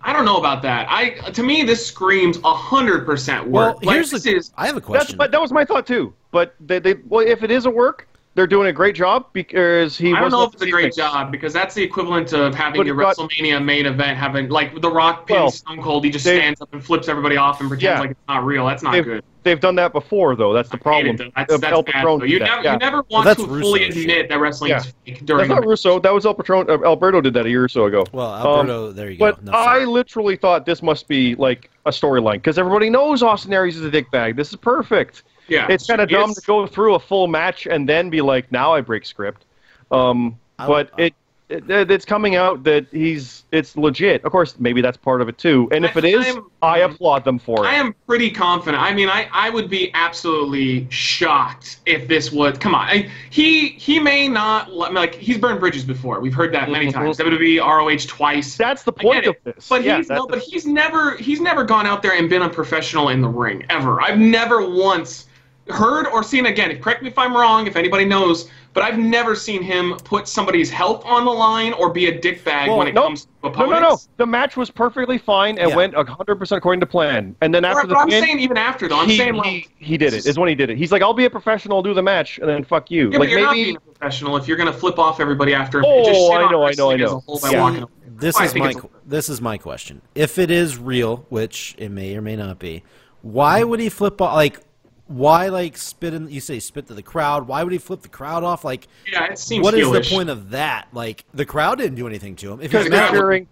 I don't know about that. I to me this screams hundred percent well, work. here's like, the. this is I have a That's question. but that was my thought too. But they, they well, if it is a work, they're doing a great job because he. I don't wasn't know if at it's a the great Phoenix. job because that's the equivalent of having But your it got- WrestleMania main event having like The Rock pins Well, Stone Cold. He just they- stands up and flips everybody off and pretends Yeah. like it's not real. That's not They've, good. they've done that before though. That's the I hate problem. it, though. That's, that's El bad. Patron though. You, did that. never, Yeah. you never want that's to Russo fully shit. admit that wrestling is fake during. That's not the- Russo. That was El Patron. uh, Alberto did that a year or so ago. well, Um, Alberto, there you go. But No, I sorry. literally thought this must be like a storyline because everybody knows Austin Aries is a dickbag. This is perfect. yeah, it's kind of He is- dumb to go through a full match and then be like, now I break script. Um, I- but it, it it- it's coming out that he's it's legit. Of course, maybe that's part of it too. And if it is, I'm- I applaud them for it. I am pretty confident. I mean, I, I would be absolutely shocked if this would come on. I, he he may not li- like he's burned bridges before. We've heard that many Mhm. times. E, WWE ROH twice. that's the I get point of it. this. But Yeah, he's that's no, the- but he's never he's never gone out there and been a professional in the ring ever. I've never once heard or seen again. Correct me if I'm wrong, if anybody knows, but I've never seen him put somebody's health on the line or be a dickbag Well, when it no. comes to no, opponents. no, no. The match was perfectly fine and Yeah. went went 100% according to plan. And then after Right, the but I'm win, saying even after though, I'm he, saying he, like he did it. Is when he did it. He's like, I'll be a professional, do the match, and then fuck you. Yeah, but like you're not maybe being a professional if you're going to flip off everybody after. Oh, just shit I on know, I know, wrestling I as a know. whole by Yeah. walking away. this I is think my it's- qu- this is my question. If it is real, which it may or may not be, why would he flip off? Like, why like spit in? You say spit to the crowd. Why would he flip the crowd off? Like, Yeah, it seems what is heelish. the point of that? Like, the crowd didn't do anything to him. If Because he's mad, they're cheering-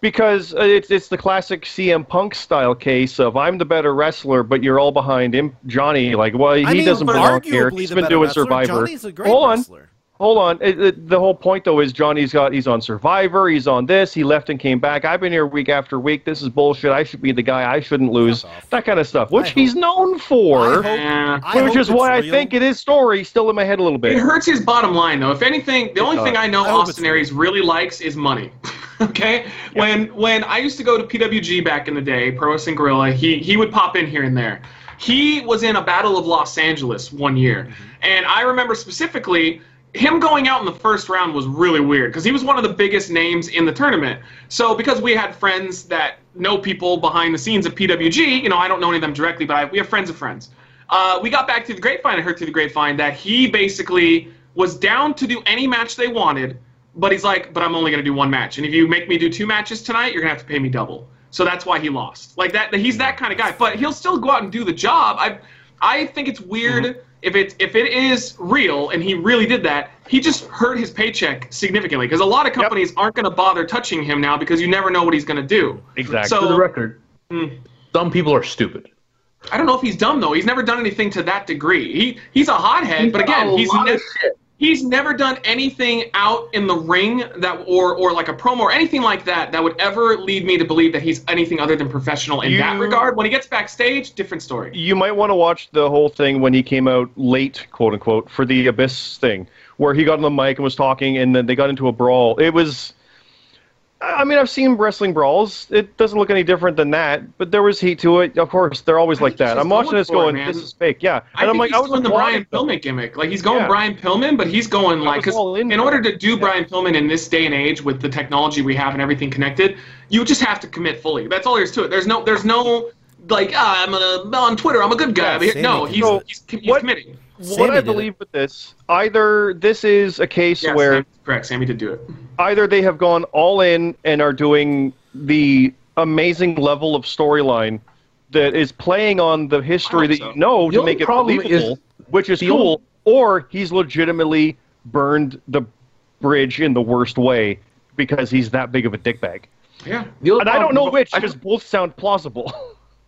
Because uh, it's it's the classic CM Punk style case of I'm the better wrestler, but you're all behind him, Johnny. Like, well, he I mean, doesn't but belong arguably here. the He's been better doing wrestler, Survivor. Johnny's a great Hold on. wrestler. Hold on. It, it, the whole point though is Johnny's got he's on Survivor. He's on this. He left and came back. I've been here week after week. This is bullshit. I should be the guy. I shouldn't lose. Fuck off. That kind of stuff, I which hope- he's known for, I hope- Yeah. I which hope is why it's I real. think it is story still in my head a little It bit. hurts his bottom line, though. If anything, the only does. thing I know I hope Austin it's- Aries really likes is money. okay, when when I used to go to PWG back in the day, Pro Wrestling Gorilla, he he would pop in here and there. He was in a Battle of Los Angeles one year, and I remember specifically him going out in the first round was really weird because he was one of the biggest names in the tournament. So because we had friends that know people behind the scenes of PWG, you know, I don't know any of them directly, but I, we have friends of friends uh, we got back to the grapevine. I heard through the grapevine that he basically was down to do any match they wanted, but he's like, "But I'm only going to do one match, and if you make me do two matches tonight, you're going to have to pay me double." So that's why he lost. Like that, he's that kind of guy. But he'll still go out and do the job. I, I think it's weird if it's if it is real and he really did that. He just hurt his paycheck significantly because a lot of companies aren't going to bother touching him now because you never know what he's going to do. Exactly. So For the record, some people are stupid. I don't know if he's dumb though. He's never done anything to that degree. He he's a hothead, but done again, a he's lot of never shit. he's never done anything out in the ring that or or like a promo or anything like that that would ever lead me to believe that he's anything other than professional in that You- regard. When he gets backstage, different story. you might want to watch the whole thing when he came out late, quote unquote, for the Abyss thing, where he got on the mic and was talking, and then they got into a brawl. It was. I I mean, I've seen wrestling brawls. It doesn't look any different than that, but there was heat to it. Of course, they're always like think that. he's I'm watching going this for it, going, man. this is fake. Yeah. And I am think like, he's I was doing the Brian applauding, though. Pillman gimmick. Like he's going Yeah. Brian Pillman, but he's going like was 'cause all in in for order it. to do Brian Pillman in this day and age with the technology we have and everything connected, you just have to commit fully. That's all there is to it. There's no there's no like ah, I'm a, on Twitter I'm a good guy. Yeah, But Sammy no, did he's, it. he's, he's, What- committing. What Sammy I did it. believe with this, either this is a case Yeah, where Sam- correct. Sammy did do it. either they have gone all in and are doing the amazing level of storyline that is playing on the history I that hope you so. know The to only make it problem believable, is- which is the cool, only- or he's legitimately burned the bridge in the worst way because he's that big of a dickbag. Yeah. The other And I don't problem- know which, I, because both sound plausible.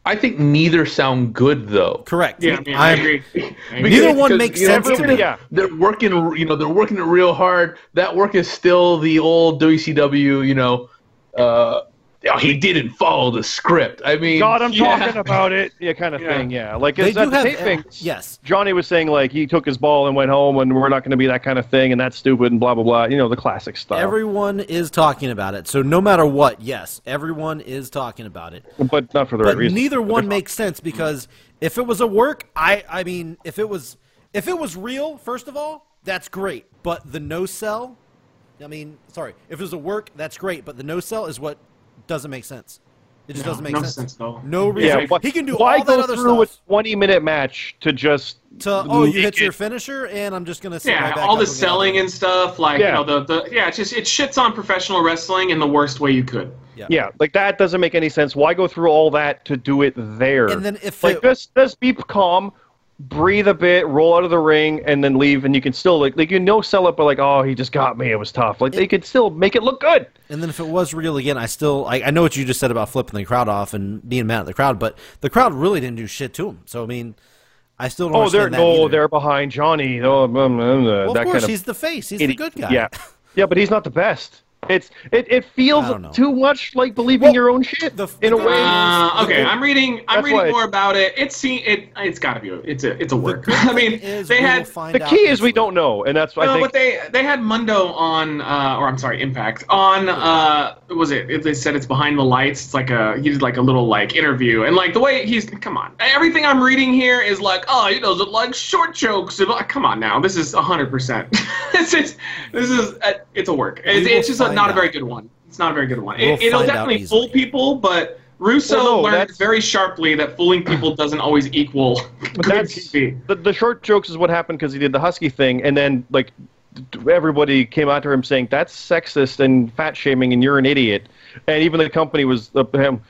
I think neither sound good though. correct. Yeah, yeah, I I'm- agree. I agree. Neither one Because, makes you know, sense to they're- me. Yeah. They're working, you know, they're working it real hard. That work is still the old WCW, you know. Uh, oh, he didn't follow the script. I mean, God, I'm Yeah. talking about it, yeah, kind of Yeah. thing. Yeah, like They it's at do the have- uh, taping. yes. Johnny was saying like he took his ball and went home, and we're not going to be that kind of thing, and that's stupid, and blah blah blah. You know the classic stuff. Everyone is talking about it. So no matter what, yes, everyone is talking about it. but not for the right But reason. neither one makes sense because if it was a work, I I mean, if it was if it was real, first of all, that's great. But the no sell, I mean, sorry, if it was a work, that's great. But the no sell is what doesn't make sense. It just No, doesn't make no sense. sense at all. No Yeah, reason. why- he can do why all that go other through stuff. a 20 minute match to just To, oh, you leak hit your it? finisher, and I'm just gonna sit Yeah, right back all up the again. selling and stuff, like Yeah. you know, the, the yeah, it's just it shits on professional wrestling in the worst way you could. yeah, like that doesn't make any sense. Why go through all that to do it there? And then if like it- just just be calm, breathe a bit, roll out of the ring, and then leave, and you can still like like you know sell it, but like oh he just got me, it was tough. Like they could still make it look good. And then if it was real again, I still I, I know what you just said about flipping the crowd off and being mad at the crowd, but the crowd really didn't do shit to him. So I mean, I still don't. Oh, they're understand that no, either. they're behind Johnny. Oh, blah, blah, blah, Well, that of course, kind of he's the face. He's idiot. the good guy. Yeah, yeah, but he's not the best. It's it, it I don't know. feels too much like believing your own shit the- in a the- way. Uh, okay, the- I'm reading. I'm That's why- reading more about it. It's see, it. It's got to be. a- It's a. It's a The work. good I thing mean, is they we will had. find The out key next is we week. don't know, and that's why No, I but think they they had Mundo on, uh, or I'm sorry, Impact on. Uh, what was it? They said it's behind the lights. It's like a he did like a little like interview, and like the way he's come on. Everything I'm reading here is like, oh, he doesn't like short jokes. And, like, Come on now, this is hundred percent. This is this is a, it's a work. It's, will it's just a, find not a very out. good one. It's not a very good one. We'll It, it'll find out definitely easily. fool people, but. Russo Well, no, learned that's- very sharply that fooling people doesn't always equal good But that's TV. the, the short jokes is what happened because he did the husky thing, and then like everybody came after him saying that's sexist and fat shaming and you're an idiot. And even the company was uh, him.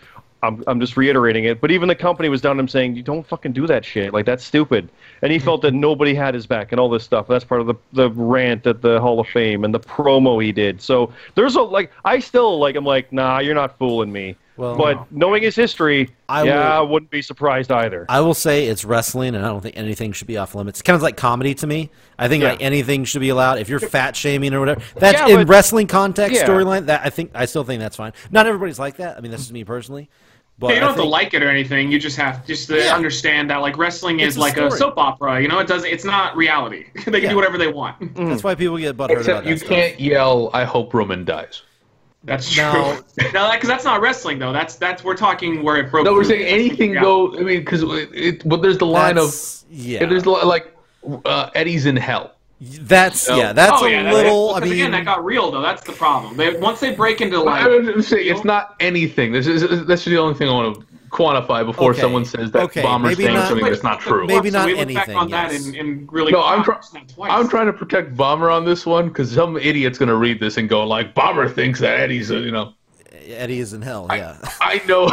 I'm, I'm just reiterating it, but even the company was down to him saying, "You don't fucking do that shit. Like that's stupid." And Mm-hmm. he felt that nobody had his back and all this stuff. That's part of the the rant at the Hall of Fame and the promo he did. So there's a like, I still like, I'm like, nah, you're not fooling me. Well- but knowing his history, I yeah, will- I wouldn't be surprised either. I will say it's wrestling, and I don't think anything should be off limits. Kind of like comedy to me. I think Yeah. like anything should be allowed. If you're fat shaming or whatever, that's Yeah, in but- wrestling context Yeah. storyline. That I think I still think that's fine. Not everybody's like that. I mean, that's just me personally. But you don't I have to think- like it or anything. You just have just to Yeah. understand that like wrestling It's is a like a story. soap opera. You know, it doesn't. It's not reality. they can Yeah. do whatever they want. Mm. That's why people get butthurt about Except that you stuff. can't yell, "I hope Roman dies." That's true. No. No, because that's not wrestling though. That's that's we're talking where it broke. No, we're through. saying anything Yeah. go. I mean, because it, it- but there's the line That's- of yeah. There's the li- like uh, Eddie's in hell. That's No. yeah. That's Oh, a yeah, that- little. I because mean, again, that got real though. That's the problem. They once they break into I like. don't say it's not anything. This is this is the only thing I want to quantify before Okay. someone says that Okay, bomber's maybe saying not- something that's not true. Maybe So not we look anything, Back on that yes. and, and really. No, I'm trying. try- I'm trying to protect Bomber on this one because some idiot's gonna read this and go like, "Bomber thinks that Eddie's," a, you know. Eddie is in hell. yeah. I know.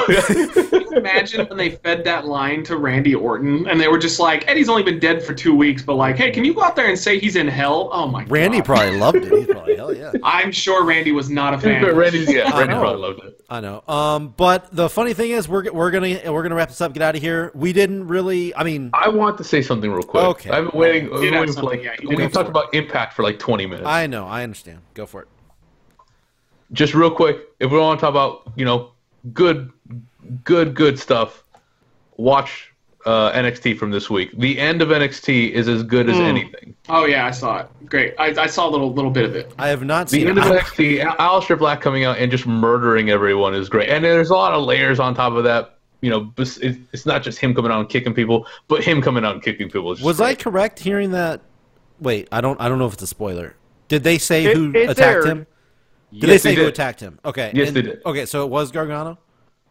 Imagine when they fed that line to Randy Orton, and they were just like, "Eddie's only been dead for two weeks, but like, hey, can you go out there and say he's in hell?" Oh my Randy God. probably loved it. He's probably hell yeah. I'm sure Randy was not a fan. but Randy, yeah, I Randy know. probably loved it. I know. Um, but the funny thing is, we're we're gonna we're gonna wrap this up. Get out of here. We didn't really. I mean, I want to say something real quick. Okay. I've been waiting. I've been have waiting for, something, like, yeah, you did we've have talked about impact for like 20 minutes. I know. I understand. Go for it. Just real quick, if we want to talk about you know good, good, good stuff, watch uh, NXT from this week. The end of NXT is as good as Hmm. anything. Oh yeah, I saw it. Great. I, I saw a little little bit of it. I have not The seen. end of it. NXT, Al- Aleister Black coming out and just murdering everyone is great. And there's a lot of layers on top of that. You know, bes- it- it's not just him coming out and kicking people, but him coming out and kicking people. Is just Was great. I correct hearing that? Wait, I don't. I don't know if it's a spoiler. Did they say It- who it attacked aired. him? Did Yes, they say they who did. attacked him? Okay. Yes, they did. Okay, so it was Gargano.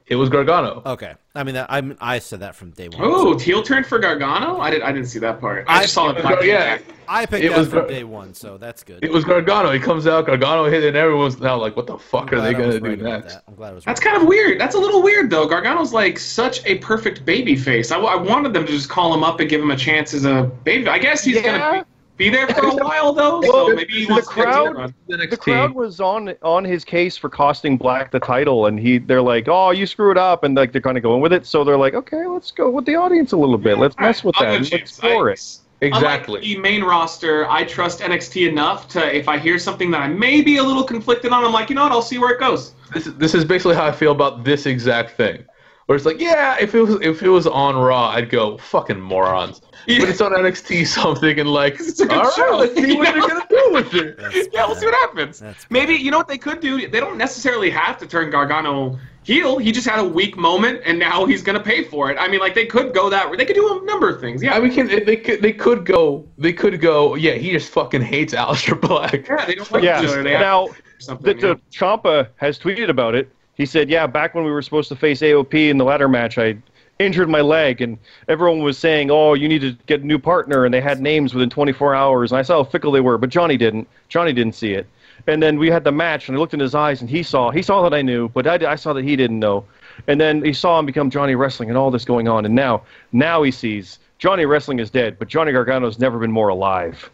It was Gargano. Okay. I mean, that, I I said that from day one. Oh, heel turn for Gargano? I did. I didn't see that part. I, I- just saw the Gar- black. yeah, I picked it that was from Gar- day one, so that's good. it was Gargano. He comes out, Gargano hit, it, and everyone's now like, "What the fuck are Glad they I was gonna do right about next?" that. I'm glad I was. That's right. kind of weird. That's a little weird though. Gargano's like such a perfect baby face. I, I wanted them to just call him up and give him a chance as a baby. I guess he's Yeah. gonna be, be there for a while though. So maybe he the wants to get a crowd- run. NXT. The crowd was on on his case for costing Black the title, and he they're like, "Oh, you screwed up," and like they're kind of going with it. So they're like, "Okay, let's go with the audience a little bit. Let's mess with I'll them. give Let's a chance. explore I- it." exactly. Unlike the main roster, I trust NXT enough to if I hear something that I may be a little conflicted on, I'm like, you know what? I'll see where it goes. this, this is basically how I feel about this exact thing. Where it's like, yeah, if it was if it was on Raw, I'd go fucking morons. Yeah. But it's on NXT, so I'm thinking like, It's a good all right, show, let's see you what know? they're gonna do with it. That's yeah, we'll see bad. what happens. That's bad. Maybe you know what they could do. They don't necessarily have to turn Gargano heel. He just had a weak moment, and now he's gonna pay for it. I mean, like they could go that. They could do a number of things. Yeah, I mean, can, they could they could go they could go. Yeah, he just fucking hates Aleister Black. yeah, they don't like Yeah. each other. They have Now, the, something. you know? the Champa has tweeted about it. He said, "Yeah, back when we were supposed to face AOP in the ladder match, I injured my leg, and everyone was saying, "Oh, you need to get a new partner," and they had names within 24 hours, and I saw how fickle they were, but Johnny didn't. Johnny didn't see it. And then we had the match, and I looked in his eyes, and he saw. He saw that I knew, but I, I saw that he didn't know. And then he saw him become Johnny Wrestling, and all this going on. And now, now he sees Johnny Wrestling is dead, but Johnny Gargano's never been more alive.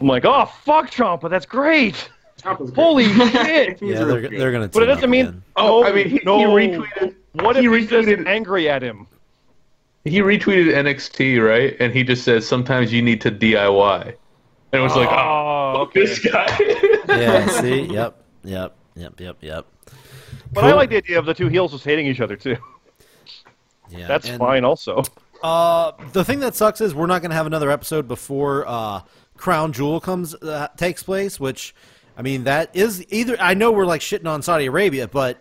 I'm like, oh fuck, Champa, that's great. Ciampa's great. Holy shit! Yeah, they're they're gonna. But it team up doesn't mean. again. Oh, no, I mean, he, no. he retweeted. What he if he's just retweeted? angry at him? He retweeted NXT right, and he just says sometimes you need to DIY, and it was like, oh, Oh, okay. this guy. Yeah. See. Yep. Yep. Yep. Yep. Yep. But I like the idea of the two heels just hating each other too. Yeah. That's and- fine, also. Uh, the thing that sucks is we're not going to have another episode before uh, Crown Jewel comes uh, takes place. Which, I mean, that is either. I know we're like shitting on Saudi Arabia, but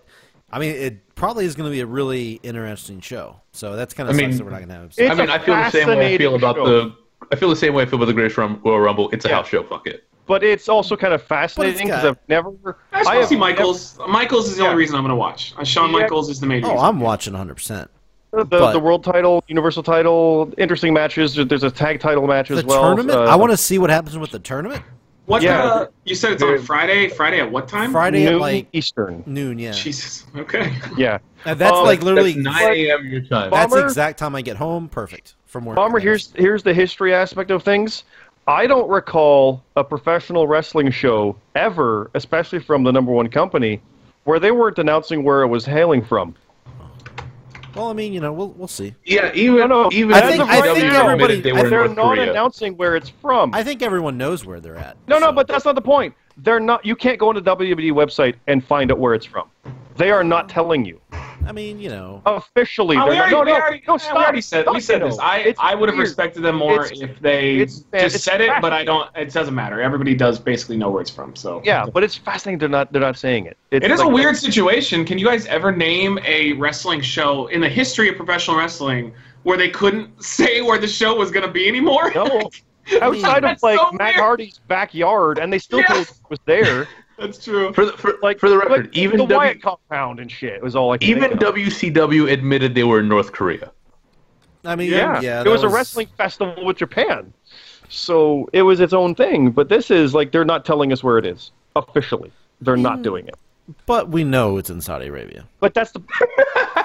I mean, it probably is going to be a really interesting show. So that's kind of I sucks mean, that we're not going to have. an episode. It's I mean, a I feel the same way I feel fascinating about show. the. I feel the same way I feel about the Greatest Rum- Royal Rumble. It's a house show. Fuck it. But it's also kind of fascinating because got- I've never. I just I want to have see Michaels. Michaels is the Yeah. only reason I'm gonna watch. Uh, Shawn Yeah. Michaels is the main. Oh, reason. I'm watching 100. percent never- the, but- the world title, universal title, interesting matches. There's a tag title match The as well. tournament. Uh, I want to see what happens with the tournament. What? Yeah. uh, you said it's on Friday. Friday at what time? Friday at Noon like Eastern. noon. Yeah, Jesus. Okay. Yeah. And that's Oh, like literally That's 9 a.m. your time. That's the Bomber- exact time I get home. Perfect from work. Bomber, here's here's the history aspect of things. I don't recall a professional wrestling show ever, especially from the number one company, where they weren't announcing where it was hailing from. Well, I mean, you know, we'll we'll see. Yeah, even No, no, even I as think- of I right think now, everybody- admitted they I were in They're North not Korea. announcing where it's from. I think everyone knows where they're at. No, no, so- but that's not the point. They're not. You can't go into WWE E website and find out where it's from. They are not telling you I mean, you know, officially. Oh, they're we already, not- no, we no, already, no, we stop, already said, we stop, said this. Dino. I, It's I would have weird. respected them more It's- if they it's bad- just it's said it, but fascinating. I don't. It doesn't matter. Everybody does basically know where it's from. So Yeah, but it's fascinating. They're not. They're not saying it. It's It is like- a weird situation. Can you guys ever name a wrestling show in the history of professional wrestling where they couldn't say where the show was going to be anymore? No. outside of That's like so Matt weird. Hardy's backyard, and they still Yeah. told us it was there. That's true. For the, for, Like for the record, like, even the w, Wyatt compound and shit was all like even WCW admitted they were in North Korea. I mean, yeah, Yeah, yeah it was, that a wrestling festival with Japan, so it was its own thing. But this is like they're not telling us where it is officially. They're Mm. not doing it. but we know it's in Saudi Arabia. But that's the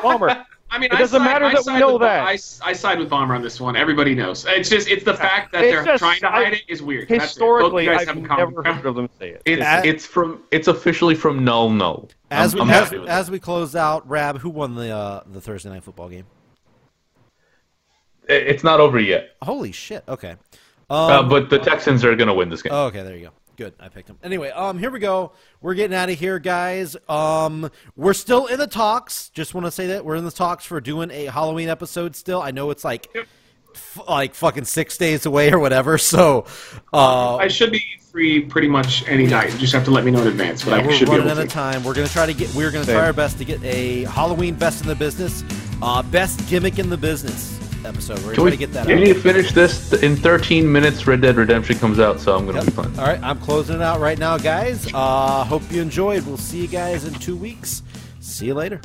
bummer. I mean, It I doesn't side- matter I that we side know with, that. I, I side with Bomber on this one. Everybody knows. It's just it's the fact that It's they're just- trying to hide I- it is weird. That's it. Both of Historically, you guys I've have common never ground. heard of them say it. It's As- it's from it's officially from Null Null. As I'm- we I'm as, happy with as we close out, Rab, who won the uh, the Thursday night football game? that. It- It's not over yet, Holy shit! Okay, um, uh, but the Texans are going to win this game. Oh, okay, there you go. Good, I picked him. Anyway, um, here we go. We're getting out of here, guys. Um, we're still in the talks. Just want to say that we're in the talks for doing a Halloween episode. Still, I know it's like, f- like fucking six days away or whatever. So, uh, I should be free pretty much any night. You just have to let me know in advance, but Yeah, I we're should be running able out to. of time. We're gonna try to get. We're gonna try Same. our best to get a Halloween best in the business, uh, best gimmick in the business episode. We're gonna Can try we, to get that. we out. need to finish this in 13 minutes. Red Dead Redemption comes out, so I'm going Yep. to be fine. All right, I'm closing it out right now, guys. Uh, hope you enjoyed. We'll see you guys in two weeks. See you later.